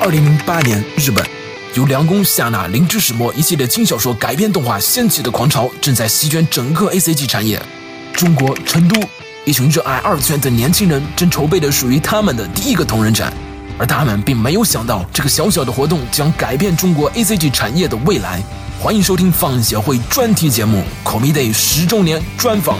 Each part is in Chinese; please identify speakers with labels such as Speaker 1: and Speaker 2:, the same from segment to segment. Speaker 1: 二零零八年，日本由凉宫、夏娜、灵之始末一系列轻小说改编动画掀起的狂潮，正在席卷整个 A C G 产业。中国成都，一群热爱二次元的年轻人正筹备着属于他们的第一个同人展，而他们并没有想到，这个小小的活动将改变中国 A C G 产业的未来。欢迎收听放映协会专题节目《Comi Day》十周年专访。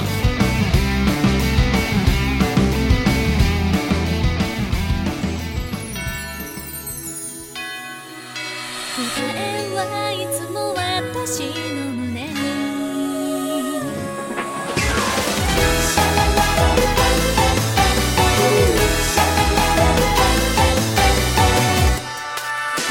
Speaker 2: 答えはいつも私の胸に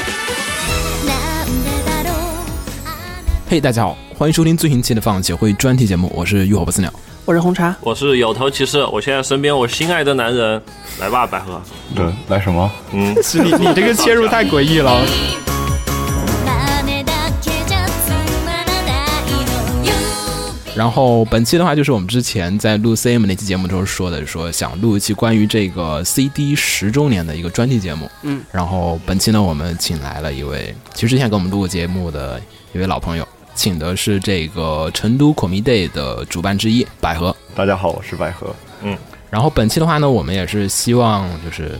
Speaker 2: なんでだろうあな
Speaker 1: 嘿、大家好，欢迎收听最新期的放映协会专题节目，我是浴火不死鸟。
Speaker 3: 我是红茶，
Speaker 4: 我是有头骑士，我现在身边我心爱的男人，来吧，百合，
Speaker 5: 对，来什么？
Speaker 4: 嗯，
Speaker 6: 是你你这个切入太诡异了，
Speaker 2: ためだけじゃつまらないのよ
Speaker 1: 然后本期的话，就是我们之前在录 CM 那期节目的时候说的，说想录一期关于这个 CD 十周年的一个专题节目。
Speaker 3: 嗯，
Speaker 1: 然后本期呢，我们请来了一位，其实之前给我们录过节目的一位老朋友，请的是这个成都 Comi Day 的主办之一百合。
Speaker 5: 大家好，我是百合。
Speaker 1: 然后本期的话呢，我们也是希望就是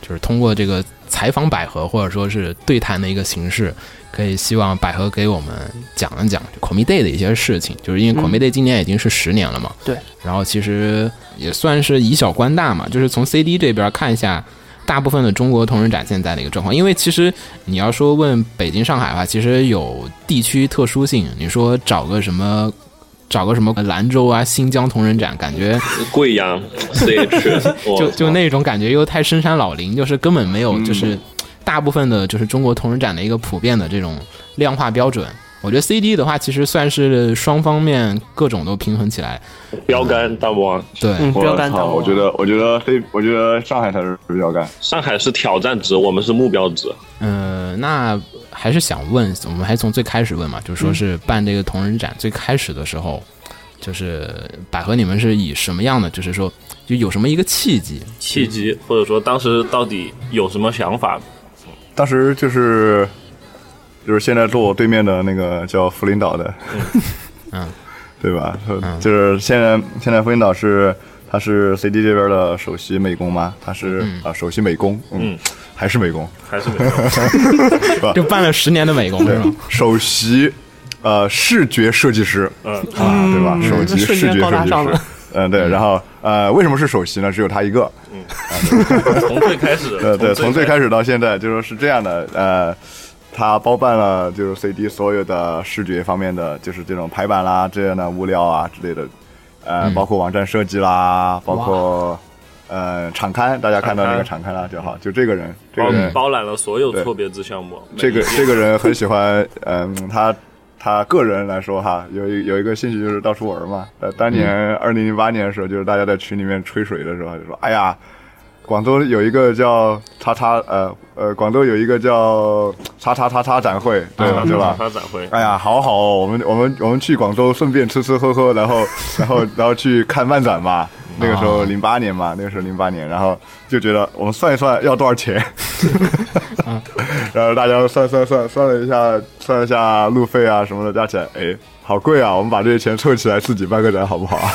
Speaker 1: 就是通过这个采访百合或者说是对谈的一个形式，可以希望百合给我们讲一讲 c o m i Day 的一些事情，就是因为 c o m i Day 今年已经是十年了嘛，
Speaker 3: 对。
Speaker 1: 然后其实也算是以小观大嘛，就是从 CD 这边看一下。大部分的中国同人展现在的一个状况，因为其实你要说问北京、上海的话，其实有地区特殊性。你说找个什么，找个什么兰州啊、新疆同人展，感觉
Speaker 4: 贵阳 CH，我
Speaker 1: 就就那种感觉又太深山老林，就是根本没有，就是大部分的，就是中国同人展的一个普遍的这种量化标准。我觉得 CD 的话，其实算是双方面各种都平衡起来。
Speaker 4: 标杆大魔王，
Speaker 1: 对，
Speaker 3: 嗯，标杆党
Speaker 5: 我操，
Speaker 3: 我
Speaker 5: 我觉得，我觉得非，我觉得上海才是标杆。
Speaker 4: 上海是挑战值，我们是目标值，
Speaker 1: 呃，那还是想问，我们还从最开始问嘛，就是说是办这个同人展最开始的时候，就是百合你们是以什么样的，就是说就有什么一个契机？
Speaker 4: 契机或者说当时到底有什么想法？
Speaker 5: 当时就是，就是现在坐我对面的那个叫福林岛的，
Speaker 1: 嗯，
Speaker 5: 对吧？
Speaker 3: 嗯
Speaker 5: 就是现在，现在福林岛是他是 CD 这边的首席美工吗？他是啊、首席美工，嗯，
Speaker 4: 嗯
Speaker 5: 还是美工，
Speaker 4: 还是没有，
Speaker 1: 就办了十年的美工是
Speaker 5: 对
Speaker 1: 吧？，
Speaker 5: 首席呃视觉设计师，
Speaker 4: 嗯，
Speaker 5: 啊，对吧？首席
Speaker 3: 这瞬
Speaker 5: 视
Speaker 3: 间
Speaker 5: 觉设计
Speaker 3: 高大上
Speaker 5: 师
Speaker 3: 了，
Speaker 5: 嗯，对。然后呃，为什么是首席呢？只有他一个。
Speaker 4: 从最开始，
Speaker 5: 呃， 对，从
Speaker 4: 最
Speaker 5: 最开始到现在，就说是这样的，呃。他包办了就是 CD 所有的视觉方面的，就是这种排版啦、这样的物料啊之类的，呃，包括网站设计啦，包括呃场刊，大家看到那个场刊啦就好，就这个人，这
Speaker 4: 包
Speaker 5: 个人
Speaker 4: 包揽了所有
Speaker 5: 对
Speaker 4: 错别字项目，
Speaker 5: 这个这个人很喜欢，嗯，他他个人来说哈，有一有一个兴趣就是到处玩嘛。呃，当年二零零八年的时候，就是大家在群里面吹水的时候，就说：“哎呀，广州有一个叫叉叉，呃呃，广州有一个叫叉叉叉叉展会，对吧？对吧？
Speaker 4: 发展会，
Speaker 5: 哎呀，好好哦，我们我们我们去广州，顺便吃吃喝喝，然后 然后然后去看漫展嘛。那个时
Speaker 4: 啊
Speaker 5: 候零八年嘛，那个时候零八年，然后就觉得我们算一算要多少钱， 然后大家算算算算了一下，算了一下路费啊什么的，加起来，哎，好贵啊！我们把这些钱凑起来自己办个展好不好 啊？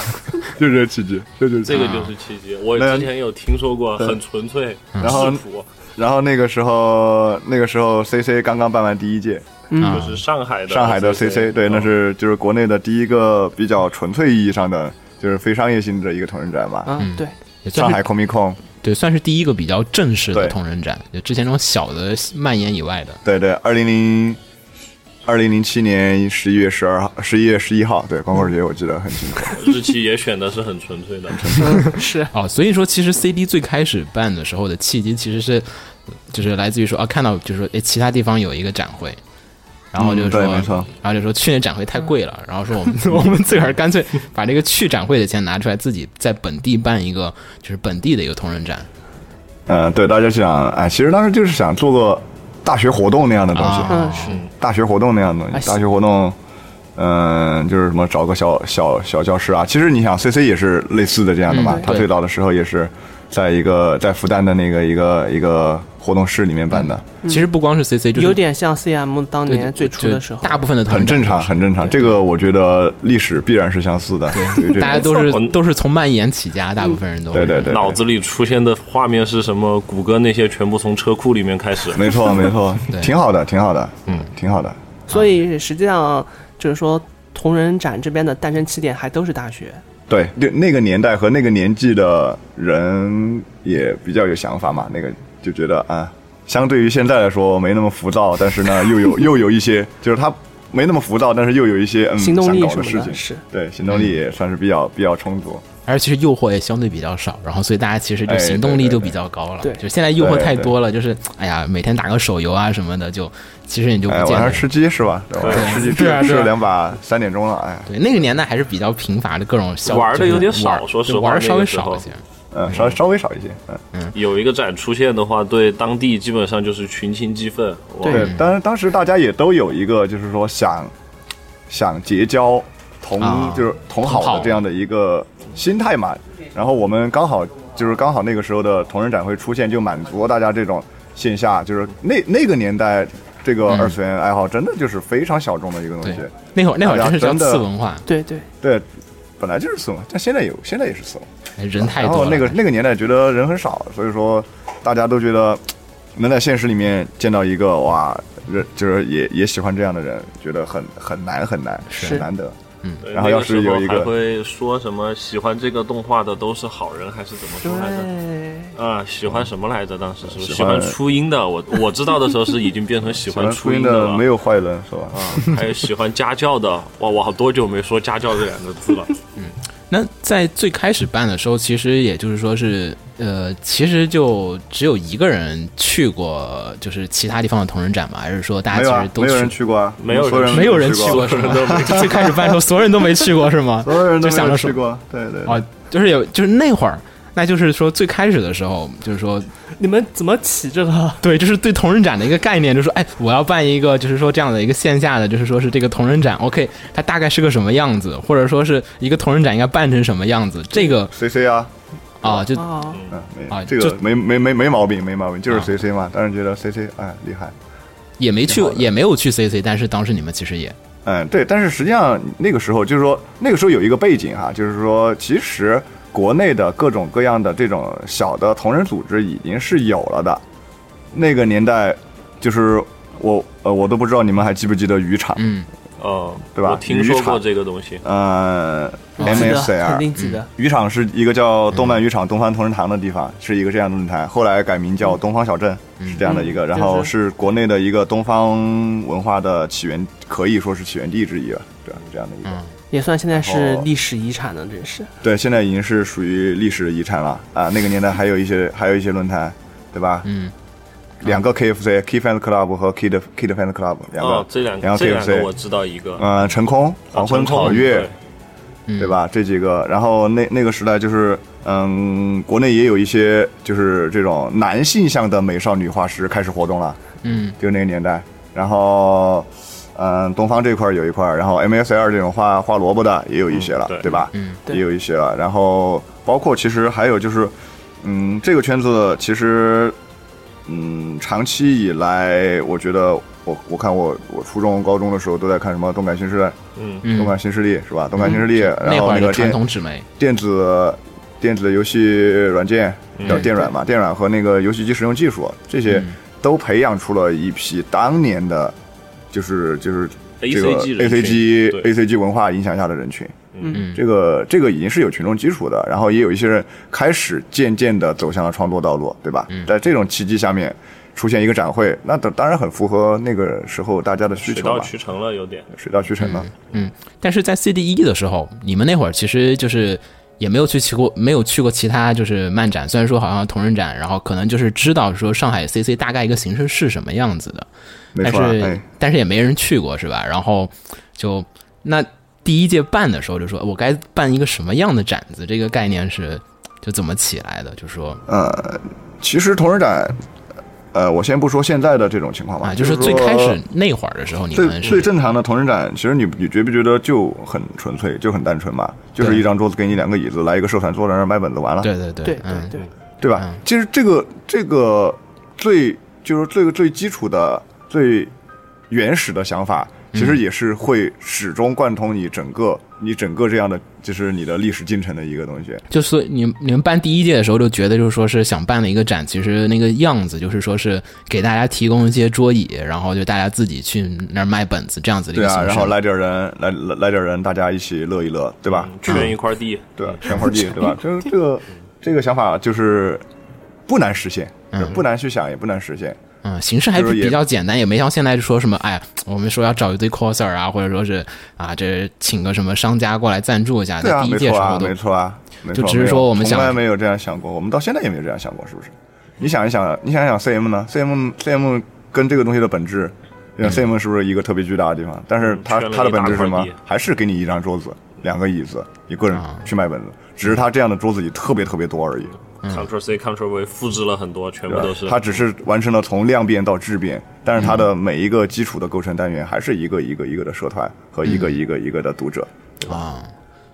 Speaker 5: 就这契机，就这
Speaker 4: 这
Speaker 5: 这
Speaker 4: 个就是契机。我
Speaker 5: 那
Speaker 4: 之前有听说过，
Speaker 5: 嗯对
Speaker 4: 很纯粹，
Speaker 5: 然后
Speaker 4: 质朴，
Speaker 5: 然后那个时候，那个时候 CC 刚刚办完第一届，
Speaker 4: 就
Speaker 1: 啊，
Speaker 4: 是上海的
Speaker 5: 上海的
Speaker 4: CC，
Speaker 5: CC，对，那
Speaker 4: 嗯
Speaker 5: 是就是国内的第一个比较纯粹意义上的，就是非商业性质的一个同人展吧。
Speaker 4: 啊
Speaker 3: 嗯，对，
Speaker 1: 也算
Speaker 5: 上
Speaker 1: 是
Speaker 5: 海 Comic Con，
Speaker 1: 对，算是第一个比较正式的
Speaker 5: 对
Speaker 1: 同人展，就之前这种小的蔓延以外的。
Speaker 5: 对对，二零零二零零七年十一月十二号，十一月十一号，对，光棍节我记得很清楚。
Speaker 4: 日期也选的是很纯粹的，
Speaker 3: 是
Speaker 1: 哦，所以说其 实 CD 最开始办的时候的契机其实是，就是来自于说啊，看到就是说哎，其他地方有一个展会，然后就
Speaker 5: 嗯
Speaker 1: 说，
Speaker 5: 对没错
Speaker 1: 然后就说去年展会太贵 了，然后说我们 我们自个儿干脆把这个去展会的钱拿出来，自己在本地办一个就是本地的一个同人展
Speaker 5: 嗯，对，大家想，哎，其实当时就是想做个大学活动那样的东西，
Speaker 4: 嗯
Speaker 1: 啊，
Speaker 5: 大学活动那样的东西，
Speaker 3: 哎
Speaker 5: 大学活动。嗯，就是什么找个小小小教室啊。其实你想，C C 也是类似的这样的嘛。
Speaker 1: 嗯
Speaker 5: 他
Speaker 1: 对
Speaker 5: 最早的时候也是，在一个在复旦的那个一个一个活动室里面办的，
Speaker 6: 其实不光是 CC，就是
Speaker 3: 嗯有点像 CM 当
Speaker 6: 对
Speaker 3: 年最初
Speaker 6: 就
Speaker 3: 的时候。
Speaker 6: 大部分的团
Speaker 5: 很
Speaker 6: 队
Speaker 5: 正常，很正常。这个我觉得历史必然是相似的，对这种
Speaker 6: 大家都是
Speaker 4: 没错
Speaker 6: 都是从蔓延起家，大部分人都
Speaker 5: 对对对，
Speaker 4: 脑子里出现的画面是什么？谷歌那些全部从车库里面开 始。
Speaker 5: 没错没错
Speaker 6: 对，
Speaker 5: 挺好的，挺好的，嗯，挺好的。
Speaker 3: 所以实际上就是说，同人展这边的诞生起点还都是大学。
Speaker 5: 对，就那个年代和那个年纪的人也比较有想法嘛，那个就觉得啊，相对于现在来说没那么浮躁，但是 呢又有又有一些，就是他没那么浮躁，但是又有一些嗯
Speaker 3: 行动力
Speaker 5: 想搞
Speaker 3: 什么的
Speaker 5: 的事情，
Speaker 3: 是嗯
Speaker 5: 对行动力也算是比较比较充足。
Speaker 6: 而其实诱惑也相对比较少，然后所以大家其实就
Speaker 5: 哎
Speaker 6: 行动力就比较高了。
Speaker 3: 对对对
Speaker 6: 就现在诱惑
Speaker 5: 对
Speaker 6: 太
Speaker 5: 对
Speaker 6: 多了，就是哎呀，每天打个手游啊什么的，就其实你就不
Speaker 5: 哎，
Speaker 6: 见
Speaker 5: 晚上
Speaker 6: 得。
Speaker 5: 吃鸡是吧？晚上吃鸡吃
Speaker 6: 对啊
Speaker 5: 吃
Speaker 6: 对啊
Speaker 5: 了两把，三点钟了，哎，
Speaker 6: 对那个年代还是比较贫乏的各种消
Speaker 4: 玩的
Speaker 6: 就是
Speaker 4: 有点少
Speaker 6: 玩
Speaker 4: 说实
Speaker 6: 对
Speaker 4: 话
Speaker 6: 玩的
Speaker 4: 那
Speaker 6: 稍微
Speaker 4: 个时
Speaker 6: 少
Speaker 4: 候
Speaker 6: 一些。
Speaker 5: 嗯，稍稍微少一些，嗯。
Speaker 4: 有一个展出现的话，对当地基本上就是群情激愤。哇
Speaker 3: 对
Speaker 5: 对，当然当时大家也都有一个，就是说想想结交同、
Speaker 6: 啊
Speaker 5: 就是同
Speaker 6: 同
Speaker 5: 好
Speaker 6: 好
Speaker 5: 的这样的一个心态嘛。然后我们刚好就是刚好那个时候的同人展会出现，就满足了大家这种线下，就是那那个年代这个二次元爱好真的就是非常小众的一个东
Speaker 6: 对
Speaker 5: 西。，
Speaker 6: 那会儿那会儿真是叫
Speaker 5: 哎真的
Speaker 6: 次文化，
Speaker 3: 对对，
Speaker 5: 对，本来就是怂，但现在有，现在也是怂。
Speaker 6: 人太
Speaker 5: 然
Speaker 6: 多
Speaker 5: 后
Speaker 6: 了。
Speaker 5: 那个那个年代觉得人很少，所以说大家都觉得能在现实里面见到一个哇，人就是也也喜欢这样的人，觉得很很难很难，
Speaker 3: 是
Speaker 5: 很难得。
Speaker 4: 对
Speaker 5: 然后要是
Speaker 4: 那
Speaker 5: 有
Speaker 4: 个
Speaker 5: 一
Speaker 4: 时
Speaker 5: 个
Speaker 4: 候还会说什么喜欢这个动画的都是好人，还是怎么说来着？
Speaker 3: 对，
Speaker 4: 啊，喜欢什么来着？当时是不是喜
Speaker 5: 喜欢
Speaker 4: 欢初音的，我我知道的时候是已经变成喜
Speaker 5: 喜欢
Speaker 4: 欢
Speaker 5: 初
Speaker 4: 初
Speaker 5: 音
Speaker 4: 音的
Speaker 5: 的
Speaker 4: 了。
Speaker 5: 没有坏人是吧？
Speaker 4: 啊，还有喜欢家教的，哇，我好多久没说家教这两个 字了。
Speaker 6: 那在最开始办的时候，其实也就是说是，呃，其实就只有一个人去过，就是其他地方的同人展嘛，还是说大
Speaker 5: 没有
Speaker 6: 家其实
Speaker 5: 啊，
Speaker 6: 都
Speaker 5: 没有人
Speaker 6: 去？
Speaker 5: 去过啊，
Speaker 4: 没有人
Speaker 5: 所
Speaker 6: 没有人
Speaker 5: 去啊嗯
Speaker 6: 去过是吗？ 最开始办的时候，所有人都没去过是 吗？
Speaker 5: 所有人都
Speaker 6: 就
Speaker 5: 没
Speaker 6: 想着
Speaker 5: 有
Speaker 6: 说
Speaker 5: 去过，啊对对。
Speaker 6: 哦，就是有，就是那会儿，那就是说最开始的时候，就是说，
Speaker 3: 你们怎么起这个？
Speaker 6: 对，就是对同人展的一个概念，就是说，哎，我要办一个，就是说这样的一个线下的，就是说是这个同人展，OK，它大概是个什么样子，或者说是一个同人展应该办成什么样子，这个
Speaker 5: C C 啊，
Speaker 6: 啊，就
Speaker 3: 哦，
Speaker 5: 嗯，
Speaker 6: 啊
Speaker 5: 没这个
Speaker 6: 就
Speaker 5: 没没没没毛病，没毛病，就是
Speaker 6: 啊
Speaker 5: C C 嘛。当然觉得 C C 哎厉害，
Speaker 6: 也没去
Speaker 5: 挺好，的
Speaker 6: 也没有去 CC，但是当时你们其实也
Speaker 5: 嗯，对，但是实际上那个时候就是说，那个时候有一个背景哈，就是说，其实国内的各种各样的这种小的同人组织已经是有了的。那个年代，就是我呃，我都不知道你们还记不记得渔场，
Speaker 6: 嗯，
Speaker 4: 哦，
Speaker 5: 对吧
Speaker 4: 我听说
Speaker 5: 渔
Speaker 4: 过
Speaker 5: 场
Speaker 4: 这个东西。
Speaker 5: 呃
Speaker 3: 嗯记得，肯
Speaker 5: ，MSL
Speaker 3: 定嗯记得。
Speaker 6: 嗯
Speaker 5: 渔场是一个叫动漫渔场东方同仁堂的地方，是一个这样的论坛，后来改名叫
Speaker 3: 嗯
Speaker 5: 东方小镇，是这样的一个，然后是国内的一个东方文化的起源，可以说是起源地之一了，对吧，这样的一个。
Speaker 3: 也算现在是
Speaker 5: 然后
Speaker 3: 历史遗产了，真是。
Speaker 5: 对，现在已经是属于历史遗产了啊。那个年代还有一些还有一些论坛，对吧？
Speaker 6: 嗯，
Speaker 5: 两个 KFC Key Fans Club 和 Kid Kid Fans Club 两个，
Speaker 4: 哦，这两
Speaker 5: 两
Speaker 4: 这两个我
Speaker 5: KFC，
Speaker 4: 知道一个。啊
Speaker 5: 嗯、呃，晨空、黄昏、草月，
Speaker 6: 嗯
Speaker 5: 对？吧？这几个，然后那那个时代就是，嗯，国内也有一些就是这种男性向的美少女画师开始活动了，
Speaker 6: 嗯，
Speaker 5: 就那个年代。然后，嗯，东方这块儿有一块儿，然后 MSL 这种画画萝卜的也有一些了，
Speaker 4: 嗯对
Speaker 5: 对吧？
Speaker 6: 嗯
Speaker 3: 对
Speaker 5: 也有一些了。然后包括其实还有就是，嗯，这个圈子其实，嗯，长期以来，我觉得我我看我我初中高中的时候都在看什么动感新时代。
Speaker 4: 嗯，
Speaker 6: 嗯
Speaker 5: 动感新势力是吧？动感新势力，然
Speaker 6: 那
Speaker 5: 后
Speaker 6: 会儿
Speaker 5: 个
Speaker 6: 的传
Speaker 5: 电
Speaker 6: 统纸媒，
Speaker 5: 电子电子游戏软件
Speaker 4: 嗯
Speaker 5: 叫电软嘛，电软和那个游戏机使用技术这些
Speaker 6: 嗯
Speaker 5: 都培养出了一批当年的，就是就是这个
Speaker 4: ACG 人群
Speaker 5: ACG
Speaker 4: 对
Speaker 5: ACG 文化影响下的人群。
Speaker 6: 嗯
Speaker 5: 这个这个已经是有群众基础的，然后也有一些人开始渐渐的走向了创作道路，对吧？
Speaker 6: 嗯
Speaker 5: 在这种契机下面出现一个展会，那当当然很符合那个时候大家的需
Speaker 4: 水
Speaker 5: 求
Speaker 4: 到
Speaker 5: 了，
Speaker 4: 渠成了有点。
Speaker 5: 水到渠成了。
Speaker 6: 嗯，但是在 CD 一的时候，你们那会儿其实就是也没有去去过，没有去过其他就是漫展，虽然说好像同人展，然后可能就是知道说上海 CC 大概一个形式是什么样子的，
Speaker 5: 没
Speaker 6: 但
Speaker 5: 错啊，
Speaker 6: 是、
Speaker 5: 哎，
Speaker 6: 但是也没人去过是吧？然后就那第一届办的时候就说我该办一个什么样的展子，这个概念是就怎么起来的？就说
Speaker 5: 呃，其实同人展，呃，我先不说现在的这种情况吧，
Speaker 6: 啊，就
Speaker 5: 就是是
Speaker 6: 最开
Speaker 5: 说
Speaker 6: 始那会儿的时候，你
Speaker 5: 最
Speaker 6: 们
Speaker 5: 最
Speaker 6: 是
Speaker 5: 正常的同人展，其实你你觉不觉得就很纯粹，就很单纯嘛？就是
Speaker 6: 对
Speaker 5: 一张桌子给你两个椅子，来一个社团坐在那儿卖本子完了。
Speaker 6: 对对对
Speaker 3: 对
Speaker 6: 嗯
Speaker 3: 对对，
Speaker 5: 对吧？其实这个这个最就是这个最基础的、最原始的想法，其
Speaker 6: 嗯
Speaker 5: 实也是会始终贯通你整个你整个这样的，就是你的历史进程的一个东西。
Speaker 6: 就是你你们办第一届的时候就觉得，就是说是想办的一个展，其实那个样子就是说是给大家提供一些桌椅，然后就大家自己去那儿卖本子这样子的一
Speaker 5: 对
Speaker 6: 个形
Speaker 5: 啊，
Speaker 6: 式。
Speaker 5: 然后来点人，来来来点人，大家一起乐一乐，对吧？
Speaker 6: 嗯
Speaker 5: 嗯
Speaker 4: 圈一块地，
Speaker 5: 对吧？全 块地，对吧？这这个这个想法就是不难实现，不难去想，也不难实现。
Speaker 6: 嗯，形式还
Speaker 5: 就是也
Speaker 6: 比较简单，也没像现在说什么，哎，我们说要找一堆 coser 啊，或者说是啊，这请个什么商家过来赞助一下，
Speaker 5: 对
Speaker 6: 在
Speaker 5: 啊，
Speaker 6: 第一
Speaker 5: 没
Speaker 6: 届时
Speaker 5: 错
Speaker 6: 候
Speaker 5: 啊，
Speaker 6: 都
Speaker 5: 没错啊，没错
Speaker 6: 就只是说
Speaker 5: 没有
Speaker 6: 我们想
Speaker 5: 从来没有这样想过，我们到现在也没有这样想过，是不是？你想一想，你想一想 CM 呢？CM CM 跟这个东西的本质，
Speaker 6: 嗯
Speaker 5: 你看 CM 是不是一个特别巨大的地方？但是它
Speaker 4: 圈了一
Speaker 5: 它的本质是什
Speaker 4: 大
Speaker 5: 么
Speaker 4: 块地？
Speaker 5: 还是给你一张桌子、两个椅子，你个人
Speaker 6: 啊
Speaker 5: 去卖本子，只是它这样的桌子椅特别特别多而已。
Speaker 6: 嗯
Speaker 4: Ctrl C Ctrl V 复制了很多，全部
Speaker 5: 对吧啊
Speaker 4: 都是。
Speaker 5: 它只是完成了从量变到质变，但是它的每一个基础的构成单元还是一个一个一个的社团和一
Speaker 6: 嗯
Speaker 5: 个一个一个的读者，
Speaker 6: 啊。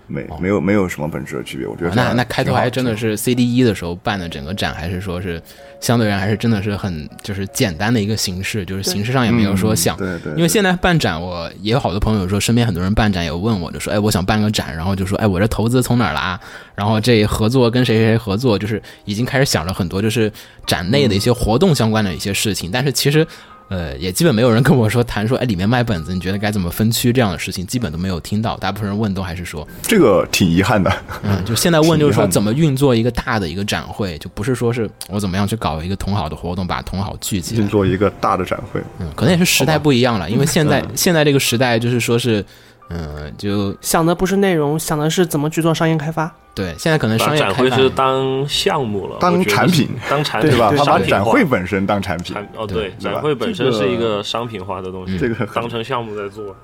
Speaker 5: 没没有没有什么本质的区别。我觉得
Speaker 6: 哦
Speaker 5: 这
Speaker 6: 那
Speaker 5: 样
Speaker 6: 那开头
Speaker 5: 挺好
Speaker 6: 还真的是 CD 一的时候办的整个展，还是说是相对而言还是真的是很就是简单的一个形式，就是形式上也没有说想。
Speaker 5: 嗯对对
Speaker 6: 因为现在办展，我也有好多朋友说，身边很多人办展也问我，就说哎，我想办个展，然后就说哎，我这投资从哪儿来？然后这合作跟谁谁谁合作，就是已经开始想了很多，就是展内的一些活动相关的一些事情。但是其实。呃，也基本没有人跟我说谈说，哎，里面卖本子，你觉得该怎么分区这样的事情，基本都没有听到。大部分人问都还是说，
Speaker 5: 这个挺遗憾的。
Speaker 6: 嗯，就现在问 就是
Speaker 5: 挺遗
Speaker 6: 说
Speaker 5: 憾的
Speaker 6: 怎么运作一个大的一个展会，就不是说是我怎么样去搞一个同好的活动，把同好聚集
Speaker 5: 运
Speaker 6: 来。
Speaker 5: 作一个大的展会，
Speaker 6: 嗯，可能也是时代不一样了，因为现
Speaker 4: 嗯
Speaker 6: 在现在这个时代就是说是，嗯，就
Speaker 3: 想的不是内容，想的是怎么去做商业开发。
Speaker 6: 对，现在可能商
Speaker 4: 把
Speaker 6: 业
Speaker 4: 展
Speaker 6: 开
Speaker 4: 会
Speaker 6: 发
Speaker 4: 是当项目了，
Speaker 5: 当
Speaker 4: 我觉得
Speaker 5: 产品
Speaker 4: 是当
Speaker 6: 啊
Speaker 4: 产品
Speaker 5: 对吧？他把
Speaker 4: 商品
Speaker 5: 展
Speaker 4: 化
Speaker 5: 会本身当产品，
Speaker 4: 产哦
Speaker 6: 对
Speaker 4: 对，
Speaker 5: 对吧
Speaker 4: 展会本身是一个商品化的东西，
Speaker 6: 嗯
Speaker 5: 这个嗯
Speaker 4: 当成项目在做。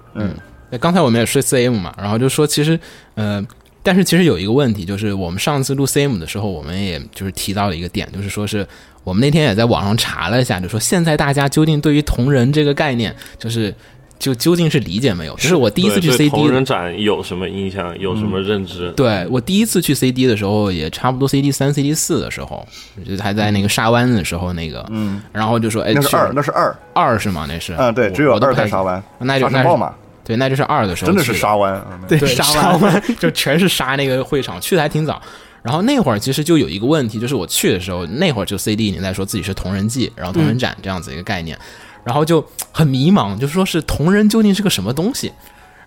Speaker 6: 那刚才我们也说 CM 嘛，然后就说其实，呃，但是其实有一个问题，就是我们上次录 CM 的时候，我们也就是提到了一个点，就是说是我们那天也在网上查了一下，就说现在大家究竟对于同人这个概念，就是就究竟是理解没有？就是我第一次去嗯
Speaker 4: 对对
Speaker 6: CD
Speaker 4: 同人展有什么印象，有什么认知？
Speaker 6: 对我第一次去 CD 的时候，也差不多 CD 三、CD 四的时候，就是还在那个沙湾的时候那个，嗯，然后就说，哎，
Speaker 5: 那是
Speaker 6: 去
Speaker 5: 二，那是二，
Speaker 6: 二是吗？那是，
Speaker 5: 嗯，对，
Speaker 6: 我
Speaker 5: 只有
Speaker 6: 我都
Speaker 5: 二
Speaker 6: 不太
Speaker 5: 在沙湾，
Speaker 6: 那就
Speaker 5: 沙
Speaker 6: 那
Speaker 5: 尘
Speaker 6: 就
Speaker 5: 暴嘛，
Speaker 6: 对，那就是二的时候
Speaker 5: 真
Speaker 6: 去
Speaker 5: 的
Speaker 6: 的，
Speaker 5: 是沙湾，嗯
Speaker 3: 对
Speaker 6: 对，
Speaker 3: 沙湾，
Speaker 6: 就全是沙那个会场，去的还挺早。然后那会儿其实就有一个问题，就是我去的时候，那会儿就 CD 已经在说自己是同人季，然后同人展这样子一个概念，然后就很迷茫，就说是同人究竟是个什么东西。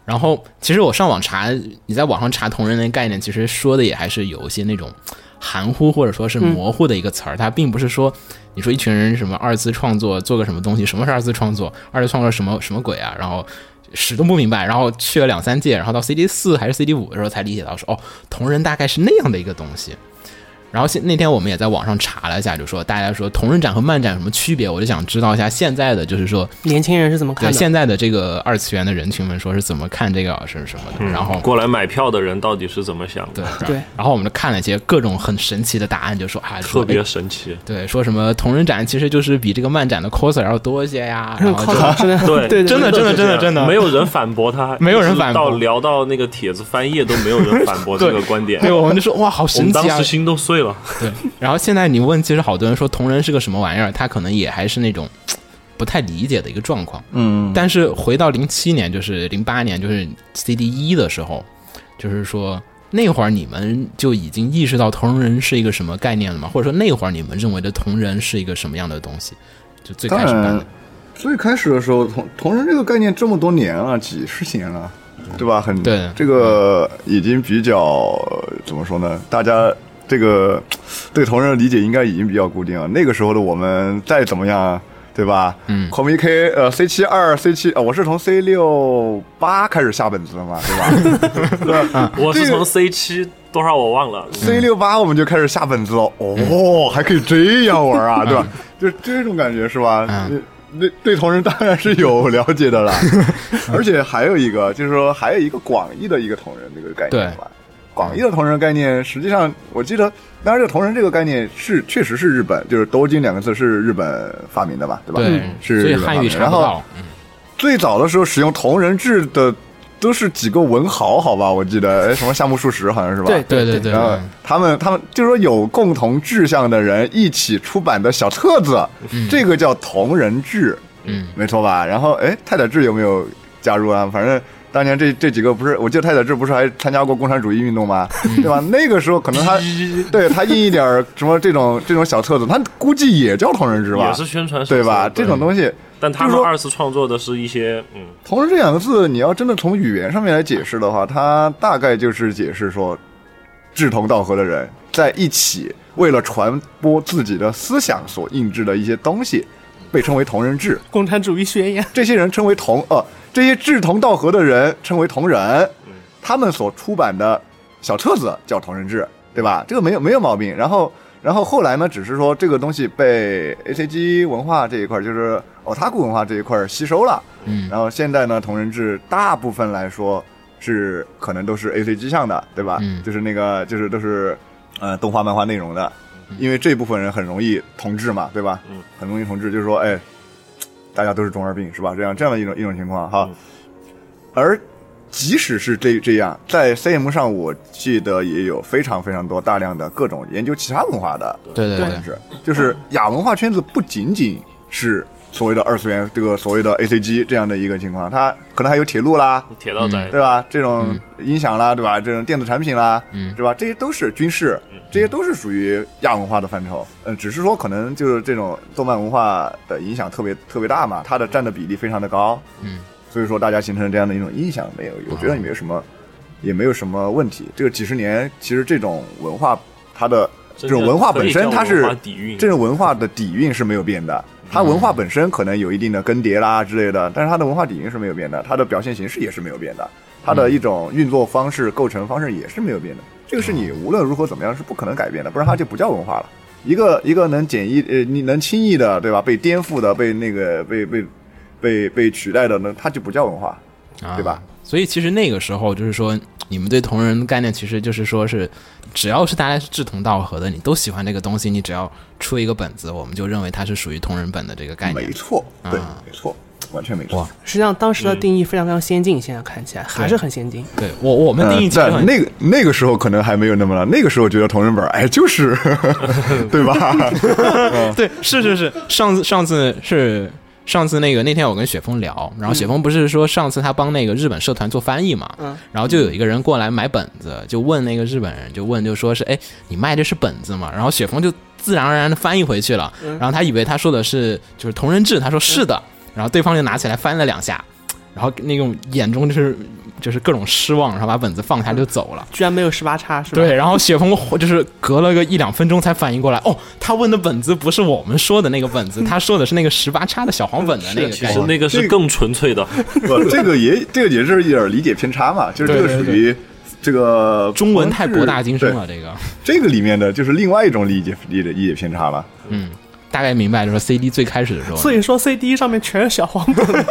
Speaker 6: 然后其实我上网查，你在网上查同人那个概念，其实说的也还是有一些那种含糊或者说是模糊的一个词儿，它并不是说你说一群人什么二次创作做个什么东西，什么是二次创作？二次创作什么什么鬼啊？然后始终不明白，然后去了两三届，然后到 CD 四还是 CD 五的时候才理解到说，哦，同人大概是那样的一个东西。然后现那天我们也在网上查了一下，就说大家说同人展和漫展有什么区别，我就想知道一下现在的就是说
Speaker 3: 年轻人是怎么看的？
Speaker 6: 对现在的这个二次元的人群们说是怎么看这个是什么的，嗯然后
Speaker 4: 嗯过来买票的人到底是怎么想的？
Speaker 6: 对
Speaker 3: 对
Speaker 6: 然后我们就看了一些各种很神奇的答案，就说啊，说
Speaker 4: 特别
Speaker 6: 哎
Speaker 4: 神奇。
Speaker 6: 对，说什么同人展其实就是比这个漫展的 coser 要多一些呀，
Speaker 3: 很
Speaker 6: 然后 就
Speaker 3: 靠真 的，对
Speaker 4: 对
Speaker 3: 对，
Speaker 6: 哎真的
Speaker 3: 对
Speaker 6: 真的
Speaker 4: 是
Speaker 6: 真的
Speaker 4: 这样
Speaker 6: 真的
Speaker 4: 没有人反驳他，
Speaker 6: 没有人反驳
Speaker 4: 一直到聊到那个帖子翻页都没有人反驳这个观点。
Speaker 6: 对，我们就说哇，好
Speaker 4: 我们
Speaker 6: 神
Speaker 4: 当
Speaker 6: 奇啊
Speaker 4: 时！心都碎 了。
Speaker 6: 对，然后现在你问，其实好多人说同人是个什么玩意儿，他可能也还是那种嘖不太理解的一个状况。
Speaker 5: 嗯，
Speaker 6: 但是回到零七年，就是零八年，就是 CD 一的时候，就是说那会儿你们就已经意识到同人是一个什么概念了吗？或者说那会儿你们认为的同人是一个什么样的东西？就最
Speaker 5: 当
Speaker 6: 开始办
Speaker 5: 然
Speaker 6: 的，，
Speaker 5: 最开始的时候，同同人这个概念这么多年了，几十年了，对吧？很
Speaker 6: 对
Speaker 5: 这个已经比较呃怎么说呢？大家这个对同人的理解应该已经比较固定了。那个时候的我们再怎么样，啊对吧？嗯 c o m i K 呃 C 七二 C 七啊，我是从 C 六八开始下本子的嘛，对吧？对吧
Speaker 4: 我是
Speaker 5: 这个
Speaker 4: 从 C 七多少我忘了，
Speaker 5: C 六八我们就开始下本子了，
Speaker 6: 嗯
Speaker 5: 哦，还可以这样玩 啊，对吧？就是这种感觉是吧？
Speaker 6: 嗯
Speaker 5: 对对，同人当然是有了解 的了，而且还有一个就是说还有一个广义的一个同人这个概念
Speaker 6: 对
Speaker 5: 吧。广义的同人概念，实际上我记得，当然这个同人这个概念是确实是日本，就是“兜金”两个字是日本发明的吧，对吧？
Speaker 6: 对，
Speaker 5: 是
Speaker 6: 所以
Speaker 5: 日本发
Speaker 6: 汉
Speaker 5: 明
Speaker 6: 语
Speaker 5: 的
Speaker 6: 查
Speaker 5: 然
Speaker 6: 不
Speaker 5: 后
Speaker 6: 到。
Speaker 5: 最早的时候使用同人志的都是几个文豪，好吧？我记得，哎，什么夏目漱石好像是吧？
Speaker 3: 对
Speaker 6: 对对对，
Speaker 5: 然后他们他们就是说有共同志向的人一起出版的小册子，这个叫同人志，
Speaker 6: 嗯，
Speaker 5: 没错吧？然后哎，太宰治有没有加入啊？反正当年这这几个不是，我记得太宰治不是还参加过共产主义运动吗？
Speaker 6: 嗯
Speaker 5: 对吧？那个时候可能 他对他印一点儿什么这种这种小册子，他估计也叫同人志吧
Speaker 4: 也？是宣传手册
Speaker 5: 对吧？这种东西。
Speaker 4: 但他
Speaker 5: 就是
Speaker 4: 们
Speaker 5: 说
Speaker 4: 二次创作的是一些嗯，
Speaker 5: 同人这两个字，你要真的从语言上面来解释的话，它大概就是解释说，志同道合的人在一起，为了传播自己的思想所印制的一些东西，被称为同人志。
Speaker 3: 共产主义宣言，
Speaker 5: 这些人称为同呃，这些志同道合的人称为同人，他们所出版的小册子叫同人志，对吧？这个没有没有毛病。然后然后后来呢，只是说这个东西被 A C G 文化这一块，就是 otaku 文化这一块吸收了。
Speaker 6: 嗯
Speaker 5: 然后现在呢，同人志大部分来说是可能都是 A C G 向的，对吧？
Speaker 6: 嗯
Speaker 5: 就是那个就是都是呃动画漫画内容的。
Speaker 6: 嗯
Speaker 5: 因为这部分人很容易同质嘛，对吧？
Speaker 4: 嗯，
Speaker 5: 很容易同质，就是说，哎，大家都是中二病是吧？这样这样的一种一种情况哈。
Speaker 4: 嗯
Speaker 5: 而即使是这这样，在 CM 上，我记得也有非常非常多大量的各种研究其他文化的
Speaker 6: 对对对
Speaker 5: 同，志，就是亚文化圈子不仅仅是所谓的二次元这个所谓的 ACG 这样的一个情况，它可能还有铁路啦，
Speaker 4: 铁道宅
Speaker 5: 对吧？这种音响啦，对吧？这种电子产品啦，嗯，是吧？这些都是军事，这些都是属于亚文化的范畴。嗯，只是说可能就是这种动漫文化的影响特别特别大嘛，它的占的比例非常的高，
Speaker 6: 嗯，
Speaker 5: 所以说大家形成这样的一种印象没有？我觉得也没有什么，也没有什么问题。这个几十年，其实这种文化它的这
Speaker 4: 真
Speaker 5: 种
Speaker 4: 正
Speaker 5: 文化本
Speaker 4: 可
Speaker 5: 身
Speaker 4: 以叫
Speaker 5: 它
Speaker 4: 文
Speaker 5: 是
Speaker 4: 化底蕴
Speaker 5: 这种文化的底蕴是没有变的。它文
Speaker 6: 嗯
Speaker 5: 化本身可能有一定的更迭啦之类的，但是它的文化底蕴是没有变的，它的表现形式也是没有变的，它
Speaker 6: 嗯
Speaker 5: 的一种运作方式、构成方式也是没有变的。这个是
Speaker 6: 哦
Speaker 5: 你无论如何怎么样是不可能改变的，不然它就不叫文化了。一个一个能简易呃，你能轻易的对吧？被颠覆的、被那个被被被被取代的呢，它就不叫文化。
Speaker 6: 啊
Speaker 5: 对吧？
Speaker 6: 所以其实那个时候就是说，你们对同人的概念其实就是说是，只要是大家是志同道合的，你都喜欢这个东西，你只要出一个本子，我们就认为它是属于同人本的这个概
Speaker 5: 没
Speaker 6: 念。
Speaker 5: 错，对，
Speaker 6: 啊
Speaker 5: 没错，完全没错。
Speaker 6: 哇
Speaker 3: 实际上当
Speaker 5: 嗯
Speaker 3: 时的定义非常非常先进，现在看起来还是很先进。
Speaker 6: 对我我们定义
Speaker 5: 嗯，
Speaker 6: 其实
Speaker 5: 但
Speaker 6: 很
Speaker 5: 那个那个时候可能还没有那么了，那个时候觉得同人本，哎，就是， 对吧？
Speaker 6: 对，是是是，上次上次是上次那个那天我跟雪峰聊，然后雪峰不是说上次他帮那个日本社团做翻译嘛，
Speaker 3: 嗯
Speaker 6: 然后就有一个人过来买本子，就问那个日本人，就问就说是哎，你卖的是本子吗？然后雪峰就自然而然的翻译回去了，然后他以为他说的是就是同人志，他说是的，然后对方就拿起来翻了两下，然后那种眼中就是就是各种失望，然后把本子放下就走了。
Speaker 3: 居然没有十八叉是吧？
Speaker 6: 对，然后雪峰就是隔了个一两分钟才反应过来，哦，他问的本子不是我们说的那个本
Speaker 3: 嗯
Speaker 6: 子，他说的是那个十八叉的小黄本的那个
Speaker 4: 其
Speaker 6: 概
Speaker 4: 实
Speaker 6: 念。
Speaker 4: 那个
Speaker 5: 这
Speaker 4: 是
Speaker 5: 个
Speaker 4: 更纯粹的，
Speaker 5: 不，这个也这个也是一点理解偏差嘛，就是这个
Speaker 6: 对对
Speaker 5: 属
Speaker 6: 对
Speaker 5: 于这个
Speaker 6: 中文太博大精深
Speaker 5: 对
Speaker 6: 了，这个，
Speaker 5: 这个里面的就是另外一种理解理解理解偏差了。
Speaker 6: 嗯，大概明白，就是 CD 最开始的时候
Speaker 3: 所以说 CD 上面全是小黄本，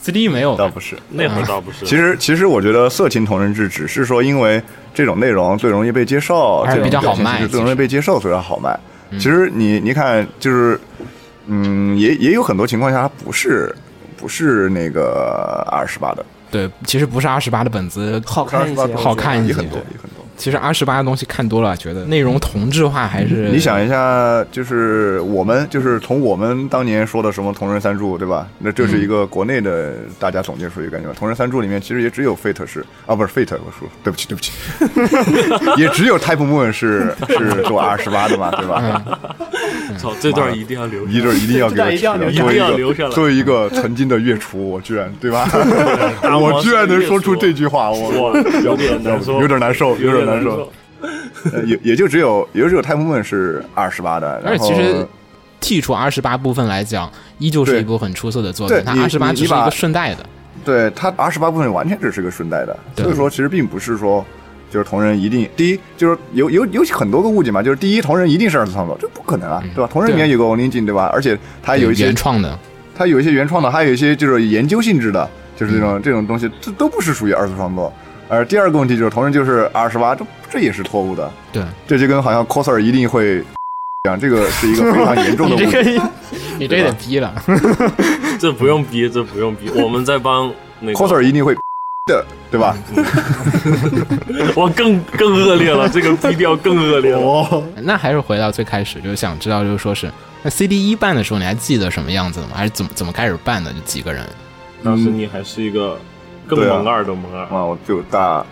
Speaker 6: ，CD 没有
Speaker 5: 倒不是，
Speaker 4: 那会儿倒不是。
Speaker 5: 其实其实我觉得色情同人志只是说因为这种内容最容易被接受，
Speaker 6: 还
Speaker 5: 这
Speaker 6: 是
Speaker 5: 种
Speaker 6: 比较好
Speaker 5: 表现
Speaker 6: 卖
Speaker 5: 形式
Speaker 6: 其
Speaker 5: 最容易
Speaker 6: 实嗯
Speaker 5: 被接受，所以它好卖。其实你你看，就是嗯，也也有很多情况下它不是不是那个二十八的，
Speaker 6: 对，其实不是二十八的本子
Speaker 3: 好看一些，
Speaker 6: 好看一
Speaker 5: 也
Speaker 6: 些
Speaker 5: 很多也很多。
Speaker 6: 其实二十八的东西看多了，觉
Speaker 3: 嗯
Speaker 6: 得内容同质化还是
Speaker 5: 你想一下，就是我们就是从我们当年说的什么同人三柱，对吧？那这是一个国内的大家总结出一个概念。同人三柱里面其实也只有 Fate 是啊，不是 Fate，我说对不起对不起，也只有 Type Moon 是是做 R 十八的嘛，对吧？
Speaker 4: 操，这段一定要留下
Speaker 5: 一 定一定要给我
Speaker 3: 这段一定要留
Speaker 4: 下一定
Speaker 5: 作为一个
Speaker 4: 要留下来
Speaker 5: 作为一个曾经的月厨，我居然对吧？
Speaker 4: 大王
Speaker 5: 我居然能说出这句话，
Speaker 4: 哇
Speaker 5: 我
Speaker 4: 有点难受，
Speaker 5: 有点难受，有
Speaker 4: 有
Speaker 5: 点
Speaker 4: 点
Speaker 5: 难受
Speaker 4: 受。。
Speaker 5: 呃也也就只有也就只有 Type Moon 是 R 十八的，
Speaker 6: 而
Speaker 5: 然
Speaker 6: 且
Speaker 5: 后
Speaker 6: 其实剔除二十八部分来讲，依旧是
Speaker 5: 对
Speaker 6: 一部很出色的作品
Speaker 5: 对，
Speaker 6: 它
Speaker 5: 你
Speaker 6: 二十八
Speaker 5: 你
Speaker 6: 只是
Speaker 5: 你
Speaker 6: 一
Speaker 5: 把
Speaker 6: 个顺带的，
Speaker 5: 对它二十八部分完全只是个顺带的，
Speaker 6: 对
Speaker 5: 所以说其实并不是说就是同人一定第一就是有有有很多个误解嘛，就是第一同人一定是二次创作，这不可能啊，对吧？同人里面有个 o n i n 对吧？而且它有一些
Speaker 6: 嗯原创的，
Speaker 5: 它有一些原创的，还有一些就是研究性质的，就是这
Speaker 6: 嗯
Speaker 5: 种、这种东西，这都不是属于二次创作。而第二个问题就是同人就是二十八，这这也是错误的，
Speaker 6: 对。
Speaker 5: 这就跟好像 coser 一定会一样，这个是一个非常严重 的
Speaker 6: 你
Speaker 5: 误
Speaker 6: 这
Speaker 5: 解。
Speaker 6: 个，你这个得逼了。
Speaker 4: 这不用逼，这不用逼，我们在帮那个
Speaker 5: coser 一定会的，对吧？
Speaker 4: 我更更恶劣了，这个低调更恶劣了。
Speaker 5: 哦，
Speaker 6: 那还是回到最开始，就是想知道，就是说是那 CD 一办的时候，你还记得什么样子吗？还是怎么怎么开始办的？就几个人？
Speaker 4: 当时你还是一个更
Speaker 5: 嗯对啊
Speaker 4: 萌二的萌二，
Speaker 5: 哇，我就大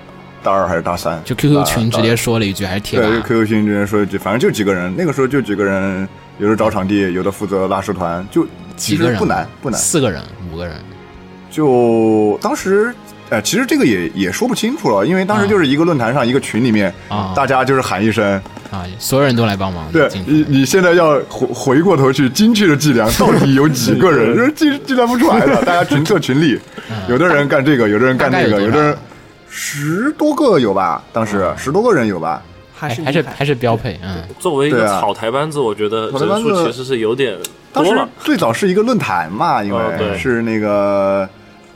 Speaker 5: 大二还是大三，
Speaker 6: 就
Speaker 5: 大
Speaker 6: QQ 群直
Speaker 5: 大
Speaker 6: 接说了一句，还是贴吧
Speaker 5: 啊对，？就 QQ 群之前说一句，反正就几个人，那个时候就几个人，有的找场地，有的负责拉社团，就
Speaker 6: 几
Speaker 5: 其
Speaker 6: 个
Speaker 5: 实
Speaker 6: 人？
Speaker 5: 不难不难。
Speaker 6: 四个人，五个人。
Speaker 5: 就当时，呃，其实这个也也说不清楚了，因为当时就是一个论坛上一个群里面，
Speaker 6: 啊
Speaker 5: 大家就是喊一声，
Speaker 6: 啊，所有人都来帮忙。
Speaker 5: 对
Speaker 6: 进去
Speaker 5: 你你现在要回回过头去精确的计量，到底有几个人，就是计计量不出来的，大家群策群力，有的人干这个，有的人干
Speaker 6: 嗯
Speaker 5: 那
Speaker 6: 大概
Speaker 5: 个，
Speaker 6: 有多少啊
Speaker 5: 有的人十多个有吧，当时十多个人有吧，
Speaker 3: 还
Speaker 6: 哎
Speaker 3: 是
Speaker 6: 还是
Speaker 3: 厉害
Speaker 6: 还是标配，嗯，
Speaker 4: 作为一
Speaker 5: 对
Speaker 4: 个
Speaker 5: 啊
Speaker 4: 草台班子，我觉得
Speaker 5: 草台
Speaker 4: 人
Speaker 5: 班子
Speaker 4: 数其实是有点
Speaker 5: 当
Speaker 4: 多
Speaker 5: 时
Speaker 4: 了。
Speaker 5: 最早是一个论坛嘛，因
Speaker 4: 哦
Speaker 5: 为
Speaker 4: 对
Speaker 5: 是那个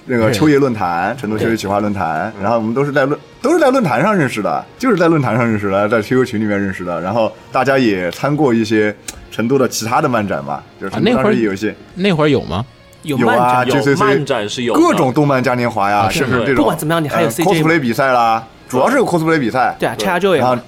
Speaker 5: 那个
Speaker 6: 对
Speaker 5: 秋叶论坛，成都秋叶企划论坛，然后我们都是在论都是在论坛上认识的，就是在论坛上认识的，在 QQ 群里面认识的，然后大家也参过一些成都的其他的漫展嘛，就是成都
Speaker 6: 啊那会儿
Speaker 5: 当时也有一些
Speaker 6: 那会儿有吗？
Speaker 3: 有
Speaker 5: 有
Speaker 3: 漫
Speaker 5: 啊
Speaker 3: 展，
Speaker 4: 有
Speaker 5: JCC
Speaker 4: 漫展是有的
Speaker 5: 各种动漫嘉年华呀，
Speaker 6: 啊
Speaker 5: 甚
Speaker 6: 是
Speaker 5: 至这种
Speaker 3: 不管怎么样你还有
Speaker 5: 呃
Speaker 3: CJ
Speaker 5: cosplay 比赛啦，主要是有 cosplay 比赛，
Speaker 3: 对啊，XRJ 也
Speaker 5: 然后
Speaker 3: 有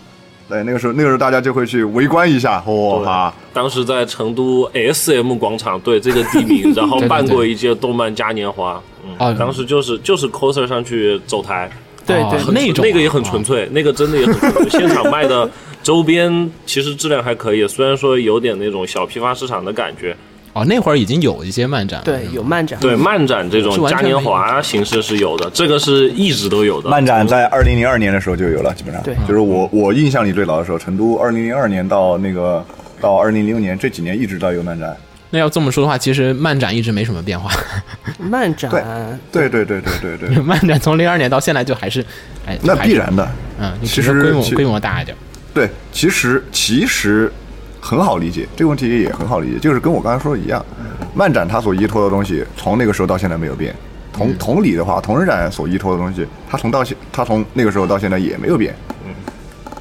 Speaker 5: 对那个时候那个时候大家就会去围观一下，哇
Speaker 4: 对
Speaker 5: 哈，
Speaker 4: 当时在成都 S M 广场对这个地 名，然后
Speaker 6: 对对
Speaker 4: 办过一届动漫嘉年华。
Speaker 6: 哦
Speaker 4: 嗯，当时就是就是 coser 上去走台，
Speaker 3: 对
Speaker 6: 哦
Speaker 3: 对对
Speaker 6: 那种啊
Speaker 4: 那个也很纯
Speaker 6: 纯粹。
Speaker 4: 粹，那个真的也很纯 粹。现场卖的周边其实质量还可以，虽然说有点那种小批发市场的感觉。
Speaker 6: 哦，那会儿已经有一些漫展了，
Speaker 3: 对
Speaker 6: 是吗
Speaker 3: 有漫展，
Speaker 4: 对漫展这
Speaker 6: 嗯是
Speaker 4: 种
Speaker 6: 完
Speaker 4: 嘉
Speaker 6: 全没
Speaker 4: 年
Speaker 6: 有
Speaker 4: 华形式是有的，这个是一直都有的。
Speaker 5: 漫展在二零零二年的时候就有了，基本上
Speaker 3: 对
Speaker 5: 就是我我印象里最早的时候，成都二零零二年到那个到二零零六年这几年一直到有漫展。
Speaker 6: 那要这么说的话，其实漫展一直没什么变化。
Speaker 3: 漫
Speaker 5: 对
Speaker 3: 展
Speaker 5: 对对对对对对，
Speaker 6: 漫展从零二年到现在就还是，哎，
Speaker 5: 那
Speaker 6: 还是
Speaker 5: 必然的。
Speaker 6: 嗯，你只
Speaker 5: 其
Speaker 6: 是规
Speaker 5: 实
Speaker 6: 模
Speaker 5: 其
Speaker 6: 规模大一点。
Speaker 5: 对，其实其实很好理解，这个问题也很好理解，就是跟我刚才说的一样，漫展它所依托的东西，从那个时候到现在没有变。
Speaker 3: 嗯
Speaker 5: 同同理的话，同人展所依托的东西，它从到现，它从那个时候到现在也没有变。
Speaker 3: 嗯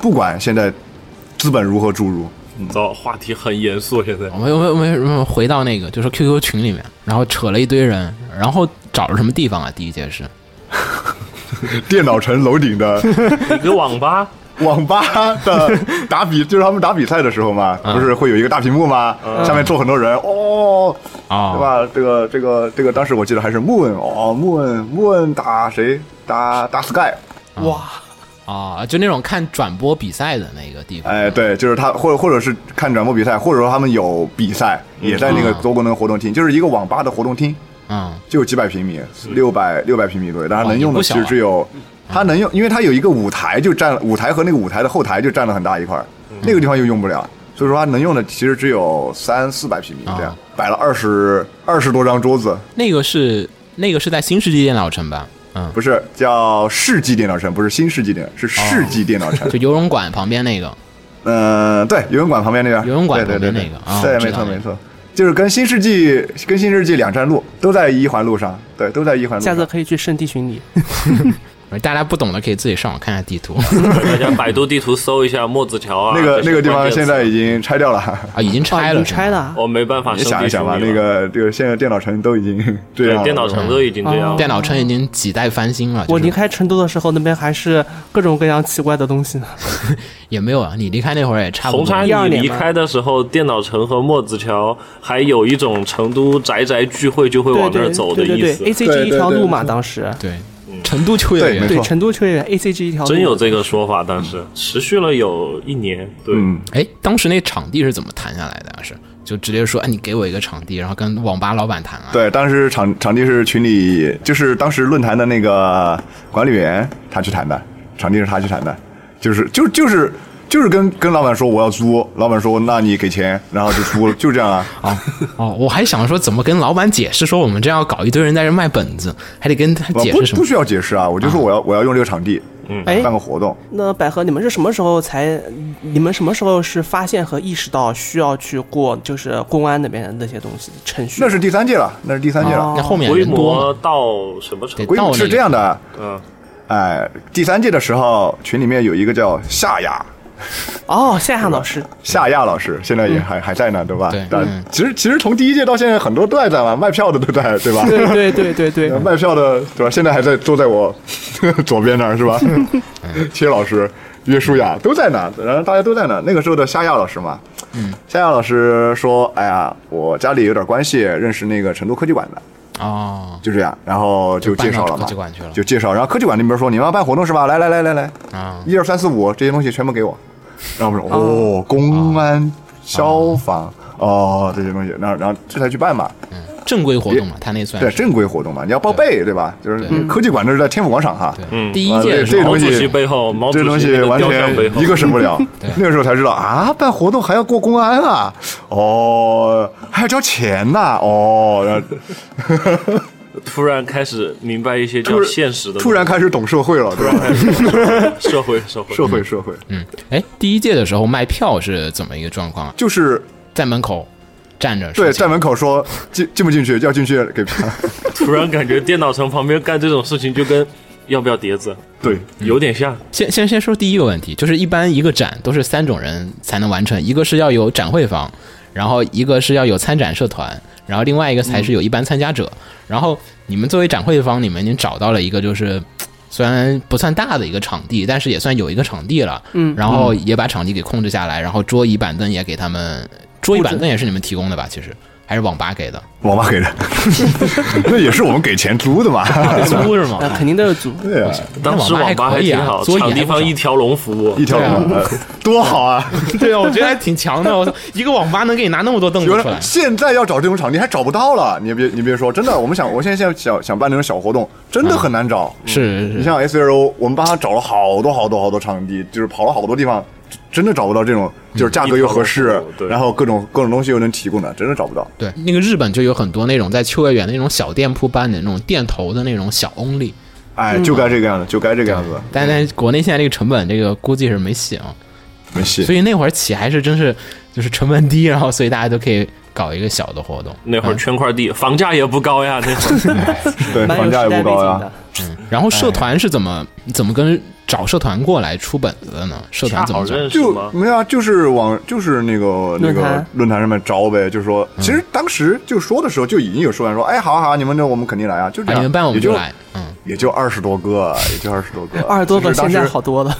Speaker 5: 不管现在资本如何注入，
Speaker 4: 走，嗯话题很严肃，现在
Speaker 6: 我们我们我们我们回到那个，就是 QQ 群里面，然后扯了一堆人，然后找了什么地方啊？第一届是
Speaker 5: 电脑城楼顶的
Speaker 4: 一个网吧，
Speaker 5: 网吧的打比，就是他们打比赛的时候嘛，不是会有一个大屏幕吗？下面坐很多人，哦，
Speaker 6: 哦，
Speaker 5: 对？吧？这个这个这个，当时我记得还是 Moon 哦，Moon Moon 打谁？打打 Sky，
Speaker 3: 哇，
Speaker 6: 啊、就那种看转播比赛的那个地方。
Speaker 5: 哎，对，就是他，或或者是看转播比赛，或者说他们有比赛，也在那个
Speaker 6: 啊
Speaker 5: 多功能活动厅，就是一个网吧的活动厅，
Speaker 6: 嗯，
Speaker 5: 就有几百平米，六百六百平米左右，但它能用
Speaker 6: 也不
Speaker 5: 的
Speaker 6: 小
Speaker 5: 其
Speaker 6: 啊
Speaker 5: 实只有，它能用，因为它有一个舞台，就占了舞台和那个舞台的后台就占了很大一块儿，
Speaker 6: 嗯
Speaker 5: 那个地方又用不了，所以说它能用的其实只有三四百平米这样
Speaker 6: 啊，
Speaker 5: 摆了二十二十多张桌子，
Speaker 6: 那个是那个是在新世纪电脑城吧？嗯，
Speaker 5: 不是叫世纪电脑城，不是新世纪电脑，是世纪电脑城
Speaker 6: 哦 就，游泳馆旁边那个。
Speaker 5: 嗯，对，游泳馆旁边那个，
Speaker 6: 游泳馆
Speaker 5: 对对
Speaker 6: 旁边
Speaker 5: 对
Speaker 6: 那个啊
Speaker 5: 对
Speaker 6: 我，知
Speaker 5: 没
Speaker 6: 道
Speaker 5: 错
Speaker 6: 那个
Speaker 5: 没错。就是跟新世纪，跟新世纪两站路都在一环路上，对，都在一环路
Speaker 3: 下
Speaker 5: 上。
Speaker 3: 次可以去圣地巡礼，
Speaker 6: 大家不懂的可以自己上网看下 地图
Speaker 4: 大家百度地图搜一下墨子桥啊。
Speaker 5: 那个
Speaker 4: 这些
Speaker 5: 那个地方
Speaker 4: 关键
Speaker 5: 现
Speaker 4: 词
Speaker 5: 在已经拆掉了，
Speaker 6: 啊，已经
Speaker 3: 啊
Speaker 6: 拆
Speaker 3: 已
Speaker 6: 了，
Speaker 3: 经拆了啊，
Speaker 4: 我没办法
Speaker 5: 你
Speaker 4: 生
Speaker 5: 想一
Speaker 4: 地
Speaker 5: 想吧，
Speaker 4: 处理
Speaker 5: 那
Speaker 4: 了
Speaker 5: 个啊这个现在电脑城都已经 这
Speaker 4: 对
Speaker 5: 样了，
Speaker 4: 电脑城都已经这样
Speaker 6: 是
Speaker 4: 了
Speaker 6: 吧。电脑城已经几代翻新了。
Speaker 3: 哦
Speaker 6: 就
Speaker 3: 我
Speaker 6: 是
Speaker 3: 离开成都的时候，那边还是各种各样奇怪的东西呢。
Speaker 6: 也没有啊，你离开那会儿也差不
Speaker 4: 红
Speaker 6: 多
Speaker 4: 茶，。
Speaker 3: 12
Speaker 4: 你
Speaker 3: 年
Speaker 4: 离
Speaker 3: 吗
Speaker 4: 开的时候，电脑城和墨子桥还有一种成都宅宅聚会就会
Speaker 3: 对
Speaker 4: 往那儿
Speaker 3: 对
Speaker 4: 走的
Speaker 3: 对
Speaker 4: 意
Speaker 3: 对
Speaker 4: 思
Speaker 3: 对，，ACG
Speaker 5: 对对
Speaker 3: 一条
Speaker 5: 对
Speaker 3: 路嘛，
Speaker 5: 对
Speaker 3: 当时
Speaker 6: 对，成都秋叶
Speaker 5: 对没
Speaker 6: 原。
Speaker 5: 错
Speaker 3: 对成都秋叶原 ACG 一条路，
Speaker 4: 真有这个说法。当时持续了有一年，对，
Speaker 5: 嗯，
Speaker 6: 哎，当时那场地是怎么谈下来的啊？是就直接说，哎，你给我一个场地，然后跟网吧老板谈啊。
Speaker 5: 对，当时场场地是群里，就是当时论坛的那个管理员他去谈的，场地是他去谈的，就是就就是就是跟跟老板说我要租，老板说那你给钱，然后就租了，就这样啊。
Speaker 6: 哦哦，我还想说怎么跟老板解释，说我们这样搞一堆人在这卖本子，还得跟他
Speaker 5: 不
Speaker 6: 解释什
Speaker 5: 不
Speaker 6: 么？
Speaker 5: 需要解释啊，我就说我要我要用这个场地
Speaker 3: 哎
Speaker 5: 办，个活动，
Speaker 3: 那百合，你们是什么时候才？你们什么时候是发现和意识到需要去过就是公安那边的那些东西程序？
Speaker 5: 那是第三届了，那是第三届了
Speaker 3: 哦。
Speaker 6: 那后面
Speaker 4: 规
Speaker 6: 人多
Speaker 4: 模
Speaker 6: 嘛？
Speaker 4: 到什么程度？
Speaker 5: 规模
Speaker 6: 到那
Speaker 5: 是
Speaker 6: 个
Speaker 5: 这样的，啊
Speaker 4: 嗯，
Speaker 5: 哎，第三届的时候，群里面有一个叫夏雅，
Speaker 3: 哦，夏夏老师，
Speaker 5: 夏亚老师现在也还、还在呢，对吧？
Speaker 6: 对
Speaker 5: 但
Speaker 6: 嗯
Speaker 5: 其实其实从第一届到现在，很多都还在玩，卖票的都在，对吧？嗯
Speaker 3: 对对对对对，
Speaker 5: 卖票的对吧？现在还在坐在我 左边那儿是吧？ 切老师、岳舒雅都在那，然后大家都在那。那个时候的夏亚老师嘛，嗯，夏亚老师说：“哎呀，我家里有点关系，认识那个成都科技馆的，
Speaker 6: 哦
Speaker 5: 就这样。”然后就介绍
Speaker 6: 就搬
Speaker 5: 了
Speaker 6: 到
Speaker 5: 嘛，
Speaker 6: 科技馆去了
Speaker 5: 就介绍。然后科技馆那边说：“你们要办活动是吧？来来来来来，
Speaker 6: 啊，
Speaker 5: 一二三四五这些东西全部给我。”然后我们说：“哦，公安、消防哦这些东西。”然后然后这才去办嘛。
Speaker 6: 正规活动嘛，他那算
Speaker 5: 对
Speaker 6: 是
Speaker 5: 正规活动嘛，你要报备对吧？就是
Speaker 6: 对
Speaker 5: 科技馆这是在天府广场哈，
Speaker 6: 对第一
Speaker 5: 啊
Speaker 6: 届
Speaker 5: 对
Speaker 6: 的时
Speaker 5: 这
Speaker 6: 候
Speaker 4: 嗯毛主
Speaker 5: 种东西
Speaker 4: 席背后，毛主
Speaker 5: 这
Speaker 4: 席
Speaker 5: 东西
Speaker 4: 那个
Speaker 5: 完
Speaker 4: 雕像背
Speaker 5: 全
Speaker 4: 后
Speaker 5: 一个省不了。那个时候才知道啊，办活动还要过公安啊，哦，还要交钱呐、哦，然后
Speaker 4: 突然开始明白一些
Speaker 5: 突
Speaker 4: 叫
Speaker 5: 然
Speaker 4: 现实的东西，
Speaker 5: 突然开始懂社会了，对吧？
Speaker 4: 社会社会
Speaker 5: 社会社会，
Speaker 6: 嗯，哎，第一届的时候卖票是怎么一个状况啊？
Speaker 5: 就是
Speaker 6: 在门口站着，
Speaker 5: 对，在门口说进进不进去，要进去给票，
Speaker 4: 突然感觉电脑城旁边干这种事情就跟要不要碟子
Speaker 5: 对，
Speaker 4: 有点像，
Speaker 6: 先先先说第一个问题，就是一般一个展都是三种人才能完成，一个是要有展会方，然后一个是要有参展社团，然后另外一个才是有一般参加者。然后你们作为展会方，你们已经找到了一个就是。虽然不算大的一个场地，但是也算有一个场地了。嗯，然后也把场地给控制下来，然后桌椅板凳也给他们，桌椅板凳也是你们提供的吧？其实还是网吧给的，
Speaker 5: 网吧给的，那也是我们给钱租的嘛，
Speaker 6: 租是
Speaker 3: 啊，
Speaker 6: 吗？
Speaker 3: 肯定都是组，
Speaker 5: 对啊，
Speaker 4: 当时
Speaker 6: 网吧还
Speaker 4: 网吧还
Speaker 6: 可以
Speaker 4: 挺
Speaker 6: 啊
Speaker 4: 好，
Speaker 6: 桌椅还
Speaker 4: 场地
Speaker 6: 不
Speaker 4: 方
Speaker 6: 少
Speaker 4: 一条龙服务
Speaker 5: 一，条龙，呃多 好啊！
Speaker 6: 对啊，我觉得还挺强的。我操，一个网吧能给你拿那么多凳
Speaker 5: 有人现在要找这种场地还找不到了，你别你别说，真的，我们想，我现在想想想办那种小活动，真的很难找。
Speaker 3: 嗯
Speaker 6: 是是
Speaker 5: 你
Speaker 6: 是，
Speaker 5: 像 S R O，我们帮他找了好多好多好多场地，就是跑了好多地方，真的找不到这种，就是价格又合适
Speaker 4: 嗯对，
Speaker 5: 然后各种各种东西又能提供的，真的找不到。
Speaker 3: 嗯
Speaker 6: 对，那个日本就有很多那种在秋叶原的那种小店铺办的那种店头的那种小 only，
Speaker 5: 哎，就该这个样子，就该这个样子，
Speaker 6: 但但国内现在这个成本，这个估计是没戏啊。
Speaker 5: 没戏
Speaker 6: 所。以那会儿起还是真是就是成本低，然后所以大家都可以搞一个小的活动。
Speaker 4: 那会儿圈块地，房价也不高呀， 那会儿
Speaker 5: 对，
Speaker 3: 蛮有
Speaker 5: 房
Speaker 3: 时
Speaker 5: 价
Speaker 3: 代背
Speaker 5: 也不高
Speaker 3: 景
Speaker 5: 呀
Speaker 3: 的。。
Speaker 6: 然后
Speaker 5: 哎
Speaker 6: 社团是怎么怎么跟找社团过来出本子的呢？社团怎
Speaker 4: 好
Speaker 6: 么找？
Speaker 4: 认识
Speaker 5: 就
Speaker 4: 吗？
Speaker 5: 没有啊，就是往就是那个那
Speaker 3: 论
Speaker 5: 个
Speaker 3: 坛
Speaker 5: 论坛上面招呗，就是说，
Speaker 6: 嗯
Speaker 5: 其实当时就说的时候就已经有说完说，哎，好啊好啊，你们这我们肯定来啊，就这
Speaker 6: 啊，你
Speaker 5: 样，
Speaker 6: 们办我们
Speaker 5: 也就
Speaker 6: 就来，嗯，
Speaker 5: 也就二十多个，也就二十多个，
Speaker 3: 二十多个，
Speaker 5: 其实当
Speaker 3: 现
Speaker 5: 时
Speaker 3: 在好多了。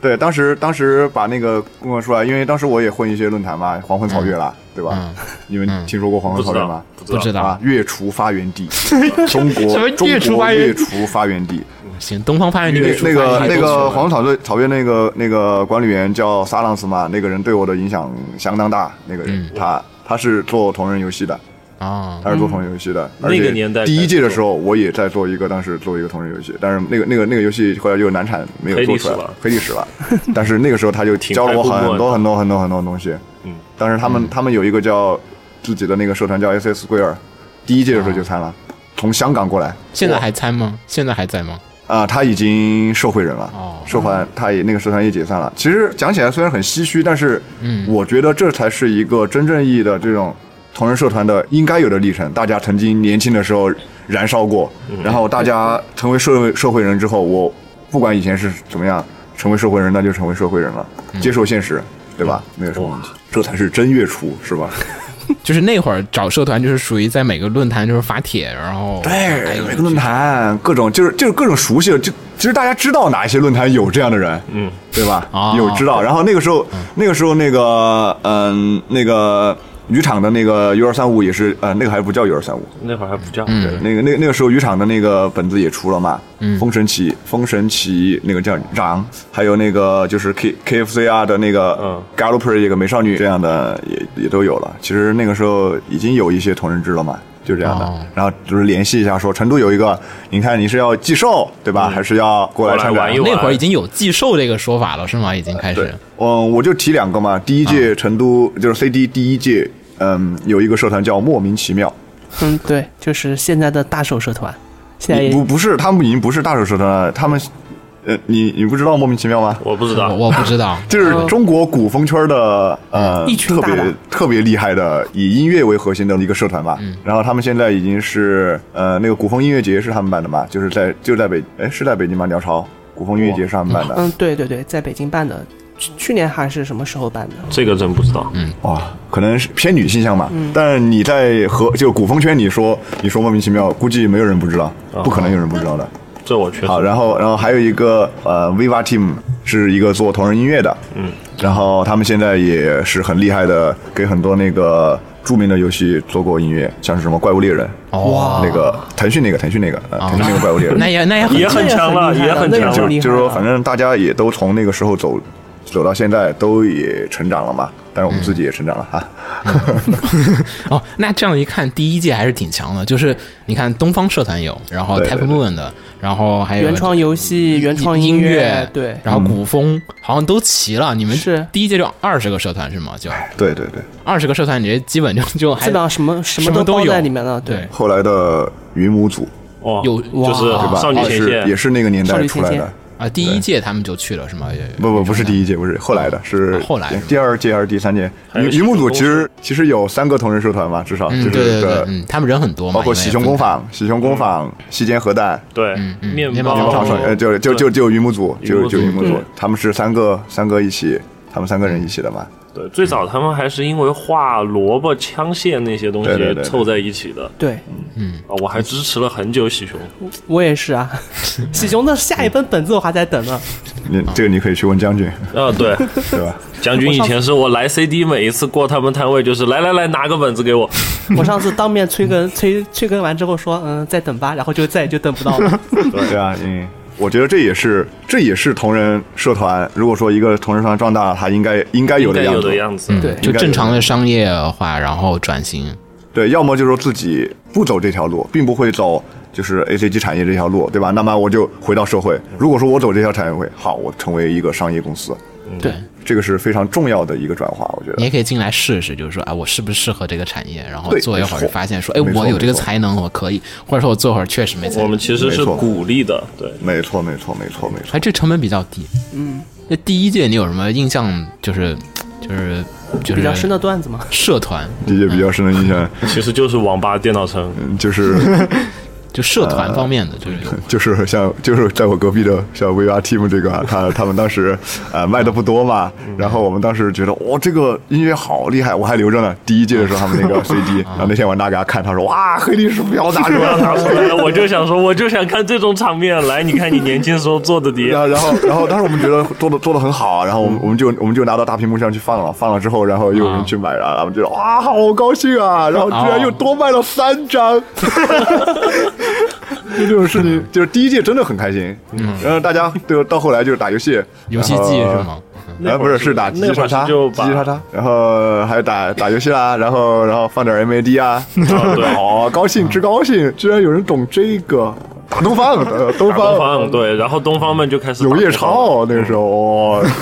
Speaker 5: 对，当时当时把那个公告出来，因为当时我也混一些论坛嘛，黄昏草月啦，对吧？
Speaker 6: 嗯
Speaker 5: 你们听说过黄
Speaker 4: 不
Speaker 5: 昏草
Speaker 4: 知
Speaker 5: 月
Speaker 4: 道
Speaker 5: 吗？
Speaker 6: 不知
Speaker 5: 啊
Speaker 6: 道，。
Speaker 5: 月厨发源 地，中国
Speaker 6: 什么
Speaker 5: 中
Speaker 6: 月厨
Speaker 5: 国
Speaker 6: 发源地
Speaker 5: 月厨发源地，
Speaker 6: 行，东方发源地
Speaker 5: 那
Speaker 6: 这出
Speaker 5: 那
Speaker 6: 发
Speaker 5: 个
Speaker 6: 源地
Speaker 5: 那
Speaker 6: 都
Speaker 5: 个
Speaker 6: 是
Speaker 5: 黄昏草月草月那个那个管理员叫萨朗斯嘛，那个人对我的影响相当大。那个人他他是做同人游戏的，
Speaker 6: 啊，
Speaker 5: 他是做同人游戏的。而
Speaker 4: 那个
Speaker 5: 且
Speaker 4: 年代
Speaker 5: 第一
Speaker 4: 开始
Speaker 5: 届的时
Speaker 4: 做
Speaker 5: 候，我也在做一个，当时做一个同人游戏，但是那个那个那个游戏后来就难产，没有
Speaker 4: 黑
Speaker 5: 做
Speaker 4: 历
Speaker 5: 出
Speaker 4: 史
Speaker 5: 来
Speaker 4: 了，
Speaker 5: 黑历史了。 但是那个时候他就
Speaker 4: 挺
Speaker 5: 教了我
Speaker 4: 快步
Speaker 5: 很
Speaker 4: 过
Speaker 5: 多
Speaker 4: 的
Speaker 5: 很多很多很多东西。
Speaker 4: 嗯，
Speaker 5: 当时他们他们有一个叫自己的那个社团叫 SS Square，第一届的时候就参了，从香港过来。
Speaker 6: 现在还参吗？现在还在吗？
Speaker 5: 啊、他已经社会人了，
Speaker 6: 哦
Speaker 5: 社团他也那个社团也解散了。其实讲起来虽然很唏嘘，但是，
Speaker 6: 嗯
Speaker 5: 我觉得这才是一个真正意义的这种同人社团的应该有的历程。大家曾经年轻的时候燃烧过，
Speaker 6: 嗯
Speaker 5: 然后大家成为社会社会人之后，我不管以前是怎么样，成为社会人那就成为社会人了，
Speaker 6: 嗯
Speaker 5: 接受现实，对吧？没有什么问题，这才是真月初，是吧？
Speaker 6: 就是那会儿找社团，就是属于在每个论坛就是发帖，然后哎
Speaker 5: 对，
Speaker 6: 呦
Speaker 5: 每个论坛各种就是就是各种熟悉的，就其实大家知道哪一些论坛有这样的人，嗯，对吧？
Speaker 6: 哦
Speaker 5: 有知道。然后那个时候，
Speaker 6: 嗯
Speaker 5: 那个时候那个嗯、那个渔场的那个 U 二三五也是呃那个还不叫 U 二三五，
Speaker 4: 那会儿还不叫，
Speaker 6: 嗯
Speaker 4: 对
Speaker 5: 那个那个那个时候渔场的那个本子也出了嘛，嗯，封神奇封神奇那个叫嚷，还有那个就是 K K F C R 的那个
Speaker 4: 嗯
Speaker 5: Galloper 一个美少女这样的也也都有了。其实那个时候已经有一些同人志了嘛，就这样的。
Speaker 6: 哦
Speaker 5: 然后就是联系一下说成都有一个，你看你是要寄售对吧，还是要过来
Speaker 4: 过来
Speaker 5: 参展
Speaker 4: 玩一玩
Speaker 6: 那会儿已经有寄售这个说法了，是吗？已经开
Speaker 5: 对
Speaker 6: 始，
Speaker 5: 嗯，我就提两个嘛，第一届成都、就是 CD 第一届，嗯，有一个社团叫莫名其妙。
Speaker 3: 嗯，对，就是现在的大手社团，现在
Speaker 5: 你
Speaker 3: 也
Speaker 5: 不不是，他们已经不是大手社团了，他们，呃，你你不知道莫名其妙吗？
Speaker 4: 我不知
Speaker 6: 我
Speaker 4: 道，
Speaker 6: 我不知道哦
Speaker 5: 就是中国古风圈的呃
Speaker 3: 哦一群
Speaker 5: 特
Speaker 3: 大佬
Speaker 5: 别特别厉害的以音乐为核心的一个社团吧。
Speaker 3: 嗯
Speaker 5: 然后他们现在已经是呃那个古风音乐节是他们办的嘛，就是在就在北哎是在北京吗？鸟巢古风音乐节是他们办的。
Speaker 3: 嗯，对对对，在北京办的，去去年还是什么时候办的？
Speaker 4: 这个真不知道。
Speaker 6: 嗯
Speaker 5: 哇，可能是偏女性向吧。
Speaker 3: 嗯
Speaker 5: 但你在和就古风圈，你说你说莫名其妙，估计没有人不知道，
Speaker 3: 哦
Speaker 5: 不可能有人不知道的。
Speaker 4: 这我确 实
Speaker 5: 好，然后然后还有一个呃，Viva Team 是一个做同人音乐的，嗯，然后他们现在也是很厉害的，给很多那个著名的游戏做过音乐，像是什么怪物猎人，
Speaker 6: 哦
Speaker 5: 那个腾讯那个腾讯那个，呃，腾讯那个怪物猎人，
Speaker 6: 那也那也很
Speaker 4: 也很强了，也很
Speaker 3: 啊那
Speaker 4: 强
Speaker 3: 个
Speaker 5: 就
Speaker 4: 了
Speaker 3: 厉害。
Speaker 5: 就是说，
Speaker 3: 了
Speaker 5: 反正大家也都从那个时候走走到现在，都也成长了嘛。但是我们自己也成长
Speaker 3: 嗯
Speaker 5: 了哈。
Speaker 6: 哦，那这样一看，第一届还是挺强的。就是你看东方社团有，然后
Speaker 5: 对对
Speaker 6: Type
Speaker 5: 对
Speaker 6: Moon 的，然后还有
Speaker 3: 原创游戏、原创
Speaker 6: 嗯音
Speaker 3: 乐，对，
Speaker 6: 然后古风好像都齐了。你们
Speaker 3: 是
Speaker 6: 第一届就二十个社团是吗？就
Speaker 5: 对对对，
Speaker 6: 二十个社团，你这基本就就还
Speaker 3: 基本上什么什么
Speaker 6: 什么
Speaker 3: 都
Speaker 6: 都
Speaker 3: 包
Speaker 6: 有
Speaker 3: 在里面了，对
Speaker 6: 对，
Speaker 5: 后来的云母组
Speaker 4: 哦，
Speaker 6: 有
Speaker 4: 就是
Speaker 6: 哇
Speaker 5: 对吧
Speaker 4: 少？女
Speaker 5: 也
Speaker 4: 前
Speaker 5: 是也
Speaker 4: 线，
Speaker 5: 是那个年
Speaker 3: 少
Speaker 5: 代
Speaker 3: 女
Speaker 5: 出
Speaker 3: 前
Speaker 5: 来
Speaker 3: 线
Speaker 5: 的。
Speaker 6: 啊，第一届他们就去了是吗？也
Speaker 5: 不不不是第一届，不是后来的，是
Speaker 6: 啊后来是吧
Speaker 5: 第二届还是第三届？
Speaker 4: 还有
Speaker 5: 云
Speaker 4: 喜
Speaker 5: 云
Speaker 4: 熊
Speaker 5: 木组
Speaker 4: 公
Speaker 5: 其实其实有三个同人社团嘛，至少
Speaker 6: 嗯，
Speaker 5: 就
Speaker 6: 对对
Speaker 5: 是
Speaker 6: 对，
Speaker 5: 对，
Speaker 6: 嗯，他们人很多嘛，
Speaker 5: 包括
Speaker 6: 因为
Speaker 5: 喜熊
Speaker 6: 分
Speaker 5: 工坊、喜熊工坊、西间核弹、
Speaker 4: 对，
Speaker 6: 嗯
Speaker 4: 面
Speaker 6: 面
Speaker 4: 包
Speaker 6: 包
Speaker 5: 少
Speaker 6: 少
Speaker 5: 女，呃，就就就就云木组，
Speaker 4: 云
Speaker 5: 就
Speaker 4: 母
Speaker 5: 就
Speaker 4: 组
Speaker 5: 云木组
Speaker 4: 嗯，
Speaker 5: 他们是三个三个一起，他们三个人一起的嘛。
Speaker 4: 对，最早他们还是因为画萝卜、枪械那些东
Speaker 5: 对对对
Speaker 4: 西
Speaker 5: 对
Speaker 4: 凑在一起的
Speaker 3: 对，
Speaker 6: 嗯
Speaker 4: 啊，我还支持了很久喜熊。
Speaker 3: 我也是啊。喜熊的下一本本子我还在等呢，
Speaker 5: 你
Speaker 6: 嗯
Speaker 5: 这个你可以去问将军，
Speaker 4: 啊，对，
Speaker 5: 对 吧？
Speaker 4: 将军以前是我来 CD，每一次过他们摊位就是来来来拿个本子给我，
Speaker 3: 我上次当面催更，催催更完之后说，嗯，再等吧，然后就再也就等不到了。
Speaker 5: 对啊，嗯，我觉得这也是这也是同人社团。如果说一个同人社团壮大了，它应该应该有
Speaker 4: 应
Speaker 5: 的
Speaker 4: 该
Speaker 5: 样
Speaker 4: 有
Speaker 5: 子
Speaker 4: 的。样子。
Speaker 3: 对
Speaker 6: 嗯就正常的商业化，然后转型。
Speaker 5: 对，要么就是说自己不走这条路，并不会走就是 A C G 产业这条路，对吧？那么我就回到社会。如果说我走这条产业会，好，我成为一个商业公司，
Speaker 3: 对，
Speaker 5: 这个是非常重要的一个转化，我觉
Speaker 6: 你
Speaker 5: 得。
Speaker 6: 也可以进来试试，就是说，哎，我适不适合这个产业？然后
Speaker 5: 对
Speaker 6: 做一会
Speaker 5: 没
Speaker 6: 儿
Speaker 5: 错
Speaker 6: 发现说，哎，
Speaker 5: 没错
Speaker 6: 我有这个
Speaker 5: 没错
Speaker 6: 才能，我可以，或者说我做会儿确实没才
Speaker 4: 我
Speaker 6: 能。
Speaker 4: 们其实是
Speaker 5: 没错
Speaker 4: 鼓励的，对，
Speaker 5: 没错，没错，没错，没错。
Speaker 6: 哎，这成本比较低。嗯，那第一届你有什么印象？就是就是就是
Speaker 3: 比较深的段子嘛，
Speaker 6: 社团，
Speaker 5: 理解比较深的印象
Speaker 4: 其实就是网吧、电脑城，
Speaker 5: 嗯就是
Speaker 6: 就社团
Speaker 5: 呃
Speaker 6: 方面的，就是有
Speaker 5: 就是像就是在我隔壁的像 VR Team 这个啊，他他们当时呃卖的不多嘛，然后我们当时觉得哇、这个音乐好厉害，我还留着呢。第一届的时候他们那个 CD，然后那天晚上给他看，他说哇黑历史不要拿出 来，拿
Speaker 4: 拿
Speaker 5: 出
Speaker 4: 出
Speaker 5: 来。
Speaker 4: 来了，我就想说，我就想看这种场面。来，你看你年轻时候做的碟
Speaker 5: 然，后，然后，然后当时我们觉得做的做的很好啊，然后
Speaker 6: 嗯
Speaker 5: 我们我们就我们就拿到大屏幕上去放了，放了之后，然后又
Speaker 6: 啊
Speaker 5: 有人去买了，然后我们觉得哇，好高兴啊，然后居然又多卖了三 张，就这种事情，就是第一届真的很开心，然后大家就到后来就是打游戏，
Speaker 6: 嗯游戏机是吗？嗯
Speaker 5: 然后？啊，不是，是打叽叽喳
Speaker 4: 那会儿就
Speaker 5: 喳，叽
Speaker 4: 把
Speaker 5: 叽喳喳，然后还有打打游戏啦，然后然后放点 MAD 啊，
Speaker 4: 哦对
Speaker 5: 好高
Speaker 6: 嗯
Speaker 5: 兴，之高兴，居然有人懂这个，打东方，呃东
Speaker 4: 打啊东
Speaker 5: 方。
Speaker 4: 方，对，然后东方们就
Speaker 6: 嗯
Speaker 4: 开始
Speaker 5: 有
Speaker 4: 打
Speaker 5: 夜
Speaker 4: 东方了，
Speaker 5: 超那个时候，哇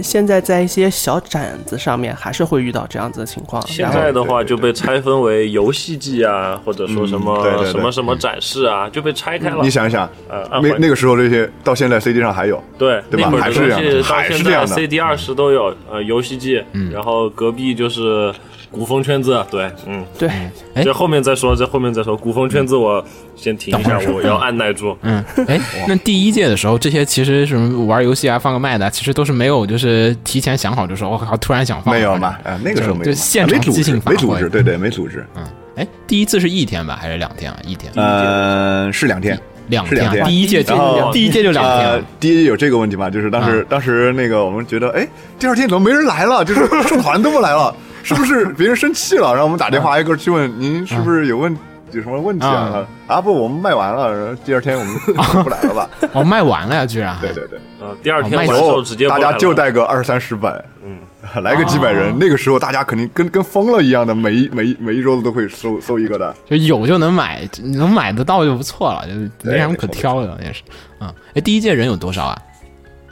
Speaker 3: 现在在一些小展子上面还是会遇到这样子的情况。
Speaker 4: 现
Speaker 3: 然后
Speaker 4: 在的话就被拆分为游戏季啊，或者说什么
Speaker 5: 嗯对对对
Speaker 4: 什么什么展示啊，就被拆开了。
Speaker 5: 你想一想，
Speaker 4: 呃
Speaker 5: 那
Speaker 4: 按环
Speaker 5: 那个时候这些到现在 CD 上还有，
Speaker 6: 啊
Speaker 4: 对，
Speaker 5: 对吧
Speaker 4: 那会
Speaker 5: 还
Speaker 4: 儿
Speaker 5: 是
Speaker 4: 的
Speaker 5: 这样的
Speaker 4: 东西到
Speaker 5: 还是
Speaker 4: 现
Speaker 5: 这
Speaker 4: 在
Speaker 5: 样的嗯
Speaker 4: CD 二十都有，呃，游戏季，然后隔壁就是古风圈子，对，嗯，
Speaker 3: 对，
Speaker 6: 哎
Speaker 4: 这后面再说，这后面再说。古风圈
Speaker 5: 嗯
Speaker 4: 子我先停一下，我要按耐住。
Speaker 6: 嗯，哎，那第一届的时候，这些其实什么玩游戏啊、放个麦的啊，其实都是没有，就是提前想好，就说我靠，突然想放，
Speaker 5: 没有嘛？啊，那个时候没有
Speaker 6: 就
Speaker 5: 嘛，
Speaker 6: 现
Speaker 5: 没
Speaker 6: 场
Speaker 5: 组
Speaker 6: 即
Speaker 5: 织
Speaker 6: 兴，发
Speaker 5: 没组
Speaker 6: 挥
Speaker 5: 织，对对，没组织。
Speaker 6: 嗯，哎，第一次是一天吧，还是两天啊？一天，
Speaker 5: 呃，是两天，
Speaker 6: 两
Speaker 5: 是两
Speaker 6: 天啊，
Speaker 5: 天
Speaker 6: 第一届
Speaker 5: 然后
Speaker 6: 就第一届就嗯两天
Speaker 5: 呃
Speaker 6: 啊，，
Speaker 5: 第一有这个问题嘛，就是当时当时那个我们觉得，哎，第二天怎么没人来了？就是社团都不来了，是不是别人生气了？然后我们打
Speaker 6: 啊
Speaker 5: 电话挨个去问您是不是有问有什么问题啊？啊不，我们卖完了，然后第二天我们 不来了吧？
Speaker 6: 哦，卖完了呀，居然，
Speaker 5: 对对对。
Speaker 4: 呃，第二天
Speaker 6: 哦卖
Speaker 4: 完
Speaker 6: 手
Speaker 4: 售直接
Speaker 5: 啊大
Speaker 4: 不
Speaker 5: 家
Speaker 4: 来了啊
Speaker 5: 就带个二三十本，嗯，来个几百人，那个时候大家肯定跟跟疯了一样的，每一每一每一周都会收收一个的。
Speaker 6: 就有就能买，能买得到就不错了，就没什么可挑的，也是，嗯，哎，第一届人有多少啊？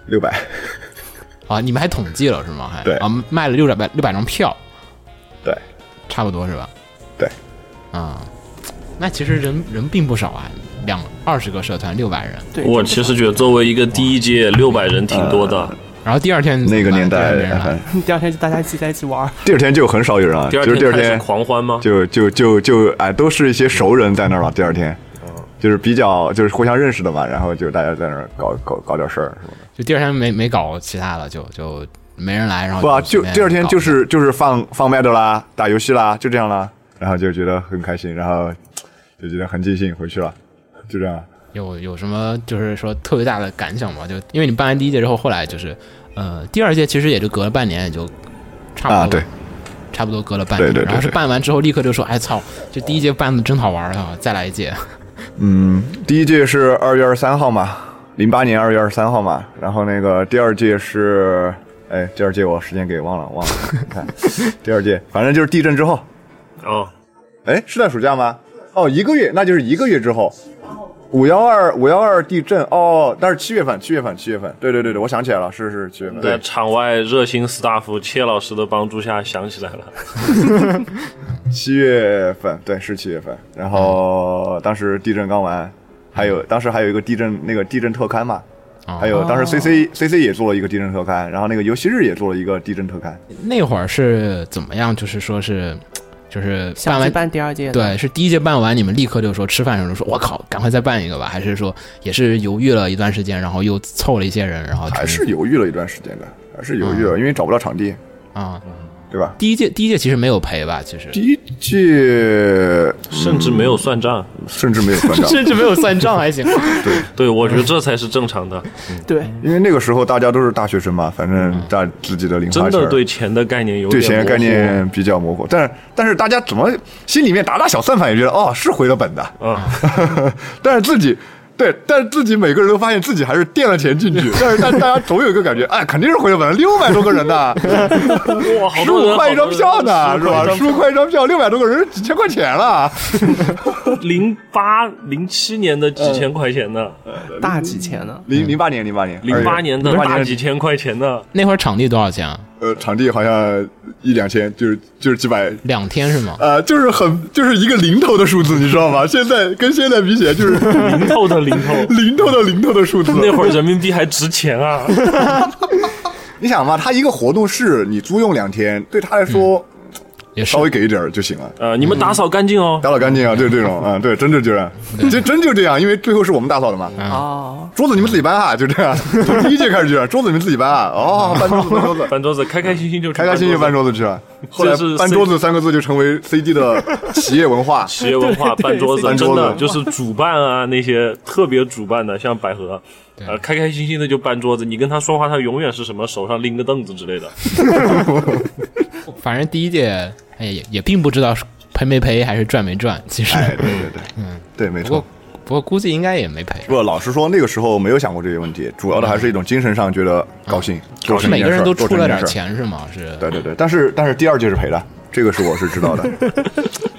Speaker 5: 六百，
Speaker 6: 啊，你们还统计了是吗？还
Speaker 5: 对
Speaker 6: 啊，卖了六百六百张票，
Speaker 5: 对，
Speaker 6: 差不多是吧？
Speaker 5: 对，
Speaker 6: 啊、那其实人人并不少啊，两二十个社团六百人，
Speaker 3: 对，
Speaker 4: 我其实觉得作为一个第一届六百人挺多的，
Speaker 5: 呃
Speaker 6: 然后第二天
Speaker 5: 那个
Speaker 6: 怎么办
Speaker 5: 年代
Speaker 6: 第二天没人来，
Speaker 3: 第二天就大家一起在一起 玩儿，
Speaker 5: 第二天就很少有人了，
Speaker 4: 第二
Speaker 5: 就是第
Speaker 4: 天
Speaker 5: 二
Speaker 4: 开始
Speaker 5: 天
Speaker 4: 狂欢吗？
Speaker 5: 就就就就哎，都是一些熟人在那儿了。
Speaker 4: 嗯
Speaker 5: 第二天，就是比较就是互相认识的嘛，然后就大家在那儿搞搞搞点事儿什么的。
Speaker 6: 就第二天没没搞其他了，就就没人来，然后
Speaker 5: 不啊，就
Speaker 6: 随便
Speaker 5: 第二天
Speaker 6: 搞
Speaker 5: 就
Speaker 6: 一下
Speaker 5: 是就是放放麦的啦，打游戏啦，就这样啦，然后就觉得很开心，然后就觉得很尽兴，回去了，就这样。
Speaker 6: 有有什么就是说特别大的感想吗？就因为你办完第一届之后，后来就是呃第二届其实也就隔了半年，也就差不多、
Speaker 5: 啊对，
Speaker 6: 差不多隔了半年，
Speaker 5: 对对对
Speaker 6: 然后是
Speaker 5: 对
Speaker 6: 办完之后立刻就说，哎操，这第一届办的真好玩啊，再来一 届。
Speaker 5: 嗯，第一届是二月二十三号嘛，零八年二月二十三号嘛，然后那个第二届是，哎，第二届我时间给忘了忘了，你 看，第二届反正就是地震之后，
Speaker 4: 哦，
Speaker 5: 哎，是在暑假吗？哦，一个月，那就是一个月之后。五幺二五幺二地震哦，但是七月份，七月份，七月份，对对对对，我想起来了，是是七月份，
Speaker 4: 在场外热心 staff 切老师的帮助下想起来了，
Speaker 5: 嗯七月份，对，是七月份。然后当时地震刚完，还
Speaker 4: 嗯
Speaker 5: 有当时还有一个地震那个地震特刊嘛，
Speaker 6: 哦
Speaker 5: 还有当时 C C C C 也做了一个地震特刊，然后那个游戏日也做了一个地震特
Speaker 4: 嗯
Speaker 5: 刊。
Speaker 6: 那会儿是怎么样？就是说是就是办
Speaker 3: 想去
Speaker 6: 完
Speaker 3: 办第二届，，
Speaker 6: 对，是第一届办完，你们立刻就说吃饭的时候就说，我靠，赶快再办一个吧？还是说也是犹豫了一段时间，然后又凑了一些人，然后
Speaker 5: 还是
Speaker 6: 重新
Speaker 5: 犹豫了一段时间的，还是犹豫
Speaker 4: 嗯
Speaker 5: 了，因为找不到场地，
Speaker 6: 啊、
Speaker 5: 对吧？
Speaker 6: 第一届第一届其实没有赔吧？其 实
Speaker 5: 第一届
Speaker 4: 甚至没有算账。
Speaker 5: 甚至没有算 账，
Speaker 6: 至没有算账，还行。
Speaker 4: 对，我觉得这才是正常
Speaker 5: 嗯
Speaker 4: 的，
Speaker 3: 对，
Speaker 5: 因为那个时候大家都是大学生嘛，反正大自己的零花
Speaker 4: 嗯真
Speaker 5: 钱
Speaker 4: 的
Speaker 5: 儿
Speaker 4: 对钱的概念有
Speaker 5: 对
Speaker 4: 点
Speaker 5: 钱
Speaker 4: 模糊
Speaker 5: 概念比较模糊，但是但是大家怎么心里面打打小算盘也觉得哦是回了本的，
Speaker 4: 啊，
Speaker 5: 但是自己对，但是自己每个人都发现自己还是垫了钱进 去，但是大大家总有一个感觉，哎，肯定是回本，六百多个人呢，
Speaker 4: 哇， 好
Speaker 5: 十
Speaker 4: 多
Speaker 5: 五
Speaker 4: 人
Speaker 5: 块一张票呢，是吧？十五块一张票，六百多个人，几千块钱了。
Speaker 4: 嗯零八零七年的几千块钱呢，
Speaker 3: 大几千呢？
Speaker 5: 零零八年，零八年，
Speaker 4: 零八年的
Speaker 5: 嗯哎零八
Speaker 4: 大
Speaker 5: 年
Speaker 4: 几，千块钱呢，
Speaker 6: 那会儿场地多少钱啊？
Speaker 5: 呃，场地好像一两千，就是就是几百。
Speaker 6: 两天是吗？
Speaker 5: 呃，就是很就是一个零头的数字，你知道吗？现在跟现在比起来，就是
Speaker 4: 零头的零 头。
Speaker 5: 零头的零头的数字。
Speaker 4: 那会儿人民币还值钱啊！
Speaker 5: 你想嘛，他一个活动室你租用两天，对他来说
Speaker 4: 嗯
Speaker 6: 也是
Speaker 5: 稍微给一点儿就行了。
Speaker 4: 呃，你们打扫干净哦。
Speaker 5: 打扫干净啊，就是这种，嗯，对，真就这样，
Speaker 6: 嗯
Speaker 5: 这真就这样，因为最后是我们打扫的嘛。
Speaker 3: 哦，
Speaker 5: 桌子你们自己搬啊，就这 样，从第一届开始就这样，桌子你们自己搬啊，哦，搬桌子，搬桌 子，
Speaker 4: 搬桌子，开开心心就去
Speaker 5: 开开心心搬
Speaker 4: 桌
Speaker 5: 桌子去了。后来
Speaker 4: 这是
Speaker 5: 搬
Speaker 4: C-
Speaker 5: 桌子三个字就成为 CD 的企业文化，
Speaker 4: 企业文化搬桌子，
Speaker 5: 搬
Speaker 4: 真
Speaker 5: 桌
Speaker 4: 的
Speaker 5: 子
Speaker 4: 就是主办啊，那些特别主办的，像百合，呃，开开心心的就搬桌子。你跟他说话，他永远是什么手上拎个凳子之类的。
Speaker 6: 反正第一届，哎，也也并不知道是赔没赔还是赚没赚。其实，
Speaker 5: 哎，对对对，嗯，对，没
Speaker 6: 不
Speaker 5: 错
Speaker 6: 过。不过估计应该也没赔
Speaker 5: 不，过老实说，那个时候没有想过这些问题，主要的还是一种精神上觉得高兴，做
Speaker 6: 是
Speaker 5: 成
Speaker 6: 嗯
Speaker 5: 一
Speaker 6: 每
Speaker 5: 件
Speaker 6: 个
Speaker 5: 事
Speaker 6: 人
Speaker 5: 儿
Speaker 6: 都
Speaker 5: 做
Speaker 6: 出
Speaker 5: 成
Speaker 6: 了
Speaker 5: 一
Speaker 6: 点
Speaker 5: 件事儿。
Speaker 6: 钱是吗？是
Speaker 5: 对对对，但是但是第二届是赔的，这个是我是知 道的。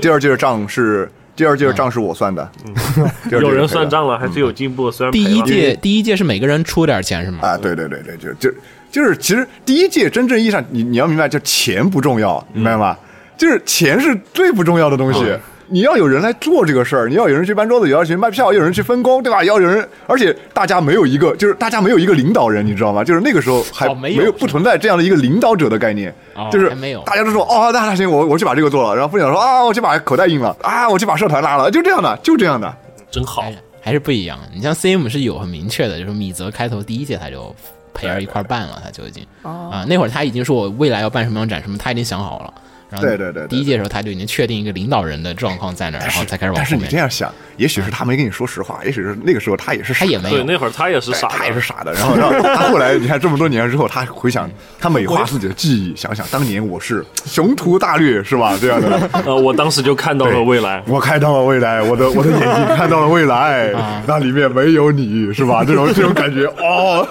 Speaker 5: 第二届的账是第二届的账是我算的，
Speaker 6: 嗯
Speaker 5: 第二届是
Speaker 4: 有
Speaker 5: 赔
Speaker 4: 人
Speaker 5: 的
Speaker 4: 算账了，还是有进步，虽然
Speaker 6: 第
Speaker 4: 赔
Speaker 6: 一
Speaker 4: 了
Speaker 6: 届，第一届是每个人出点钱是吗？
Speaker 5: 啊，对对对对，就就就是，其实第一届真正意义上，你你要明白，就钱不重要，明白吗？
Speaker 6: 嗯
Speaker 5: 就是钱是最不重要的东西。你要有人来做这个事儿，你要有人去搬桌子，也要有人去卖票，要有人去分工，对吧？也要有人，而且大家没有一个，就是大家没有一个领导人，你知道吗？就是那个时候还
Speaker 6: 哦没有
Speaker 5: 有不存在这样的一个领导者的概念，
Speaker 6: 哦
Speaker 5: 哎就是
Speaker 6: 还没有
Speaker 5: 大家都说哦，那那行，我我去把这个做了，然后部长说啊，我去把口袋印了，啊，我去把社团拉了，就这样的，就这样的。
Speaker 4: 真好
Speaker 6: 还。是还是不一样。你像 CM 是有很明确的，就是米泽开头第一届他就陪着一块儿办了，他就已经
Speaker 5: 哦
Speaker 6: 啊、那会儿他已经说我未来要办什么样展什么，他已经想好了。然后
Speaker 5: 对对对对
Speaker 6: 第一届的时候他就已经确定一个领导人的状况在那儿，然后哦才开始往
Speaker 5: 但是
Speaker 6: 后
Speaker 5: 你这
Speaker 6: 面。
Speaker 5: 样想，也许是他没跟你说实话，也许是那个时候他也是
Speaker 6: 他
Speaker 5: 傻
Speaker 6: 也没
Speaker 4: 对，
Speaker 6: 有，
Speaker 4: 那会儿他也是傻
Speaker 5: 他也是
Speaker 4: 的，
Speaker 5: 傻的。然后，然后他后来，你看这么多年之后，他回
Speaker 4: 嗯
Speaker 5: 想，他美化自己的记忆，想想当年我是雄图大略，是吧？这样的，
Speaker 4: 呃，我当时就看到了
Speaker 5: 对
Speaker 4: 未来。
Speaker 5: 我看到了未来，我的我的眼睛看到了未来，
Speaker 4: 啊
Speaker 5: 那里面没有你，是吧？这种这种感觉，哦，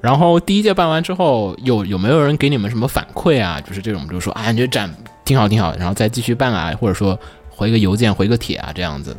Speaker 6: 然后第一届办完之后，有有没有人给你们什么反馈啊？就是这种，就说啊，你这展挺好挺好，然后再继续办啊，或者说回个邮件、回个帖啊这样子的。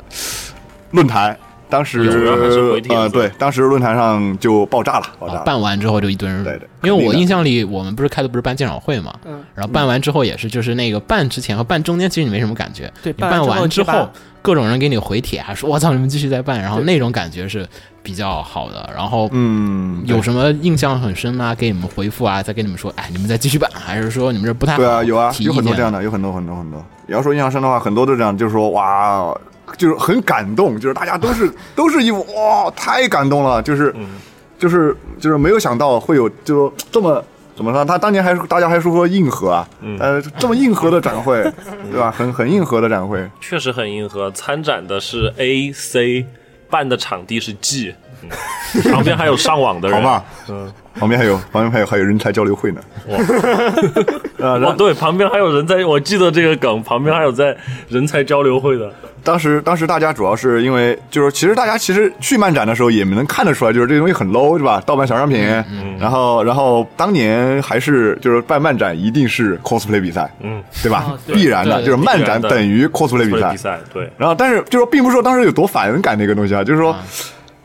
Speaker 5: 论坛。当时
Speaker 4: 有人还是回帖子
Speaker 5: 呃，对，当时论坛上就爆炸了，爆炸
Speaker 6: 啊
Speaker 5: 了。
Speaker 6: 办完之后就一堆人，
Speaker 5: 对对
Speaker 6: 因为
Speaker 5: 肯定
Speaker 6: 我
Speaker 5: 的
Speaker 6: 印象里我们不是开的不是办鉴赏会嘛，嗯，然后办完之后也是，就是那个办之前和办中间其实你没什么感觉，
Speaker 3: 对
Speaker 6: 你
Speaker 3: 办
Speaker 6: 办
Speaker 3: 完之后
Speaker 6: 完
Speaker 3: 贴
Speaker 6: 之
Speaker 3: 吧
Speaker 6: 后各种人给你回帖，还说我操你们继续再办，然后那种感觉是比较好的，然后
Speaker 5: 嗯，
Speaker 6: 有什么印象很深啊，给你们回复啊，再跟你们说，哎，你们再继续办，还是说你们这不太好
Speaker 5: 对啊，有啊，
Speaker 6: 提
Speaker 5: 有
Speaker 6: 意
Speaker 5: 很多
Speaker 6: 见
Speaker 5: 这样的，有很多很多很多。你要说印象深的话，很多都这样，就是说哇，
Speaker 6: 嗯
Speaker 5: 就是很感动，就是大家都是都是一副哇，太感动了，就是就是就是没有想到会有就这么怎么说？他当年还是大家还说说硬核啊，
Speaker 6: 嗯
Speaker 5: 呃，这么硬核的 展会，对吧？很很硬核的展会，
Speaker 4: 确实很硬核。参展的是 A C，办的场地是 G，、嗯、旁边还有上网的人。
Speaker 5: 好吧？嗯，旁边还有旁边还有还有人才交流会呢。 啊，然
Speaker 4: 哦，
Speaker 5: 后
Speaker 4: 对，旁边还有人在，我记得这个梗，旁边还有在人才交流会的。
Speaker 5: 当时当时大家主要是因为就是其实大家其实去漫展的时候也能看得出来，就是这东西很 low 是吧？盗版小商品，然后然后当年还是就是办漫展一定是 cosplay 比赛，嗯，对吧？
Speaker 6: 哦对
Speaker 5: 必然的，
Speaker 6: 对
Speaker 5: 就是漫
Speaker 4: 必
Speaker 5: 展
Speaker 4: 然的
Speaker 5: 等于 cosplay 比
Speaker 4: 比
Speaker 5: 赛
Speaker 4: 比。赛，对，
Speaker 5: 然后，但是就是说并不是说当时有多反感这个东西啊，就是说、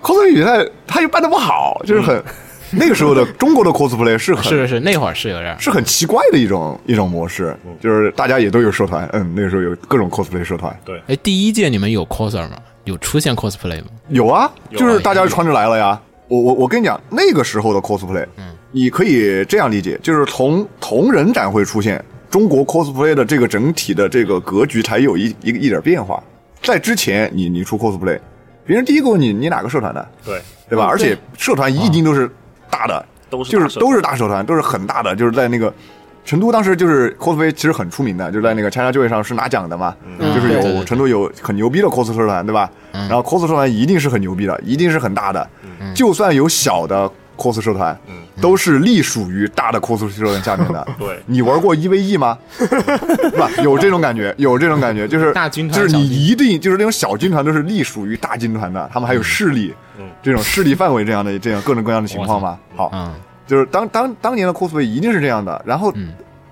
Speaker 5: cosplay 比赛它又办的不好，就是很、那个时候的中国的 cosplay 是很
Speaker 6: 是是是，那会儿是有点儿。
Speaker 5: 是很奇怪的一种一种模式，就是大家也都有社团，嗯，那个时候有各种 cosplay 社团，
Speaker 6: 哎，第一届你们有 coser 吗？有出现 cosplay 吗？
Speaker 5: 有啊，
Speaker 4: 有啊
Speaker 5: 就是大家就穿着来了呀。我我我跟你讲，那个时候的 cosplay，你
Speaker 4: 嗯
Speaker 5: 可以这样理解，就是从同人展会出现，中国 cosplay 的这个整体的这个格局才有一一一点变化。在之前你，你出 cosplay，别人第一个问你你哪个社团的，
Speaker 4: 嗯对，嗯
Speaker 5: 对吧？而且社团一定都是大的，
Speaker 4: 都是
Speaker 5: 就
Speaker 4: 大
Speaker 5: 是
Speaker 4: 社
Speaker 5: 都是大社团，都是很大的，就是在那个成都当时就是 cosplay 其实很出名的，就是在那个 China Joy 上是拿奖的嘛，就是有
Speaker 6: 嗯对对对嗯
Speaker 5: 成都有很牛逼的 cos 社团，对吧？然后 cos 社团一定是很牛逼的，一定是很大的，就算有小的。cos 社团，
Speaker 6: 嗯
Speaker 5: 都是隶属于大的 cos 社团 下面的。
Speaker 4: 对
Speaker 5: 你玩过 EVE 吗？是吧？有这种感觉，有这种感觉，就是
Speaker 6: 大军团
Speaker 5: 就是
Speaker 6: 小
Speaker 5: 你
Speaker 6: 军
Speaker 5: 一定就是那种小军团都是隶属于大军团的，他们还有势力，这种势力范围这样的这样各种各样的情况嘛。好，
Speaker 6: 嗯，
Speaker 5: 就是当当当年的 cosplay 一定是这样的，然后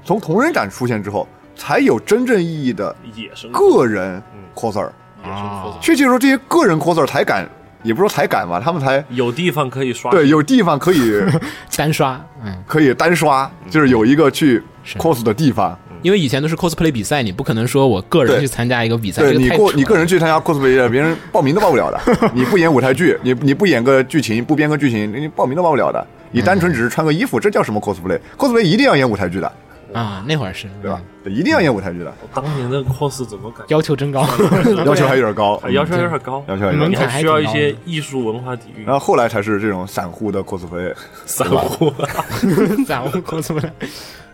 Speaker 5: 从同人展出现之后，才有真正意义的
Speaker 4: 野生
Speaker 5: 个人 coser。
Speaker 4: 野生
Speaker 6: 啊
Speaker 4: cos
Speaker 5: 确切说，这些个人 coser 才敢，也不是说才敢吧，他们才
Speaker 4: 有地方可以刷。
Speaker 5: 对，有地方 可以
Speaker 6: 单刷，嗯，
Speaker 5: 可以单刷，就是有一个去
Speaker 6: 是嗯
Speaker 5: cos 的地方。
Speaker 6: 因为以前都是 cosplay 比赛，你不可能说我个人
Speaker 5: 对
Speaker 6: 去参加一个比赛，
Speaker 5: 对
Speaker 6: 这
Speaker 5: 你
Speaker 6: 个太
Speaker 5: 过
Speaker 6: 扯
Speaker 5: 你个
Speaker 6: 了
Speaker 5: 人去参加 cosplay，别人报名都报不了 的。你不演舞台剧，你你不演个剧情，不编个剧情，你报名都报不了
Speaker 6: 嗯
Speaker 5: 的。你单纯只是穿个衣服，这叫什么 cosplay？cosplay 一定要演舞台剧的，
Speaker 6: 啊，那会儿是
Speaker 5: 对吧
Speaker 6: 嗯？
Speaker 5: 对一定要演舞台剧的，
Speaker 4: 当年的 cos 怎么感觉嗯
Speaker 6: 要求 真高，嗯
Speaker 5: 要求还有点高，
Speaker 4: 要求有点高，
Speaker 5: 要求有点高啊
Speaker 6: 门
Speaker 4: 你
Speaker 6: 槛
Speaker 4: 还
Speaker 6: 还
Speaker 4: 需要一
Speaker 6: 挺高
Speaker 4: 些
Speaker 6: 的
Speaker 4: 艺术文化底蕴
Speaker 5: 然。后后来才是这种散户的 cosplay，
Speaker 4: 散户，
Speaker 6: 咋我 cosplay？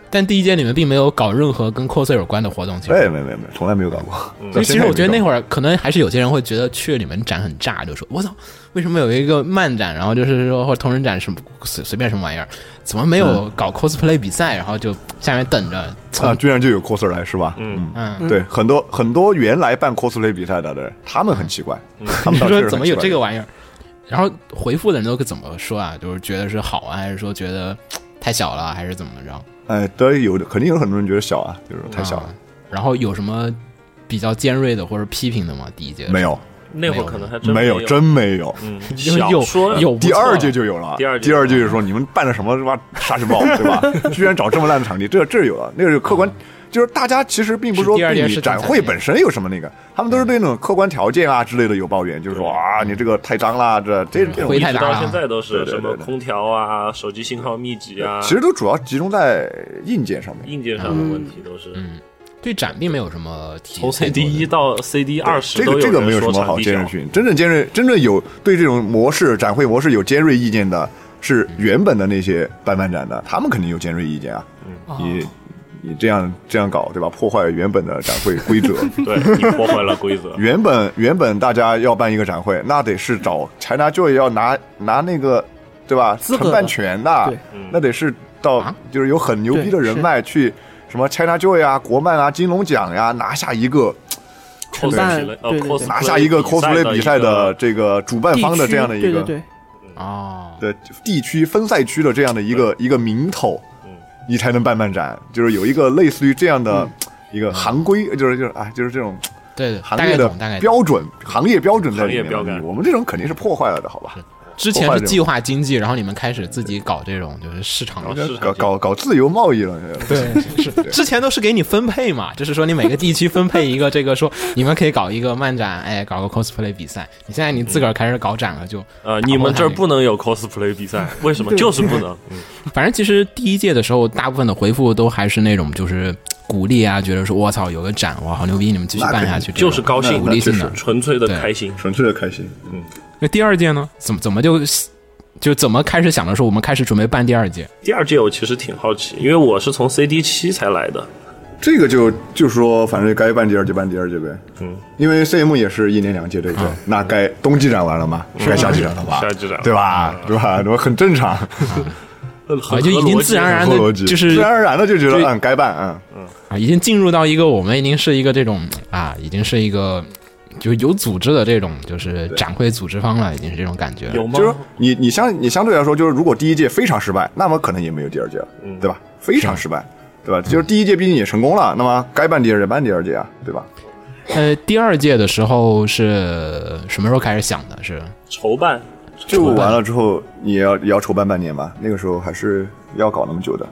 Speaker 6: 但第一届你们并没有搞任何跟 coser 有关的活动，其实。
Speaker 5: 哎，没没没，从来没有搞过。
Speaker 6: 因为其实我觉得那
Speaker 5: 儿
Speaker 6: 会儿可能还是有些人会觉得去你们展很炸，就说我操，为什么有一个漫展，然后就是说或者同人展什么随随便什么玩意儿，怎么没有搞 cosplay 比赛？然后就下面等着
Speaker 5: 嗯啊，
Speaker 6: 从
Speaker 5: 居然就有 coser 来是吧？嗯
Speaker 6: 嗯，
Speaker 5: 对，很多很多原来办 cosplay 比赛的人，他们很奇怪，他
Speaker 6: 你
Speaker 5: 们倒
Speaker 6: 说
Speaker 5: 是
Speaker 6: 怎
Speaker 5: 很
Speaker 6: 么
Speaker 5: 奇
Speaker 6: 有
Speaker 5: 怪
Speaker 6: 这个玩意儿？然后回复的人都怎么说啊？就是觉得是好啊，还是说觉得嘖太小了，还是怎么着？
Speaker 5: 哎，对，有的肯定有很多人觉得小啊，就是太小了
Speaker 6: 啊，。然后有什么比较尖锐的或者批评的吗？第一届
Speaker 5: 没，有
Speaker 4: 那会儿可能还真
Speaker 5: 没有，嗯真没有。
Speaker 4: 嗯，
Speaker 6: 有
Speaker 4: 小
Speaker 6: 有
Speaker 4: 说
Speaker 6: 有不
Speaker 5: 第
Speaker 6: 错
Speaker 5: 二
Speaker 6: 了
Speaker 5: 届就有了，
Speaker 4: 第二届
Speaker 5: 第二届就说你们办的什么是吧？沙 尘暴对吧？居然找这么烂的场地，这这有了，啊那个是客观，就是大家其实并不是说
Speaker 6: 嗯是第二
Speaker 5: 对
Speaker 6: 届
Speaker 5: 你
Speaker 6: 是
Speaker 5: 展
Speaker 6: 正
Speaker 5: 会
Speaker 6: 常的
Speaker 5: 本身有什么那个，他们都是对那种客观条件啊之类的有抱怨，就是
Speaker 6: 嗯
Speaker 5: 说啊你这个太脏啦，这这这种
Speaker 6: 灰
Speaker 4: 一
Speaker 6: 太
Speaker 4: 直
Speaker 6: 大啊
Speaker 4: 到
Speaker 6: 了
Speaker 4: 现在都是
Speaker 5: 对对
Speaker 4: 什么
Speaker 5: 对对
Speaker 4: 空调啊、手机信号密集啊，
Speaker 5: 其实都主要集中在硬件上面。
Speaker 4: 硬件上的问题都是。
Speaker 6: 嗯对展并没有什么提
Speaker 4: 从
Speaker 6: 太多
Speaker 4: CD
Speaker 6: 的
Speaker 4: 一到 CD 二十
Speaker 5: 这
Speaker 4: 都
Speaker 5: 个这个没
Speaker 4: 人
Speaker 5: 有
Speaker 4: 说
Speaker 5: 什么好
Speaker 4: 场地
Speaker 5: 尖锐
Speaker 4: 小，
Speaker 5: 群，真正尖锐、真正有对这种模式展会模式有尖锐意见的，是原本的那些办漫展的，他们肯定有尖锐意见啊。
Speaker 4: 嗯
Speaker 3: 哦
Speaker 5: 你你这样这样搞，对吧？破坏原本的展会规则，。
Speaker 4: 对你破坏了规则
Speaker 5: 原本原本大家要办一个展会，那得是找 China Joy 要拿拿那个，对吧？
Speaker 3: 资格的
Speaker 5: 承办权的
Speaker 3: 对，
Speaker 4: 嗯
Speaker 5: 那得是到、
Speaker 6: 啊
Speaker 5: 就是有很牛逼的
Speaker 3: 对
Speaker 5: 人脉去什么 China Joy 啊、国漫啊、金龙奖呀、拿下一个
Speaker 4: 扣
Speaker 3: 对
Speaker 4: 上去了，呃
Speaker 3: 对对对
Speaker 4: cosplay
Speaker 5: 拿下一个 cosplay 比赛
Speaker 4: 一个
Speaker 5: 的这个主办
Speaker 3: 地
Speaker 5: 方的
Speaker 3: 区
Speaker 5: 这样的一个
Speaker 3: 对对
Speaker 6: 哦，
Speaker 5: 的地区分赛区的这样的一个一个名头，你才能办漫展，就是有一个类似于这样
Speaker 6: 嗯
Speaker 5: 的一个行规，就是就是啊，就是这种
Speaker 6: 对对，大
Speaker 5: 行
Speaker 6: 概
Speaker 5: 业的
Speaker 6: 懂大概懂。
Speaker 5: 标准，行业标准在
Speaker 4: 行
Speaker 5: 里
Speaker 4: 业标
Speaker 5: 面。
Speaker 4: 杆
Speaker 5: 我们这种肯定是破坏了的，好吧？
Speaker 6: 之前是计划经济，然后你们开始自己搞这种就是市场
Speaker 4: 搞
Speaker 6: 的。
Speaker 4: 市场
Speaker 5: 搞
Speaker 4: 经济
Speaker 5: 搞搞自由贸易了，
Speaker 6: 对，是之前都是给你分配嘛，就是说你每个地区分配一个这个，说你们可以搞一个漫展，哎，搞个 cosplay 比赛。你现在你自个儿开始搞展了，就
Speaker 4: 呃，你们这儿不能有 cosplay 比赛，为什么？就是不 能。嗯
Speaker 6: 反正其实第一届的时候，大部分的回复都还是那种就是鼓励啊，觉得说我操有个展，哇好牛逼，你们继续办下去，这种
Speaker 4: 就是高兴
Speaker 6: 鼓励性
Speaker 5: 那
Speaker 6: 的
Speaker 5: 确。
Speaker 4: 纯粹的
Speaker 6: 对
Speaker 4: 开心。
Speaker 5: 纯粹的开心。
Speaker 6: 那第二届呢，怎么怎么就就怎么开始想着说我们开始准备办第二届？
Speaker 4: 第二届我其实挺好奇，因为我是从 CD 七才来的，
Speaker 5: 这个就就说，反正该办第二届办第二届呗。嗯，因为 CM 也是一年两届，对不对？那该冬季展完了嘛，该夏季展了吧？
Speaker 4: 夏季展
Speaker 5: 对吧？对吧？对吧？很正常，
Speaker 4: 啊
Speaker 6: 就已经自然而然
Speaker 5: 很
Speaker 6: 的
Speaker 5: 合逻辑，
Speaker 6: 就是
Speaker 5: 自然而然的就觉
Speaker 6: 就
Speaker 5: 得，嗯，该办，嗯，
Speaker 6: 啊，已经进入到一个我们已经是一个这种啊，已经是一个就有组织的这种就是展会组织方了，已经是这种感觉了。
Speaker 4: 有吗？
Speaker 5: 就是你你相你相对来说，就是如果第一届非常失败，那么可能也没有第二届了，对吧？非常失败，对吧？就是第一届毕竟也成功了，那么该办第二届办第二届啊，对吧？
Speaker 6: 呃，第二届的时候是什么时候开始想的？是
Speaker 4: 筹办
Speaker 5: 就完了之后，你也要也要筹办半年吧？那个时候还是要搞那么久的，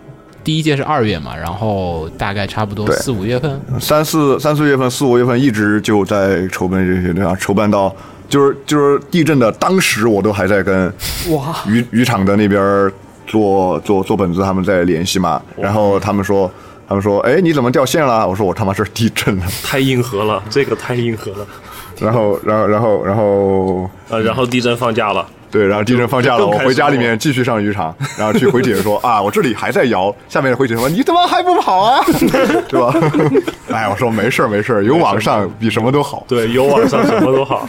Speaker 6: 第一届是二月嘛，然后大概差不多
Speaker 5: 对
Speaker 6: 四五月份，
Speaker 5: 三四三四月份、四五月份一直就在筹办这些，对吧？筹办到就是就是地震的当时，我都还在跟
Speaker 3: 哇，
Speaker 5: 渔渔场的那边儿做做做本子，他们在联系嘛。然后他们说，他们说，哎，你怎么掉线了？我说我他妈是地震了。
Speaker 4: 太硬核了，这个太硬核了。
Speaker 5: 然后然后然后然后
Speaker 4: 呃，然后地震放假了，
Speaker 5: 对，然后地震放假了，
Speaker 4: 就更
Speaker 5: 我
Speaker 4: 开心
Speaker 5: 回家里
Speaker 4: 了
Speaker 5: 面继续上渔场，然后去回帖说 啊，我这里还在摇。下面的回帖说你怎么还不跑啊？对吧？ 哎，我说没事儿没事儿，有网上比什么都好。
Speaker 4: 对，有网上什么都好，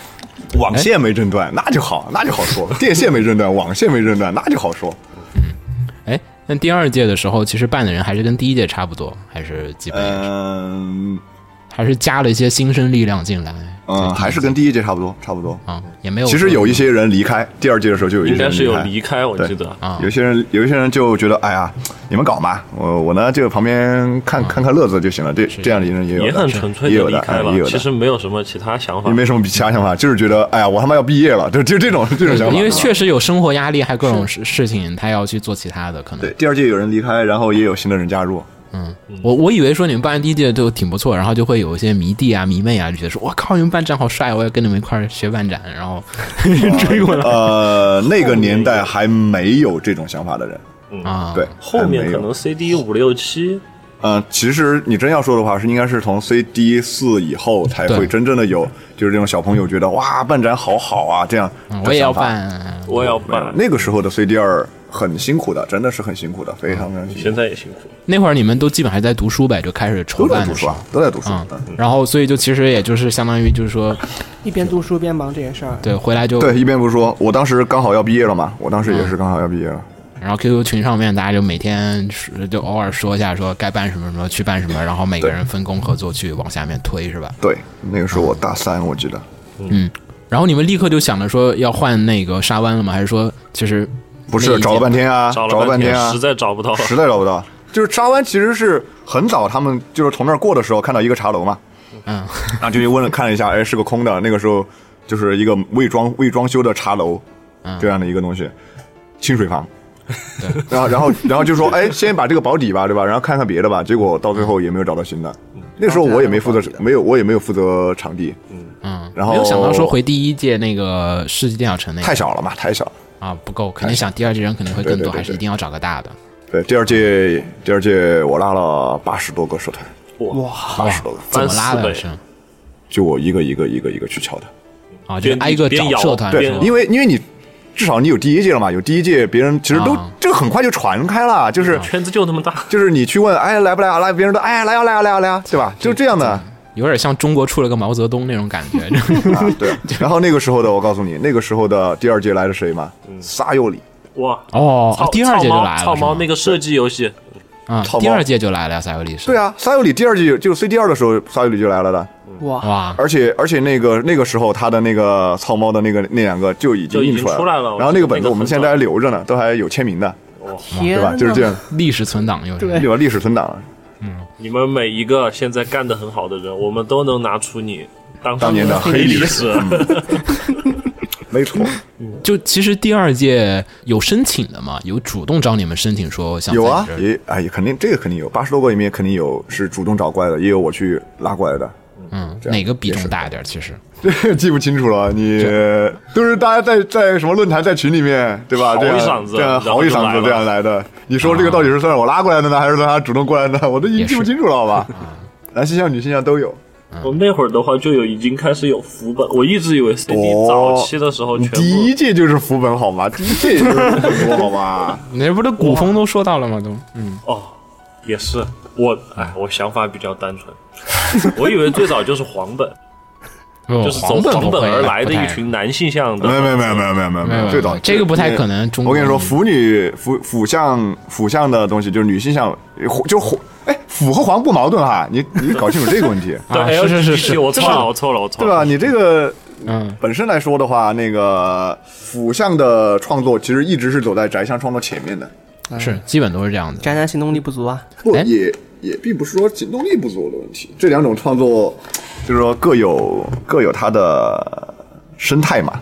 Speaker 5: 网线没震断，那就好，那就好 说；电线没震断，网线没震断，那就好说。
Speaker 6: 哎，那第二届的时候，其实办的人还是跟第一届差不多，还是基本也是、
Speaker 5: 嗯
Speaker 6: 还是加了一些新生力量进来。
Speaker 5: 嗯，还是跟第一届差不多，差不多。
Speaker 6: 啊、也没有说。
Speaker 5: 其实有一些人离开，第二届的时候 就有一
Speaker 4: 应
Speaker 5: 些
Speaker 4: 该
Speaker 5: 人
Speaker 4: 是有
Speaker 5: 离
Speaker 4: 离开，我
Speaker 5: 对
Speaker 4: 记得。
Speaker 6: 啊
Speaker 5: 开，有一些人有一些人就觉得，哎呀，你们搞嘛，我我呢就旁边看看看乐子就行了。这这样的人也有的，
Speaker 4: 啊也很纯粹
Speaker 5: 也
Speaker 4: 的
Speaker 5: 有
Speaker 4: 离
Speaker 5: 的，
Speaker 4: 开
Speaker 5: 嗯也
Speaker 4: 了，
Speaker 5: 有
Speaker 4: 其
Speaker 5: 的。
Speaker 4: 实没有什么其他想法
Speaker 5: 你。没什么其他想法，就是觉得，哎呀，我他妈要毕业了，就就这种这种想法。
Speaker 6: 因为确实有生活压力，还有各种事事情，他要去做其他的。可能
Speaker 5: 对第二届有人离开，然后也有新的人加入。
Speaker 6: 我我以为说你们办第一届就挺不错，然后就会有一些迷弟啊、迷妹啊，就觉得说，我靠，你们办展好帅，我要跟你们一块儿学办展，然后
Speaker 5: 哦
Speaker 6: 追过 来
Speaker 5: 呃，那个年代还没有这种想法的人，
Speaker 6: 啊。
Speaker 5: 嗯对，，
Speaker 4: 后
Speaker 5: 还没
Speaker 4: 面可
Speaker 5: 有
Speaker 4: 能 CD 五六七
Speaker 5: 呃，其实你真要说的话，是应该是从 CD 四以后才
Speaker 6: 对
Speaker 5: 会真正的有，就是这种小朋友觉得哇，办展好好啊，这样
Speaker 6: 嗯我也要
Speaker 5: 这种想法。
Speaker 6: 办。
Speaker 4: 我也要办，
Speaker 5: 那个时候的 CD 二很辛苦的，真的是很辛苦的，非常非常辛
Speaker 4: 现
Speaker 5: 苦。
Speaker 4: 在也辛苦。
Speaker 6: 那会儿你们都基本还在读书呗，就开始筹
Speaker 5: 都在
Speaker 6: 办
Speaker 5: 读
Speaker 6: 的时
Speaker 5: 书
Speaker 6: 候
Speaker 5: 啊。，都在读书。
Speaker 6: 啊、
Speaker 5: 嗯，
Speaker 6: 然后所以就其实也就是相当于就是说，
Speaker 3: 一边读书一边忙这些事儿，
Speaker 6: 对，回来就
Speaker 5: 对，一边不说，我当时刚好要毕业了嘛，我当时
Speaker 6: 嗯
Speaker 5: 也是刚好要毕业了。
Speaker 6: 然后 QQ 群上面大家就每天说就偶尔说一下，说该办什么什么去办什么，然后每个人分工合作去往下面推，是吧？
Speaker 5: 对，那个时候我大三，我记得
Speaker 6: 然后你们立刻就想着说要换那个沙湾了吗？还是说其实
Speaker 5: 不
Speaker 6: 那
Speaker 5: 是
Speaker 6: 一届
Speaker 5: 找了半天啊，
Speaker 4: 找
Speaker 5: 找了半天啊，
Speaker 4: 实在找不到了。
Speaker 5: 实在找不到。就是沙湾其实是很早，他们就是从那儿过的时候看到一个茶楼嘛，
Speaker 6: 嗯，
Speaker 5: 然后就去问了看了一下，哎，是个空的。那个时候就是一个未装未装修的茶楼，
Speaker 6: 嗯
Speaker 5: 这样的一个东西，清水房。 然后然后然后就说，哎，先把这个保底吧，对吧？然后看看别的吧。结果到最后也没有找到新的。那时候我也没负责
Speaker 3: 然后这样就，保底了
Speaker 5: 没有我也没有负责场地，
Speaker 6: 嗯，
Speaker 5: 然后
Speaker 6: 没有想到说回第一届那个世纪电脑城那个
Speaker 5: 哦太小了嘛，太小了。
Speaker 6: 啊不够，肯定想第二届人肯定会更
Speaker 5: 对
Speaker 6: 多，
Speaker 5: 对对
Speaker 6: 还是一定要找个大的。
Speaker 5: 对，第二届第二届我拉了八十多个社团，
Speaker 4: 哇，
Speaker 5: 八十多个，
Speaker 6: 怎么
Speaker 4: 翻
Speaker 6: 拉
Speaker 4: 四
Speaker 6: 的
Speaker 4: 倍
Speaker 6: 是
Speaker 5: 就我一个一个一个一个去敲的。
Speaker 6: 啊，就是挨个找社团
Speaker 4: 边
Speaker 5: 对
Speaker 6: 是吧，
Speaker 5: 因为因为你至少你有第一届了嘛，有第一届，别人其实都
Speaker 6: 啊
Speaker 5: 这个很快就传开了，就是
Speaker 4: 圈子就那么大，
Speaker 5: 就是你去问，哎，来不来啊？来，别人都哎，来呀，来呀，来呀，来呀，对吧？就这样的啊，
Speaker 6: 有点像中国出了个毛泽东那种感 觉。
Speaker 5: 啊对。然后那个时候的，我告诉你，那个时候的第二届来的谁嘛？啊撒佑里，
Speaker 4: 哇！
Speaker 6: 哦，
Speaker 4: 操
Speaker 6: 第二届就来了，
Speaker 4: 草
Speaker 6: 是
Speaker 4: 毛
Speaker 6: 吗
Speaker 4: 那个射击游戏，
Speaker 6: 啊，
Speaker 5: 草
Speaker 6: 第
Speaker 5: 帽
Speaker 6: 二届就来了呀，赛游历史。
Speaker 5: 对啊，撒佑里第二届就 CD 二的时候，撒佑里就来了的，
Speaker 6: 嗯
Speaker 3: 哇，
Speaker 6: 哇，
Speaker 5: 而且而且那个那个时候他的那个草猫的那个那两个就已经
Speaker 4: 就已
Speaker 5: 印
Speaker 4: 经
Speaker 5: 出来
Speaker 4: 出来了
Speaker 5: 然后那个本
Speaker 4: 那
Speaker 5: 子
Speaker 4: 个
Speaker 5: 我们
Speaker 4: 很
Speaker 5: 现在还留着呢，都还有签名的，
Speaker 3: 天
Speaker 5: 对吧？就是这样，
Speaker 6: 历史存档又是
Speaker 5: 有了历史存档了。
Speaker 4: 你们每一个现在干得很好的人，我们都能拿出你当
Speaker 5: 当年的
Speaker 4: 黑
Speaker 5: 黑
Speaker 4: 历
Speaker 5: 历
Speaker 4: 史。
Speaker 5: 没错，
Speaker 6: 就其实第二届有申请的嘛，有主动找你们申请说想在
Speaker 5: 有
Speaker 6: 你
Speaker 5: 啊
Speaker 6: 这，儿
Speaker 5: 也哎，也肯定这个肯定有，八十多个里面肯定有是主动找怪的，也有我去拉怪的，
Speaker 6: 嗯，
Speaker 5: 样
Speaker 6: 哪个比重大一点？其实
Speaker 5: 这 记不清楚了。你都是大家在在什么论坛在群里面对吧？
Speaker 4: 嚎
Speaker 5: 这样
Speaker 4: 一嗓子
Speaker 5: 这样
Speaker 4: 然后
Speaker 5: 嚎一嗓
Speaker 4: 就来了啊
Speaker 5: 子这样来的。你说这个到底是算是我拉过来的呢，还是算他主动过来的？我都已
Speaker 6: 也
Speaker 5: 经
Speaker 6: 是
Speaker 5: 记不清楚了，好吧？男性向、女性向都有，
Speaker 4: 我那会儿的话就有已经开始有副本，我一直以为 CD 早期的时候哦全
Speaker 5: 第
Speaker 4: 部
Speaker 5: 一届就是副本好吗？第一届也就是副本多好 吗？
Speaker 6: 你这不是古风都说到了吗？都，嗯，
Speaker 4: 哦，也是我哎，我想法比较单纯，我以为最早就是黄本，就是走
Speaker 6: 黄本
Speaker 4: 黄
Speaker 6: 不
Speaker 4: 本
Speaker 6: 会啊
Speaker 4: 而来的
Speaker 6: 不太
Speaker 4: 一群男性向的，
Speaker 5: 没有没有没有没有没有没有
Speaker 6: 没有没有
Speaker 5: 最早
Speaker 6: 这个不太可能中国
Speaker 5: 我跟你说，腐女腐腐向腐向的东西就是女性向，就黄哎腐和黄不矛盾哈，你你搞清楚这个问 题，
Speaker 6: 啊
Speaker 4: 对，哎
Speaker 6: 是是是是
Speaker 4: LGBT 我错了，我错了，我错
Speaker 5: 对
Speaker 4: 了，
Speaker 5: 吧？你这个
Speaker 6: 嗯，
Speaker 5: 本身来说的话，那个腐向的创作其实一直是走在宅向创作前面的，
Speaker 6: 是基本都是这样的。
Speaker 3: 宅男行动力不足啊，
Speaker 5: 不
Speaker 6: 哎
Speaker 5: 也也并不是说行动力不足的问题，这两种创作就是说各有各有它的生态嘛，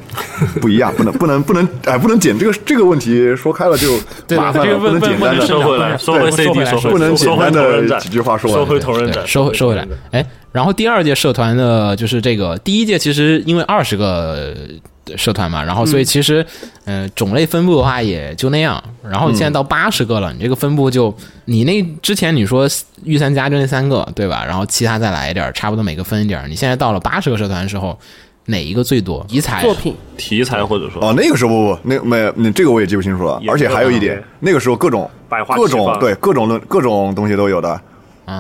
Speaker 5: 不一样，不能不能不能哎，不能简这个这个问题说开了就
Speaker 6: 对
Speaker 5: 麻烦
Speaker 6: 这
Speaker 5: 了，
Speaker 6: 个
Speaker 5: 不
Speaker 6: 问
Speaker 5: 能简
Speaker 6: 问
Speaker 5: 单
Speaker 6: 问题
Speaker 5: 的
Speaker 6: 是
Speaker 4: 收回来，收回
Speaker 6: 对收回
Speaker 4: CD，
Speaker 6: 来
Speaker 4: 收回
Speaker 5: 不能
Speaker 4: 收
Speaker 5: 简
Speaker 4: 回
Speaker 5: 单
Speaker 4: 同人
Speaker 5: 的
Speaker 4: 展
Speaker 5: 几，句话说完。
Speaker 4: 收回同人
Speaker 6: 对，
Speaker 4: 展，
Speaker 6: 收回收回
Speaker 4: 同
Speaker 6: 来
Speaker 4: 人展。
Speaker 6: 哎，然后第二届社团的，就是这个第一届，其实因为二十个呃社团嘛，然后所以其实，嗯、种类分布的话也就那样。然后你
Speaker 5: 嗯
Speaker 6: 现在到八十个了，你这个分布就你那之前你说御三家就那三个对吧？然后其他再来一点儿，差不多每个分一点儿。你现在到了八十个社团的时候，哪一个最多？题材
Speaker 3: 作品
Speaker 4: 题材或者说
Speaker 5: 哦，那个时候不不，那没那这个我也记不清楚了
Speaker 4: 也。
Speaker 5: 而且还有一点
Speaker 4: 对，
Speaker 5: 那个时候各种
Speaker 4: 百花
Speaker 5: 各
Speaker 4: 齐
Speaker 5: 种
Speaker 4: 放
Speaker 5: 对各种论各种东西都有的。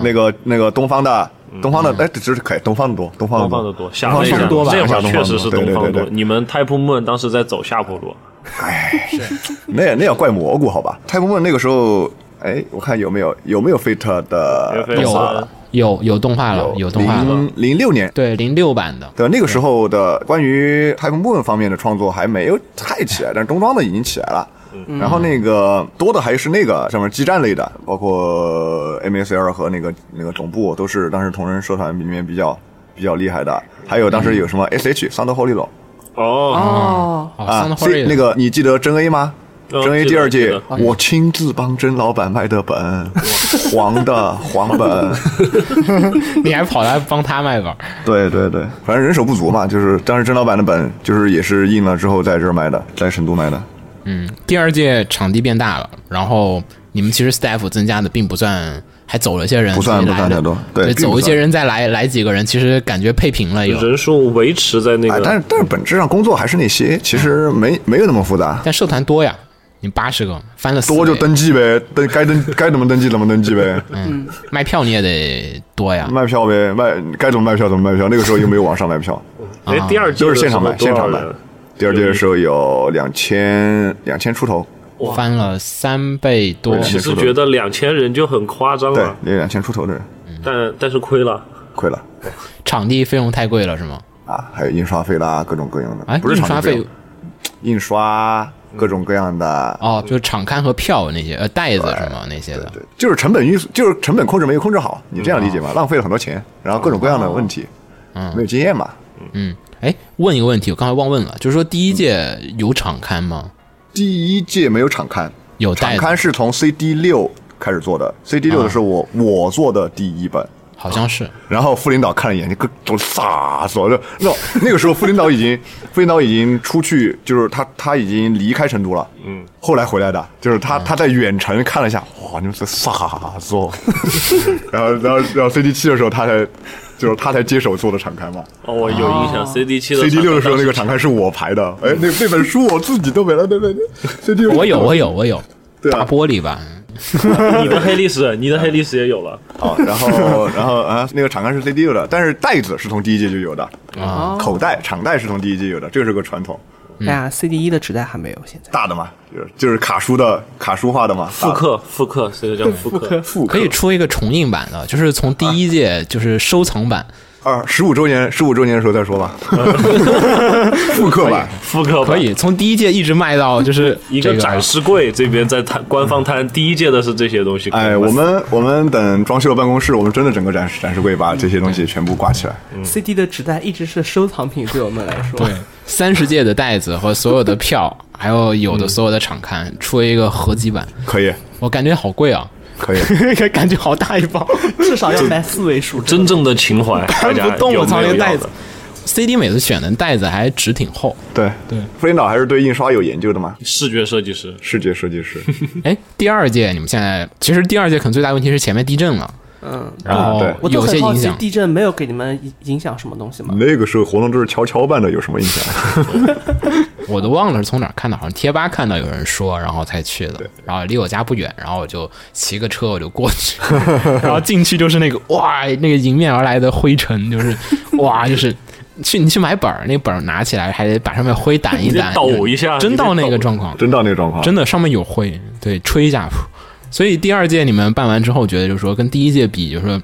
Speaker 5: 那个那个东方的东方的哎，这只是可以东方的多，东方的
Speaker 4: 嗯东方的
Speaker 5: 多，
Speaker 4: 多，
Speaker 5: 东
Speaker 4: 下
Speaker 5: 方
Speaker 4: 那
Speaker 5: 的
Speaker 4: 个
Speaker 5: 多吧，
Speaker 4: 这会
Speaker 5: 下
Speaker 4: 儿
Speaker 5: 东
Speaker 4: 确
Speaker 5: 方
Speaker 4: 实是
Speaker 5: 对
Speaker 4: 东
Speaker 5: 对
Speaker 4: 方
Speaker 5: 对
Speaker 4: 多。
Speaker 5: 对，
Speaker 4: 你们太普梦当时在走下坡路，
Speaker 5: 那那要怪蘑菇好吧？太空梦那个时候，哎，我看有没有有没有 Fate 的
Speaker 4: 有
Speaker 5: 动画
Speaker 4: 啊
Speaker 5: 了？
Speaker 6: 有有动画了，有动画了。
Speaker 5: 零零六年。
Speaker 6: 对，零六版的，
Speaker 5: 对，那个时候的关于太空部分方面的创作还没有太起来，但是东方的已经起来了。
Speaker 4: 嗯
Speaker 5: 然后那个多的还是那个上面基站类的，包括 MSL 和那个那个总部都是当时同人社团里面比较比较厉害的。还有当时有
Speaker 4: 嗯
Speaker 5: 什么 SH 桑德 Holy 龙
Speaker 4: 哦，
Speaker 3: 哦，
Speaker 6: 哦
Speaker 5: 啊
Speaker 6: ，Sound，
Speaker 5: 所以
Speaker 6: Horror
Speaker 5: 那个你记得真 A 吗？
Speaker 4: 嗯
Speaker 5: 真 A
Speaker 4: 记得
Speaker 5: 第二
Speaker 4: 记
Speaker 5: 届
Speaker 4: 得，
Speaker 5: 我亲自帮甄老板卖 的本，黄的黄本，
Speaker 6: 你还跑来帮他卖本儿，
Speaker 5: 对对对，反正人手不足嘛，就是当时甄老板的本，就是也是印了之后在这儿卖的，在成都卖的。
Speaker 6: 嗯，第二届场地变大了，然后你们其实 staff 增加的并不算，还走了些人，
Speaker 5: 不算
Speaker 6: 所以来
Speaker 5: 不算
Speaker 6: 了
Speaker 5: 太多对并
Speaker 6: 走
Speaker 5: 不
Speaker 6: 一些
Speaker 5: 算
Speaker 6: 人再来来几个人，其实感觉配平了有。
Speaker 4: 人数维持在那
Speaker 5: 哎，但
Speaker 4: 个
Speaker 5: 是但是本质上工作还是那些，其实没没有那么复杂，
Speaker 6: 但社团多呀，你八十个翻了四
Speaker 5: 多就
Speaker 6: 倍
Speaker 5: 登记呗，登该登该怎么登记怎么登记呗，
Speaker 6: 嗯，卖票你也得多呀，
Speaker 5: 卖票呗，卖该怎么卖票怎么卖票。那个时候又没有网上卖票，
Speaker 4: 哎，第二季
Speaker 5: 都
Speaker 4: 的
Speaker 5: 啊是现场
Speaker 4: 时候
Speaker 5: 卖，现
Speaker 4: 多少
Speaker 5: 场卖
Speaker 4: 人。
Speaker 5: 第二届的时候有两千两千出头，
Speaker 6: 翻了三倍多
Speaker 5: 我。
Speaker 4: 其实觉得两千人就很夸张
Speaker 5: 对
Speaker 4: 了，，
Speaker 5: 有两千出头的人，
Speaker 4: 但但是亏了。
Speaker 5: 亏了
Speaker 6: 场地费用太贵了是吗？
Speaker 5: 啊！还有印刷费啦，各种各样
Speaker 6: 哎，
Speaker 5: 的，不是
Speaker 6: 印
Speaker 5: 场
Speaker 6: 刷
Speaker 5: 地
Speaker 6: 费
Speaker 5: 印刷各种各样的，
Speaker 6: 哦，就是场刊和票那些，呃，袋子什么那些的。
Speaker 5: 就是成本预，就是成本控制没有控制好，你这样理解吧？浪费了很多钱，然后各种各样的问题，没有经验嘛。
Speaker 6: 嗯，哎，问一个问题，我刚才忘问了，就是说第一届有场刊吗？
Speaker 5: 第一届没有场刊，
Speaker 6: 有
Speaker 5: 场
Speaker 6: 袋
Speaker 5: 刊
Speaker 6: 子，
Speaker 5: 是从 CD 六开始做的，CD 六的是我我做的第一本。
Speaker 6: 好像是。
Speaker 5: 然后副领导看了一眼，你个都傻死了。那 那个时候副领导已经副领导已经出去，就是他他已经离开成都了。嗯，后来回来的，就是他、
Speaker 6: 嗯
Speaker 5: 他在远程看了一下，哇，你们这傻 子哦。然后然后然后 CD 七的时候，他才就是他才接手做的场刊嘛。
Speaker 4: 哦，我有印象，CD 七的
Speaker 5: CD 六的时候，那个
Speaker 4: 场
Speaker 5: 场刊是我排的。哎，那那本书我自己都没了，对对对。CD
Speaker 6: 嗯 我 有，我有，我有，
Speaker 5: 对啊
Speaker 6: 大玻璃吧？
Speaker 4: 刊，你的黑历史，你的黑历史也有了。
Speaker 5: 啊，然后然后啊，那个场刊是 CD 六的，但是袋子是从第一届就有的，
Speaker 6: 啊
Speaker 5: 口袋场袋是从第一届有的，这是个传统。
Speaker 6: 嗯
Speaker 3: 哎呀，CD 一的纸袋还没有，现在
Speaker 5: 大的嘛，就是就是卡书的卡书化的嘛，
Speaker 4: 复刻，复刻，这个叫啊复刻。
Speaker 5: 复
Speaker 6: 可以出一个重印版的，就是从第一届就是收藏版，
Speaker 5: 二十五周年十五周年的时候再说吧，复刻版
Speaker 4: 复刻
Speaker 6: 可
Speaker 4: 版
Speaker 6: 以从第一届一直卖到就是
Speaker 4: 啊 一
Speaker 6: 这
Speaker 4: 个展示柜这边在摊官方摊第一届的是这些东西。
Speaker 5: 哎，我们我们等装修了办公室，我们真的整个展示展示柜把这些东西全部挂起来。
Speaker 3: CD 的纸袋一直是收藏品，对我们来说，
Speaker 6: 对三十届的袋子和所有的票，还有有的所有的场刊出一个合集版，
Speaker 5: 可以
Speaker 6: 我感觉好贵啊，
Speaker 5: 可以，
Speaker 6: 感觉好大一包，
Speaker 3: 至少要买四位数。
Speaker 4: 真正的情 怀，
Speaker 6: 搬
Speaker 4: 搬
Speaker 6: 不动我操那个袋子。CD 每次选的袋子还纸挺厚，
Speaker 5: 对 对，飞脑还是对印刷有研究的嘛，
Speaker 4: 视觉设计师
Speaker 5: 视觉设计师
Speaker 6: 哎，第二届你们现在其实第二届可能最大问题是前面地震了，
Speaker 3: 嗯，
Speaker 6: 然后
Speaker 5: 对
Speaker 3: 我都
Speaker 6: 有些
Speaker 3: 很好
Speaker 6: 影
Speaker 3: 奇
Speaker 6: 响，
Speaker 3: 地震没有给你们影影响什么东西吗？
Speaker 5: 那个时候活动都是悄悄办的，有什么影响？
Speaker 6: 我都忘了是从哪儿看到，好像贴吧看到有人说，然后才去的。然后离我家不远，然后我就骑个车我就过去， 然后进去就是那个哇，那个迎面而来的灰 尘，就是哇，就是去你去买本儿，那本儿拿起来还得把上面灰掸一
Speaker 4: 你得
Speaker 6: 掸，
Speaker 4: 抖一下
Speaker 6: 真到那
Speaker 4: 你
Speaker 6: 个
Speaker 4: 得抖
Speaker 6: 状况，
Speaker 5: 真到那个状况，
Speaker 6: 真的上面有灰，对，吹一下。 噗所以第二届你们办完之后，觉得就是说跟第一届比，就是说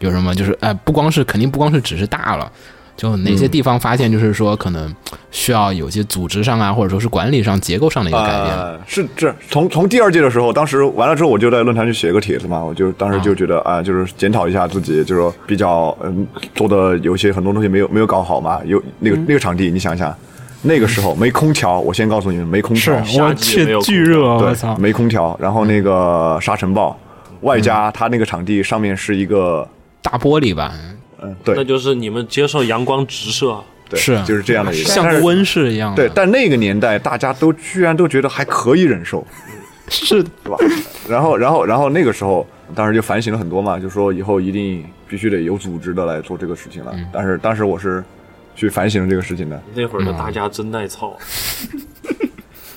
Speaker 6: 有什么，就是呃，不光是肯定不光是只是大了，就哪些地方发现就是说可能需要有些组织上啊，或者说是管理上、结构上的一个改变了。
Speaker 5: 呃、是这从从第二届的时候，当时完了之后，我就在论坛去写个帖子嘛，我就当时就觉得啊、就是检讨一下自己，就是说比较嗯做的有些很多东西没有没有搞好嘛，有
Speaker 6: 嗯
Speaker 5: 那个、那个场地，你想想，那个时候没空调，我先告诉你们没空调，
Speaker 4: 夏季也没有空调
Speaker 6: 热，
Speaker 5: 对，！没空调，然后那
Speaker 6: 嗯
Speaker 5: 个沙尘暴，外加它那个场地上面是一个
Speaker 6: 大玻璃吧，
Speaker 5: 嗯
Speaker 4: 那
Speaker 5: 对
Speaker 4: 就是你们接受阳光直射，
Speaker 5: 对
Speaker 6: 是啊
Speaker 5: 就是这样的一个
Speaker 6: 像
Speaker 5: 但是
Speaker 6: 温室一样的。
Speaker 5: 对，但那个年代大家都居然都觉得还可以忍受。
Speaker 6: 是
Speaker 5: 是吧？然后，然后，然后那个时候，当时就反省了很多嘛，就说以后一定必须得有组织的来做这个事情了。但是当时我是去反省这个事情的，
Speaker 4: 那会儿的大家真耐操。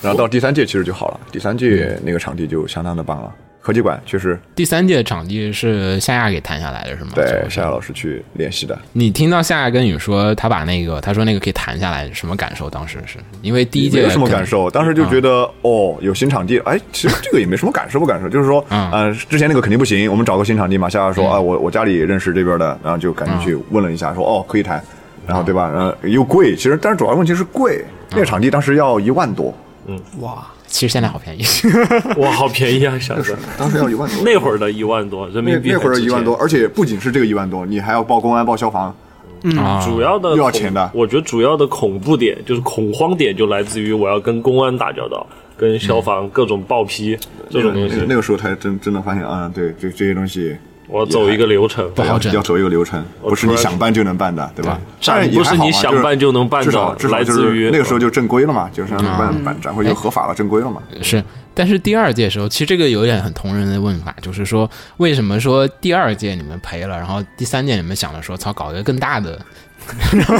Speaker 5: 然后到第三届其实就好了，第三届那个场地就相当的棒了。科技馆确实
Speaker 6: 第三届场地是夏亚给谈下来的，是吗？
Speaker 5: 对夏亚老师去联系的，
Speaker 6: 你听到夏亚跟你说他把那个他说那个可以弹下来，什么感受？当时是因为第一届
Speaker 5: 没有什么感
Speaker 6: 肯
Speaker 5: 受，当时
Speaker 4: 啊
Speaker 5: 就觉得、哦，有新场地，哎，其实这个也没什么感受不感受，就是说，
Speaker 4: 啊
Speaker 6: 嗯
Speaker 5: 呃，之前那个肯定不行，我们找个新场地嘛。夏夏
Speaker 4: 嗯
Speaker 5: 说、啊，我我家里认识这边的，然后就赶紧
Speaker 4: 啊
Speaker 5: 去问了一下，说哦可以谈，然后对吧？呃，又贵，其实但是主要问题是贵，
Speaker 4: 啊
Speaker 5: 那个场地当时要一万多，
Speaker 6: 嗯
Speaker 3: 哇，
Speaker 6: 其实现在好便宜。
Speaker 4: 哇，好便宜啊！想 着
Speaker 5: 当时要一万多，
Speaker 4: 那会儿的一万多人
Speaker 5: 那
Speaker 4: 民币，
Speaker 5: 那会儿一万多，，而且不仅是这个一万多，你还要报公安、报消防，
Speaker 3: 嗯
Speaker 6: 啊，
Speaker 4: 主要的
Speaker 5: 又要
Speaker 4: 恐
Speaker 5: 钱的
Speaker 4: 我觉得主要的恐怖点就是恐慌点，就来自于我要跟公安打交道，跟消防各种报批
Speaker 5: 嗯
Speaker 4: 这种东
Speaker 5: 那个
Speaker 4: 西
Speaker 5: 那，个时候才真真的发现，嗯，对，这这些东西
Speaker 4: 我走一个流程。
Speaker 6: 不好整
Speaker 5: 要走一个流程，
Speaker 4: 我
Speaker 5: 不是你
Speaker 4: 突然
Speaker 5: 想办就能办的，对吧？但
Speaker 4: 展
Speaker 5: 也
Speaker 4: 不
Speaker 5: 还
Speaker 4: 是
Speaker 5: 好嘛
Speaker 4: 你想办就能办
Speaker 5: 至少
Speaker 4: 的，
Speaker 5: 至少
Speaker 4: 来
Speaker 5: 就
Speaker 4: 自于
Speaker 5: 是那个时候就正规了嘛，就是办办展会就合法了，正规了嘛。
Speaker 6: 是，但是第二届的时候，其实这个有点很同人的问法，就是说为什么说第二届你们赔了，然后第三届你们想着说，操，搞一个更 大的，然后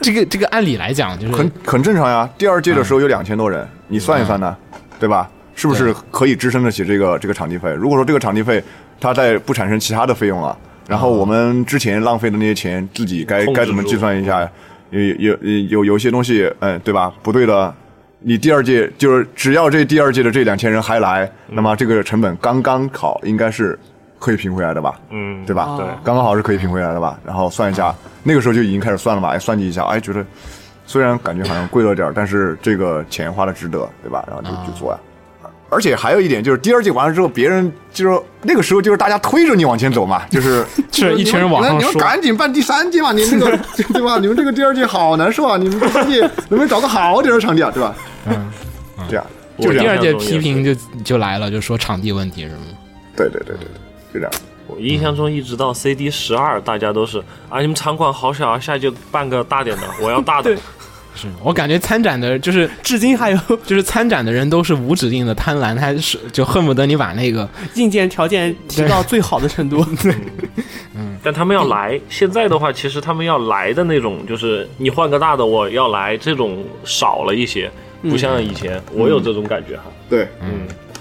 Speaker 6: 这个这个按理来讲就是
Speaker 5: 很很正常呀。第二届的时候有两千多人，你算一算呢，对吧？是不是可以支撑得起这个这个场地费？如果说这个场地费它在不产生其他的费用了，然后我们之前浪费的那些钱，自己该
Speaker 4: 控制
Speaker 5: 该怎么
Speaker 4: 住嗯
Speaker 5: 计算一下？有有有有一些东西，嗯，对吧？不对的，你第二届就是只要这第二届的这两千人还来，那么这个成本刚刚好，应该是可以平回来的吧？
Speaker 4: 嗯，
Speaker 5: 对吧？
Speaker 3: 对
Speaker 6: 哦
Speaker 5: 刚刚好是可以平回来的吧？然后算一下，那个时候就已经开始算了嘛，哎，算计一下，哎，觉得虽然感觉好像贵了点儿，但是这个钱花的值得，对吧？然后就
Speaker 6: 哦
Speaker 5: 就做呀。而且还有一点就是，第二季完了之后，别人就是那个时候就是大家推着你往前 走嘛，就是
Speaker 6: 是
Speaker 5: 就
Speaker 6: 一群人
Speaker 5: 你们
Speaker 6: 往上
Speaker 5: 你们
Speaker 6: 说
Speaker 5: 赶紧办第三季嘛，你们 这个对吧？你们这个第二季好难受啊！你们第三季能不能找个好点儿的场地啊，对吧？嗯，这样就
Speaker 4: 我
Speaker 5: 这
Speaker 6: 第
Speaker 5: 样，
Speaker 6: 二届
Speaker 4: 印象中也
Speaker 6: 批
Speaker 4: 是
Speaker 6: 评就就来了，就说场地问题是吗？
Speaker 5: 对对对对对，就这样。
Speaker 4: 我印象中一直到 CD 十二，大家都是啊，你们场馆好小啊，下去办个大点的，我要大的。
Speaker 6: 是我感觉参展的就是。
Speaker 3: 至今还有
Speaker 6: 就是参展的人都是无止境的贪婪，他是就恨不得你把那个
Speaker 3: 硬件条件提到最好的程度。
Speaker 4: 但他们要来，现在的话，其实他们要来的那种，就是你换个大的，我要来，这种少了一些，不像以前，我有这种感觉哈。
Speaker 5: 对，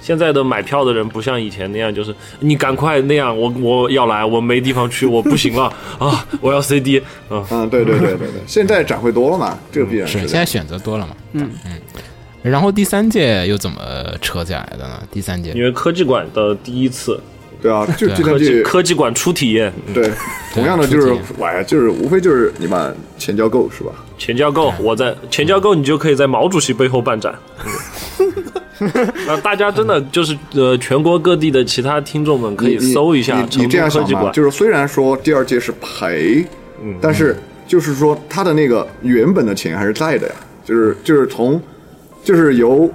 Speaker 4: 现在的买票的人不像以前那样，就是你赶快那样，我我要来，我没地方去，我不行了 啊，我要 CD 啊，
Speaker 5: 嗯，对对对对对，现在展会多了嘛，这个必然
Speaker 6: 是
Speaker 5: 的
Speaker 6: 现在选择多了嘛？嗯嗯。然后第三届又怎么扯起来的呢？第三届
Speaker 4: 因为科技馆的第一次，
Speaker 5: 对啊，就
Speaker 6: 对
Speaker 5: 计
Speaker 4: 科
Speaker 5: 算
Speaker 4: 技
Speaker 5: 机
Speaker 4: 科技馆初体验，
Speaker 5: 对，同样的就是
Speaker 6: 初级，
Speaker 5: 哎呀，就是无非就是你把钱交够是吧？
Speaker 4: 钱交够，我在钱交够，你就可以在毛主席背后办展。那大家真的就是呃，全国各地的其他听众们可以
Speaker 5: 你
Speaker 4: 搜一下
Speaker 5: 你你
Speaker 4: 成
Speaker 5: 你这
Speaker 4: 都
Speaker 5: 样
Speaker 4: 科
Speaker 5: 想
Speaker 4: 技
Speaker 5: 嘛，
Speaker 4: 馆，嗯
Speaker 5: 就是虽然说第二届是赔，但是就是说他的那个原本的钱还是在的呀，就是就是从就是由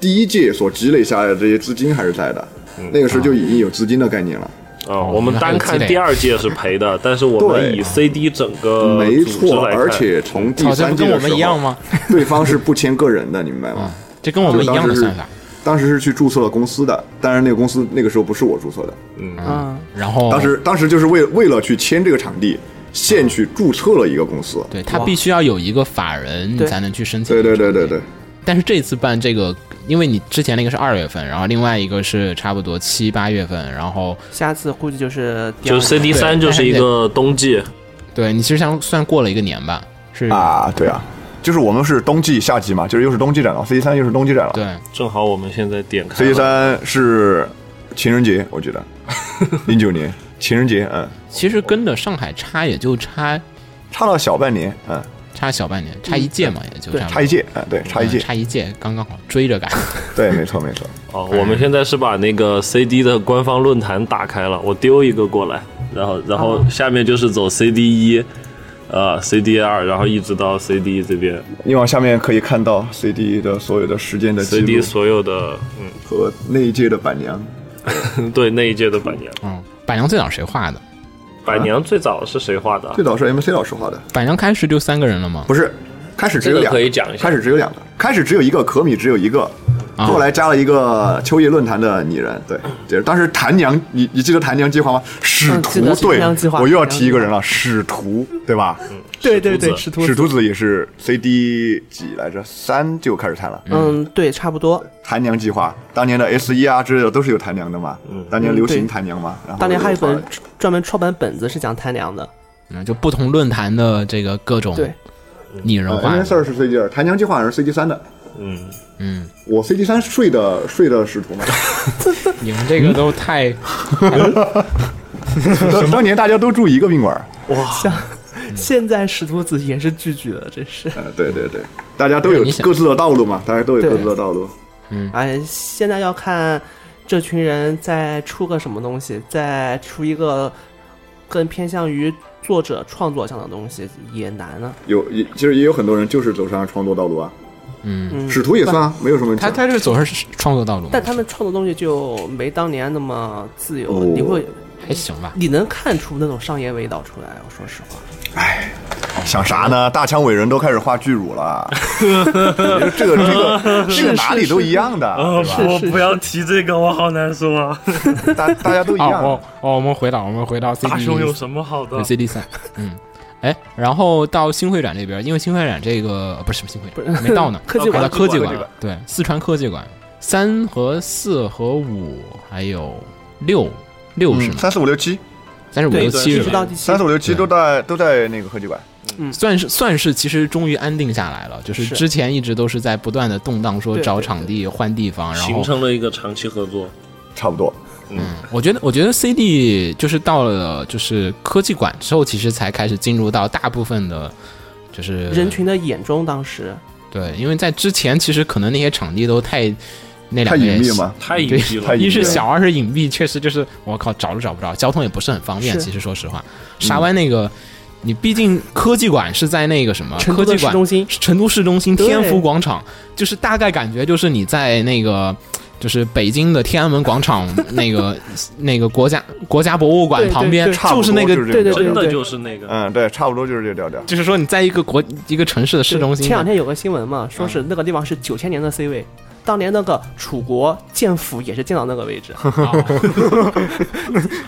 Speaker 5: 第一届所积累下来的这些资金还是在的，
Speaker 4: 嗯
Speaker 5: 那个时候就已经有资金的概念了。
Speaker 4: 啊，我们单看第二届是赔的，但是我们
Speaker 5: 对
Speaker 4: 以 CD 整个呃
Speaker 5: 没
Speaker 4: 组织
Speaker 5: 错，
Speaker 4: 来看
Speaker 5: 而且从第
Speaker 6: 好像
Speaker 5: 三
Speaker 6: 不
Speaker 5: 届
Speaker 6: 跟我
Speaker 5: 的时
Speaker 6: 们一样
Speaker 5: 候，
Speaker 6: 吗？啊
Speaker 5: 对方是不签个人的，你明白吗？
Speaker 6: 这跟我们一样的
Speaker 5: 就是
Speaker 6: 算法。
Speaker 5: 当时是去注册了公司的，但是那个公司那个时候不是我注册的，
Speaker 3: 嗯，
Speaker 6: 然后
Speaker 5: 当时当时就是为为了去签这个场地，现去注册了一个公司。
Speaker 6: 对他必须要有一个法人，你
Speaker 3: 对
Speaker 6: 才能去申请。
Speaker 5: 对对对对对。，
Speaker 6: 但是这次办这个，因为你之前那个是二月份，然后另外一个是差不多七八月份，然后
Speaker 3: 下次估计就是第
Speaker 4: 就
Speaker 3: 二
Speaker 4: 是 CD
Speaker 6: 对
Speaker 4: 三就是一个冬季，
Speaker 6: 对你其实像算过了一个年吧，是
Speaker 5: 啊，对啊，就是我们是冬季、夏季嘛，就是又是冬季展了，C 三又是冬季展了。
Speaker 6: 对，
Speaker 4: 正好我们现在点开
Speaker 5: C
Speaker 4: 了。
Speaker 5: 三是情人节，我记 得，零九年情人节，嗯，
Speaker 6: 其实跟着上海差也就差
Speaker 5: 差了小半年，嗯，
Speaker 6: 差小半年，差一届嘛，也就
Speaker 3: 嗯对
Speaker 6: 差不多
Speaker 5: 差一届，嗯，对，差一
Speaker 6: 嗯
Speaker 5: 届，
Speaker 6: 差一届刚刚好追 着赶。
Speaker 5: 对，没错没错。
Speaker 4: 哦，我们现在是把那个 CD 的官方论坛打开了，我丢一个过来，然后然后下面就是走 CD 一，呃 CD 二，然后一直到 CD 这边
Speaker 5: 你往下面可以看到 CD 的所有的时间的记
Speaker 4: ，CD
Speaker 5: 录
Speaker 4: 所有的
Speaker 5: 和那一届的板娘，
Speaker 4: 嗯对那一届的板娘，
Speaker 6: 嗯，板娘最早谁画的？
Speaker 4: 板娘最早是谁画的啊？
Speaker 5: 最早是 MC 老师画的，
Speaker 6: 板娘开始就三个人了吗？
Speaker 5: 不是，开始只有
Speaker 4: 这个
Speaker 5: 两个，
Speaker 4: 可以讲一下
Speaker 5: 开始只有两个，开始只有一个可米，只有一个。
Speaker 6: 啊
Speaker 5: 后来加了一个秋叶论坛的拟人，对，就是当时谭娘，你你记得谭娘计划吗？使
Speaker 3: 嗯
Speaker 5: 徒
Speaker 3: 记得，
Speaker 5: 对
Speaker 3: 谭娘计，划嗯
Speaker 5: 我又要提一个人了，使徒，对吧？
Speaker 3: 对对对，
Speaker 4: 使
Speaker 3: 使徒
Speaker 5: 使徒子也是 CD 几来着？三就开始谈了。
Speaker 3: 嗯，对，差不多。
Speaker 5: 谭娘计划，当年的 S 一啊之类的都是有谭娘的嘛，当年流行
Speaker 3: 嗯对
Speaker 5: 谭娘嘛，然后
Speaker 3: 当年还有一
Speaker 5: 我就
Speaker 3: 本
Speaker 5: 画了
Speaker 3: 专门出本本子是讲贪凉的，
Speaker 6: 嗯，就不同论坛的这个各种
Speaker 3: 对，
Speaker 6: 拟人
Speaker 5: 呃
Speaker 6: 画的。
Speaker 5: ，MS 二是 CD 二，谭娘计划好像是 CD 三的，
Speaker 4: 嗯，
Speaker 5: 我 CD 三睡的睡的使徒嘛，
Speaker 6: 你们这个都太
Speaker 5: 当当年大家都住一个宾馆，
Speaker 3: 像现在使徒子也是拒绝了，真是。
Speaker 5: 呃，对对对，大家都有
Speaker 6: 你想
Speaker 5: 各自的道路嘛，大家都有
Speaker 3: 对
Speaker 5: 各自的道路，
Speaker 3: 哎，现在要看这群人再出个什么东西，再出一个更偏向于作者创作上的东西也难啊了。
Speaker 5: 有也其实也有很多人就是走上创作道路啊，
Speaker 3: 嗯，
Speaker 5: 使徒也算啊，没有什么问题
Speaker 6: 他
Speaker 5: 啊。
Speaker 6: 他是走上创作道路吗，
Speaker 3: 但他们创作东西就没当年那么自由，
Speaker 5: 哦
Speaker 3: 你会
Speaker 6: 还行吧。
Speaker 3: 你能看出那种商业味道出来。我说实话，，
Speaker 5: 想啥呢？大枪伟人都开始画巨乳 了， 这个这个这个哪里都一样的，对吧？
Speaker 4: 啊我不要提这个，我好难受啊！
Speaker 5: 大大家都一
Speaker 6: 哦
Speaker 5: 样。
Speaker 6: 哦哦，我们回到我们回到 CD
Speaker 4: 么好的
Speaker 6: CD 三，嗯，哎，然后到新会展这边，因为新会展这个呃不是不是新会展没到呢
Speaker 3: 科技馆
Speaker 6: 还在科技馆
Speaker 5: 科技馆，
Speaker 6: 对，四川科技馆三和四和五还有六六是
Speaker 5: 嗯，
Speaker 6: 吗？
Speaker 5: 三四五六七，
Speaker 6: 三十五
Speaker 3: 对，
Speaker 6: 六七
Speaker 3: 一
Speaker 6: 是
Speaker 3: 直到
Speaker 6: 吧？
Speaker 3: 第七
Speaker 5: 三四五六七都在都在那个科技馆。
Speaker 6: 算是算是，其实终于安定下来了。就是
Speaker 3: 是
Speaker 6: 之前一直都是在不断的动荡，说
Speaker 3: 对
Speaker 6: 找
Speaker 3: 对对
Speaker 6: 场地、换地方，然
Speaker 4: 形
Speaker 6: 后嗯
Speaker 4: 成了一个长期合作。嗯
Speaker 5: 差不多。
Speaker 6: 我觉得，我觉得 CD 就是到了就是科技馆之后，其实才开始进入到大部分的，就是
Speaker 3: 人群的眼中，当时
Speaker 6: 对，因为在之前其实可能那些场地都太那两
Speaker 5: 太
Speaker 6: 个也
Speaker 5: 隐秘嘛，
Speaker 4: 太隐
Speaker 6: 对
Speaker 4: 蔽
Speaker 5: 太
Speaker 4: 了，
Speaker 5: 隐蔽
Speaker 6: 一是
Speaker 5: 了
Speaker 6: 小，二是隐蔽，确实就是我靠找都找不着，交通也不是很方便。
Speaker 3: 是嗯
Speaker 6: 其实说实话，沙湾那个。你毕竟科技馆是在那个什么
Speaker 3: 成
Speaker 6: 科
Speaker 3: 都
Speaker 6: 技
Speaker 3: 的市
Speaker 6: 馆
Speaker 3: 中心，
Speaker 6: 成都市中心
Speaker 3: 对
Speaker 6: 天府广场，就是大概感觉就是你在那个。就是北京的天安门广场那个 那个国家国家博物馆
Speaker 3: 对
Speaker 6: 旁
Speaker 3: 对
Speaker 6: 边，
Speaker 3: 对
Speaker 5: 差不
Speaker 6: 就
Speaker 5: 多
Speaker 6: 是那个，
Speaker 5: 就是这个
Speaker 3: 对
Speaker 5: 调
Speaker 4: 真
Speaker 5: 调。
Speaker 4: 的就是那个，
Speaker 5: 嗯，对，差不多就是这个调调。
Speaker 6: 就是说你在一个国一个城市的市中心
Speaker 3: 前两天有个新闻嘛，说是那个地方是九千年的 C 位，当年那个楚国建府也是建到那个位 置，
Speaker 6: 啊，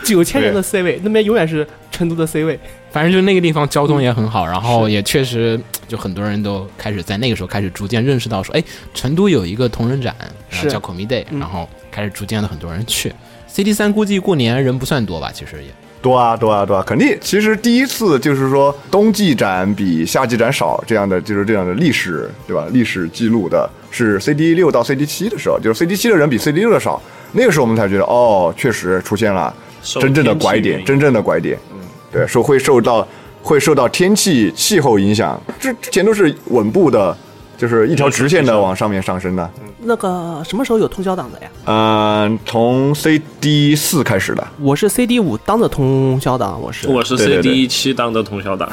Speaker 3: 九千年的 C 位，那边永远是成都的 C 位。
Speaker 6: 反正就是那个地方交通也很好，然后也确实就很多人都开始在那个时候开始逐渐认识到说，哎，成都有一个同人展，然后
Speaker 3: 是
Speaker 6: 叫 c o m i Day，
Speaker 3: 嗯
Speaker 6: 然后开始逐渐的很多人去。CD 三估计过年人不算多吧，其实也
Speaker 5: 多啊，多啊，多啊，肯定。其实第一次就是说冬季展比夏季展少，这样的就是这样的历史，对吧？历史记录的是 CD 六到 CD 七的时候，就是 CD 七的人比 CD 六的少。那个时候我们才觉得，哦，确实出现了
Speaker 4: 受
Speaker 5: 真正的
Speaker 4: 天气
Speaker 5: 拐
Speaker 4: 原
Speaker 5: 点，
Speaker 4: 因
Speaker 5: 真正的拐点。嗯，对，说会受到会受到天气气候影响，这之前都是稳步的，就是一条直线的往上面上升的。
Speaker 3: 那个什么时候有通宵党的呀？
Speaker 5: 嗯、从 CD 四开始的。
Speaker 3: 我是 CD 五当的通宵党，我是
Speaker 4: 我是
Speaker 5: 对对
Speaker 4: CD
Speaker 5: 对
Speaker 4: 一期当的通宵 党，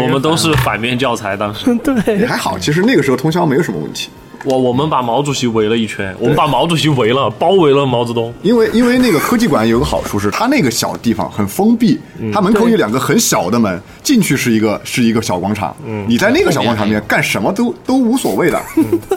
Speaker 4: 我们都是反面教材。当时
Speaker 3: 对
Speaker 5: 还好，其实那个时候通宵没有什么问题。
Speaker 4: 我我们把毛主席围了一圈，我们把毛主席围了，包围了毛泽东。
Speaker 5: 因为因为那个科技馆有个好处是，它那个小地方很封闭，它门口有两个很小的门，进去是一个是一个小广场，你在那个小广场里面干什么 都都无所谓的，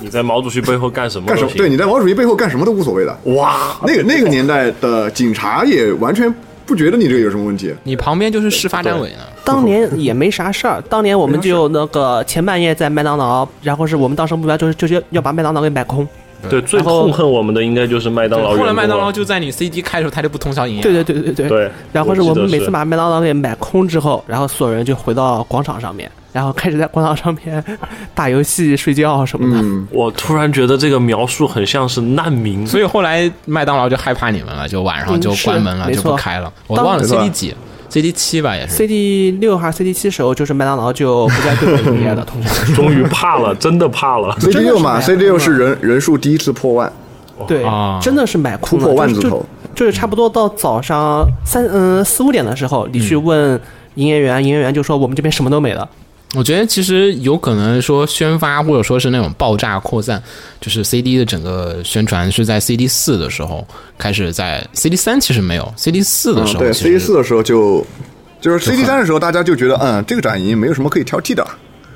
Speaker 4: 你在毛主席背后干什么
Speaker 5: 干什
Speaker 4: 都
Speaker 5: 么对
Speaker 4: 行。
Speaker 5: 你在毛主席背后干什么都无所谓的。
Speaker 4: 哇，
Speaker 5: 那个那个年代的警察也完全不觉得你这个有什么问题，
Speaker 6: 你旁边就是市发展委呢，
Speaker 3: 当年也没啥事儿，当年我们就那个前半夜在麦当劳，然后是我们当时目标就是就是要要把麦当劳给买空。
Speaker 4: 对，最
Speaker 3: 然后
Speaker 4: 痛恨我们的应该就是麦当劳员
Speaker 6: 后
Speaker 4: 工
Speaker 6: 来
Speaker 4: 了。
Speaker 6: 麦当劳就在你 CD 开的时候，他就不通宵营业。
Speaker 3: 对对，对对对。
Speaker 4: 对
Speaker 3: 然后是
Speaker 4: 我
Speaker 3: 我
Speaker 4: 记得
Speaker 3: 们每
Speaker 4: 是
Speaker 3: 次把麦当劳给买空之后，然后所有人就回到广场上面，然后开始在广场上面 打游戏、睡觉什么的。
Speaker 5: 嗯
Speaker 4: 我突然觉得这个描述很像是难民，
Speaker 6: 所以后来麦当劳就害怕你们了，就晚上就关门了，
Speaker 3: 嗯是
Speaker 6: 就不开了。我忘了 CD 几，CD 七吧也是。
Speaker 3: CD 六还是 CD 七时候，就是麦当劳就不再对我营业 了，通常。
Speaker 4: 终于怕了，真的怕了。
Speaker 5: CD 六嘛
Speaker 3: 真的是嗯
Speaker 5: ，CD 六是人人数第一次破万，
Speaker 3: 对
Speaker 6: 啊，
Speaker 3: 真的是买空了，
Speaker 5: 突破万
Speaker 3: 就是
Speaker 5: 字头
Speaker 3: 就就是差不多到早上三嗯四五点的时候，你去问营业员，营业员就说我们这边什么都没了。
Speaker 6: 我觉得其实有可能说宣发或者说是那种爆炸扩散，就是 CD 的整个宣传是在 CD 四的时候开始在，CD 三其实没有，CD 四的时
Speaker 5: 嗯，
Speaker 6: 候、
Speaker 5: 对
Speaker 6: 其实
Speaker 5: ，CD 四的时候就就是 CD 三的时候，大家就觉得嗯，这个展营没有什么可以挑剔的，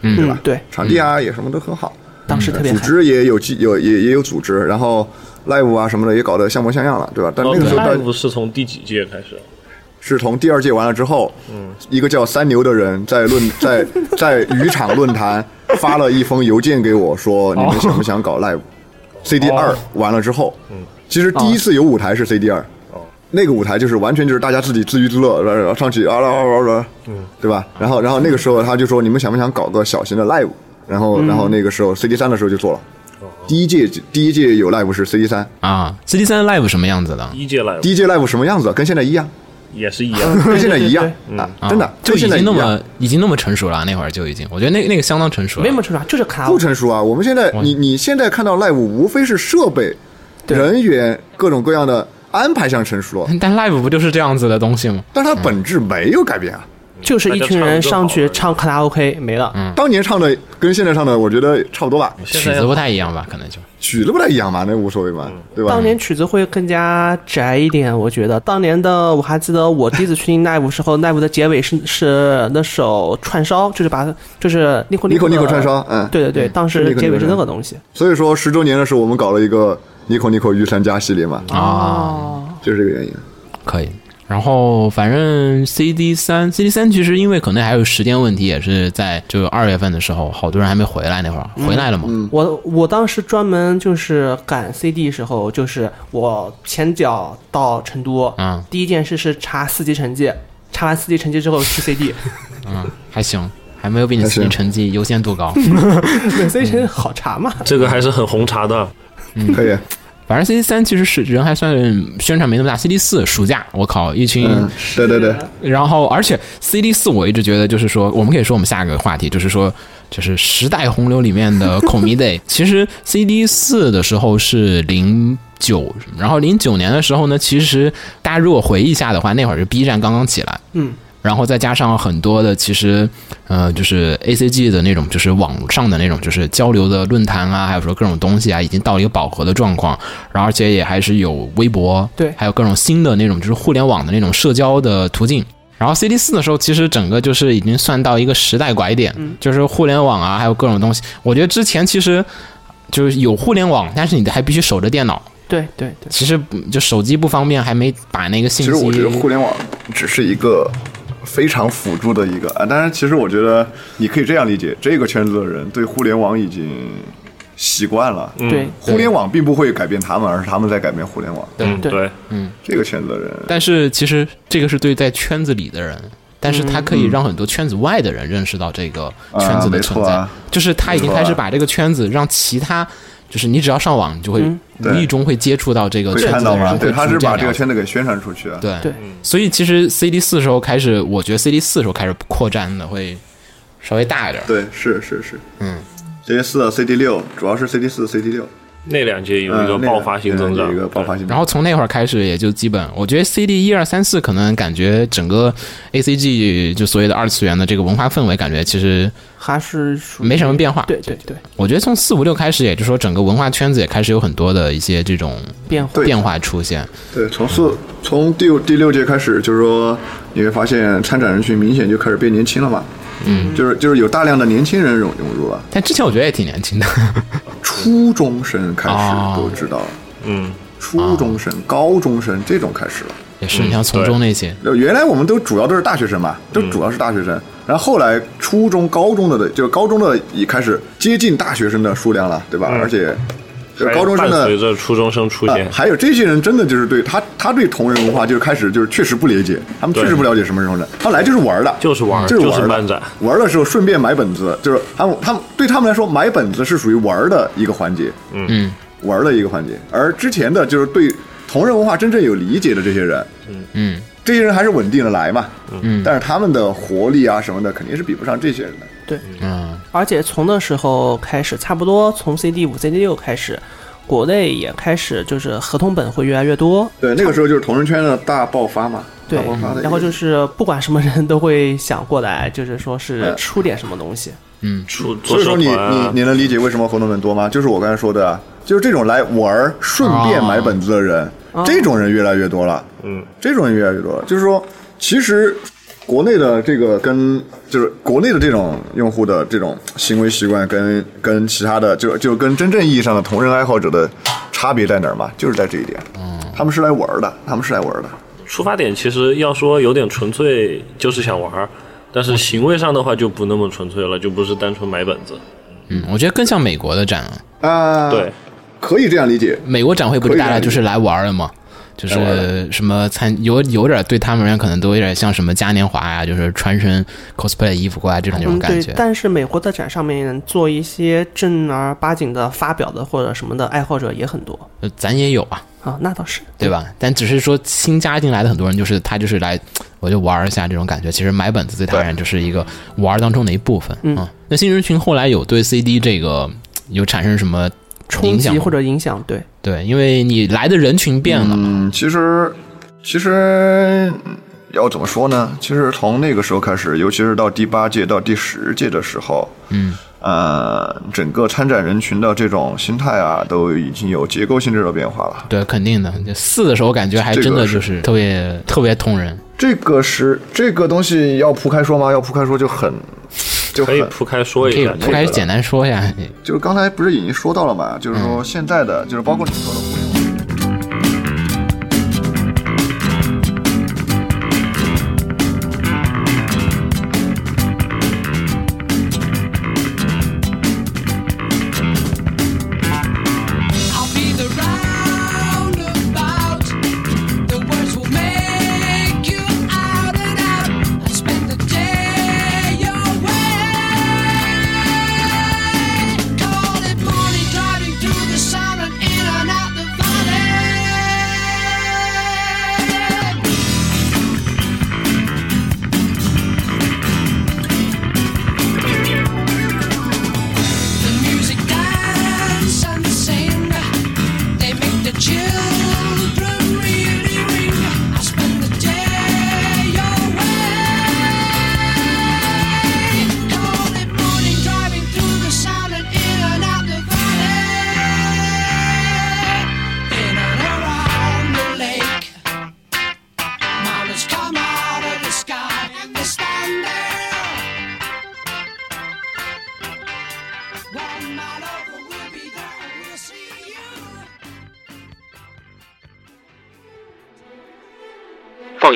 Speaker 3: 嗯，对，
Speaker 5: 场地啊也什么都很好，
Speaker 3: 当时特别
Speaker 5: 嗯组
Speaker 3: 嗨。
Speaker 5: 织也有纪有也也有组织，然后 live 啊什么的也搞得像模像样了，对吧？但
Speaker 4: 然后
Speaker 5: 那个时候大
Speaker 4: 哦 live 是从第几届开始？啊
Speaker 5: 是从第二届完了之后，一个叫三牛的人在论在在渔场论坛发了一封邮件给我说，你们想不想搞 live？CD 二完了之后，其实第一次有舞台是 CD 二，那个舞台就是完全就是大家自己自娱自乐，然后上去啊啦啊啦啊啦，对吧？然后然后那个时候他就说你们想不想搞个小型的 live？然后然后那个时候 CD 三的时候就做了，第一届第一届有 live 是 CD 三，
Speaker 6: 啊，CD 三 live 什么样子的？
Speaker 4: 第一届 live
Speaker 5: 第一届 live 什么样子？跟现在一样，
Speaker 4: 也是一样。
Speaker 5: 跟现在一样啊，
Speaker 6: 啊
Speaker 5: 真的
Speaker 6: 就
Speaker 5: 跟
Speaker 6: 已
Speaker 5: 现在
Speaker 6: 经
Speaker 5: 一
Speaker 6: 那
Speaker 5: 样。
Speaker 6: 么已经那么成熟了，那会儿就已经，我觉得那那个相当成熟了。
Speaker 3: 没什么成长，就是卡拉
Speaker 5: 不成熟啊！我们现在，你你现在看到 live 无非是设备、人员各种各样的安排上成熟了，
Speaker 6: 但 live 不就是这样子的东西吗？
Speaker 5: 但它本质没有改变啊。
Speaker 3: 就是一群人上去唱卡拉 OK 没了。
Speaker 5: 当年唱的跟现在唱的，我觉得差不多吧，
Speaker 6: 曲子不太一样吧，可能就
Speaker 5: 曲子不太一样嘛，那无所谓嘛，对吧
Speaker 3: 当？年曲子会更加宅一点，我觉得当年的我还记得我第一次去听 live 时候，live 的结尾是是那首串烧，就是把就是尼可
Speaker 5: 尼可
Speaker 3: 尼
Speaker 5: 尼
Speaker 3: 可
Speaker 5: 可串烧，嗯，
Speaker 3: 对对对，当
Speaker 5: 是尼
Speaker 3: 时
Speaker 5: 可
Speaker 3: 结尾是
Speaker 5: 尼可
Speaker 3: 那个东西。
Speaker 5: 所以说十周年的时候，我们搞了一个尼可尼可御三家系列嘛，哦
Speaker 6: 啊，
Speaker 5: 就是这个原因。
Speaker 6: 可以。然后反正 CD 三，CD 三其实因为可能还有时间问题，也是在就二月份的时候，好多人还没回来那会
Speaker 5: 嗯
Speaker 6: 儿，回来了嘛。
Speaker 3: 我我当时专门就是赶 CD 时候，就是我前脚到成都，
Speaker 6: 嗯
Speaker 3: 第一件事是查四级成绩，查完四级成绩之后去 CD，
Speaker 6: 还行，还没有比你
Speaker 5: 还
Speaker 6: 自己
Speaker 5: 行
Speaker 6: 成绩优先度高。
Speaker 3: 对，CD 成绩好查嘛。
Speaker 4: 这个还是很红茶的，
Speaker 5: 可以，啊
Speaker 6: 反正 CD 三其实是人还算宣传没那么大，CD 四暑假我靠一群
Speaker 5: 嗯，对对对，
Speaker 6: 然后，而且 CD 四，我一直觉得就是说，我们可以说我们下一个话题，就是说，就是时代洪流里面的 c o m i Day。其实 CD 四的时候是零九，然后零九年的时候呢，其实大家如果回忆一下的话，那会儿是 B 站刚刚起来，
Speaker 3: 嗯，
Speaker 6: 然后再加上很多的其实，呃，就是 ACG 的那种，就是网上的那种，就是交流的论坛啊，还有说各种东西啊，已经到了一个饱和的状况，然后而且也还是有微博，
Speaker 3: 对
Speaker 6: 还有各种新的那种就是互联网的那种社交的途径。然后 CD 四的时候，其实整个就是已经算到一个时代拐点，就是互联网啊，还有各种东西。我觉得之前其实就是有互联网，但是你还必须守着电脑。
Speaker 3: 对对对，
Speaker 6: 其实就手机不方便，还没把那个信
Speaker 5: 其
Speaker 6: 息。
Speaker 5: 实我觉得互联网只是一个非常辅助的一个啊，当然，其实我觉得你可以这样理解，这个圈子的人对互联网已经习惯了，
Speaker 3: 对
Speaker 6: 嗯
Speaker 5: 互联网并不会改变他们，而是他们在改变互联网。
Speaker 4: 嗯，
Speaker 3: 对
Speaker 4: 对，
Speaker 5: 这个圈子的人，
Speaker 6: 但是其实这个是对在圈子里的人，但是他可以让很多圈子外的人认识到这个圈子的存在，
Speaker 5: 嗯啊没错啊
Speaker 6: 就是他已经开始把这个圈子让其他，就是你只要上网，你就会无
Speaker 5: 嗯对
Speaker 6: 意中会接触到这个
Speaker 5: 会
Speaker 6: 圈
Speaker 5: 看
Speaker 6: 子的
Speaker 5: 到吗
Speaker 6: 人，？
Speaker 5: 对，
Speaker 6: 会
Speaker 5: 他
Speaker 6: 逐
Speaker 5: 是
Speaker 6: 渐
Speaker 5: 把这
Speaker 6: 了
Speaker 5: 个
Speaker 6: 解
Speaker 5: 圈子给宣传出去啊。
Speaker 6: 对
Speaker 3: 对
Speaker 6: 所以其实 CD 四时候开始，我觉得 CD 四时候开始扩展的会稍微大一点。
Speaker 5: 对，是是是，嗯，CD 四、CD 六，主要是 CD 四、CD 六，
Speaker 4: 那两届有一个
Speaker 5: 嗯那
Speaker 4: 爆发性增长，
Speaker 5: 有一个爆发性增长。
Speaker 6: 然后从那会儿开始，也就基本，我觉得 CD 一二三四可能感觉整个 ACG 就所谓的二次元的这个文化氛围，感觉其实
Speaker 3: 还是属于
Speaker 6: 没什么变化。
Speaker 3: 对对对，
Speaker 6: 我觉得从四五六开始，也就是说整个文化圈子也开始有很多的一些这种
Speaker 3: 变化
Speaker 5: 对
Speaker 6: 变化出现。
Speaker 5: 对，从四从第五第六届开始，就是说你会发现参展人群明显就开始变年轻了嘛。嗯，就是就是有大量的年轻人涌涌入了，
Speaker 6: 但之前我觉得也挺年轻的，
Speaker 5: 初中生开
Speaker 6: 哦
Speaker 5: 始都知道了，
Speaker 4: 嗯，
Speaker 5: 初中生、高中生这种开始了。
Speaker 6: 也是你像从中那些，
Speaker 5: 呃原来我们都主要都是大学生嘛，都
Speaker 4: 嗯
Speaker 5: 主要是大学生。然后后来初中、高中的的，就是高中的也开始接近大学生的数量了，对吧？而且，就是高中生
Speaker 4: 嗯还伴
Speaker 5: 的
Speaker 4: 随着初中生出
Speaker 5: 啊
Speaker 4: 现，
Speaker 5: 还有这些人真的就是对他，他对同人文化就是开始就是确实不理解，他们
Speaker 4: 对
Speaker 5: 确实不了解什么是同人，他们来就是玩儿的，
Speaker 4: 就是玩儿
Speaker 5: 就是玩
Speaker 4: 就是
Speaker 5: 儿的
Speaker 4: 漫展
Speaker 5: 玩儿的时候顺便买本子，就是他们他们对他们来说买本子是属于玩儿的一个环节，
Speaker 6: 嗯，
Speaker 5: 玩儿的一个环节。而之前的就是对同人文化真正有理解的这些人，嗯
Speaker 6: 嗯，
Speaker 5: 这些人还是稳定的来嘛，嗯，但是他们的活力啊什么的肯定是比不上这些人的。
Speaker 3: 对，
Speaker 6: 嗯，
Speaker 3: 而且从那时候开始，差不多从 CD 五、CD 六开始，国内也开始就是合同本会越来越多。
Speaker 5: 对，那个时候就是同人圈的大爆发嘛，大
Speaker 3: 对
Speaker 5: 爆发的一个。，
Speaker 3: 然后就是不管什么人都会想过来，就是说是
Speaker 6: 呃
Speaker 5: 嗯
Speaker 3: 出点什么东西。
Speaker 4: 出做
Speaker 5: 所以
Speaker 4: 社
Speaker 5: 说你
Speaker 4: 团
Speaker 5: 你
Speaker 4: 啊，
Speaker 5: 你能理解为什么活动本多吗？就是我刚才说的啊，就是这种来玩儿顺便买本子的人，这种人越来越多了。
Speaker 4: 嗯，
Speaker 5: 这种人越来越多了。就是说，其实国内的这个跟就是国内的这种用户的这种行为习惯跟跟其他的就就跟真正意义上的同人爱好者的差别在哪儿嘛？就是在这一点，他们是来玩儿的，他们是来玩儿的。
Speaker 4: 出发点其实要说有点纯粹，就是想玩儿，但是行为上的话就不那么纯粹了，就不是单纯买本子。
Speaker 6: 嗯，我觉得更像美国的展了。
Speaker 5: 啊，
Speaker 4: 对，，
Speaker 5: 可以这样理解。
Speaker 6: 美国展会不
Speaker 5: 可
Speaker 6: 是
Speaker 5: 以
Speaker 6: 大家
Speaker 5: 理解
Speaker 6: 就是来玩儿的吗？就是
Speaker 5: 来玩儿
Speaker 6: 什么参有有点对他们而言可能都有点像什么嘉年华呀、就是穿身 cosplay 衣服过来这种这种
Speaker 3: 嗯，
Speaker 6: 感
Speaker 3: 对
Speaker 6: 觉。。
Speaker 3: 但是美国的展上面做一些正儿八经的发表的或者什么的爱好者也很多
Speaker 6: 呃咱也有啊，
Speaker 3: 啊，那倒是。
Speaker 6: 对吧？但只是说新加进来的很多人，就是他就是来，我就玩儿一下这种感觉。其实买本子对他而言就是一个玩儿当中的一部分。嗯，那新人群后来有对 CD 这个有产生什么
Speaker 3: 冲
Speaker 6: 影响
Speaker 3: 击
Speaker 6: 吗
Speaker 3: 或者影响，对，
Speaker 6: 对，因为你来的人群变了，
Speaker 5: 嗯，其实其实要怎么说呢？其实从那个时候开始，尤其是到第八届到第十届的时候，
Speaker 6: 嗯，
Speaker 5: 呃，整个参展人群的这种心态啊，都已经有结构性质的变化了。
Speaker 6: 对，肯定的。就四的时候感觉还
Speaker 5: 这个
Speaker 6: 真的
Speaker 5: 是
Speaker 6: 就是特别特别通人。
Speaker 5: 这个是这个东西要铺开说吗？要铺开说就很就
Speaker 4: 可以
Speaker 5: 很
Speaker 4: 铺开说一
Speaker 6: 可以
Speaker 4: 下，
Speaker 6: 不开始简单说一下，
Speaker 5: 就是刚才不是已经说到了嘛？就是
Speaker 4: 嗯
Speaker 5: 说现在的，就是包括你说的互联网。
Speaker 7: I'll be the roundabout. The words will make you out and out. I spend the day away. Call it morning, driving through the sun and in and out the valley. The music dance and sing. They make the children really ring. I spend the day away. Call it morning, driving through the sound and in and out the valley, in and around the lake. Mountains come out of the sky and they stand there. One mile over, we'll be there, and we'll see you.
Speaker 8: 放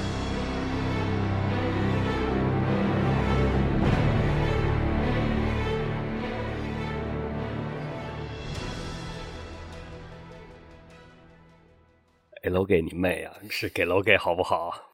Speaker 8: 给楼给你妹啊，是给楼给好不好？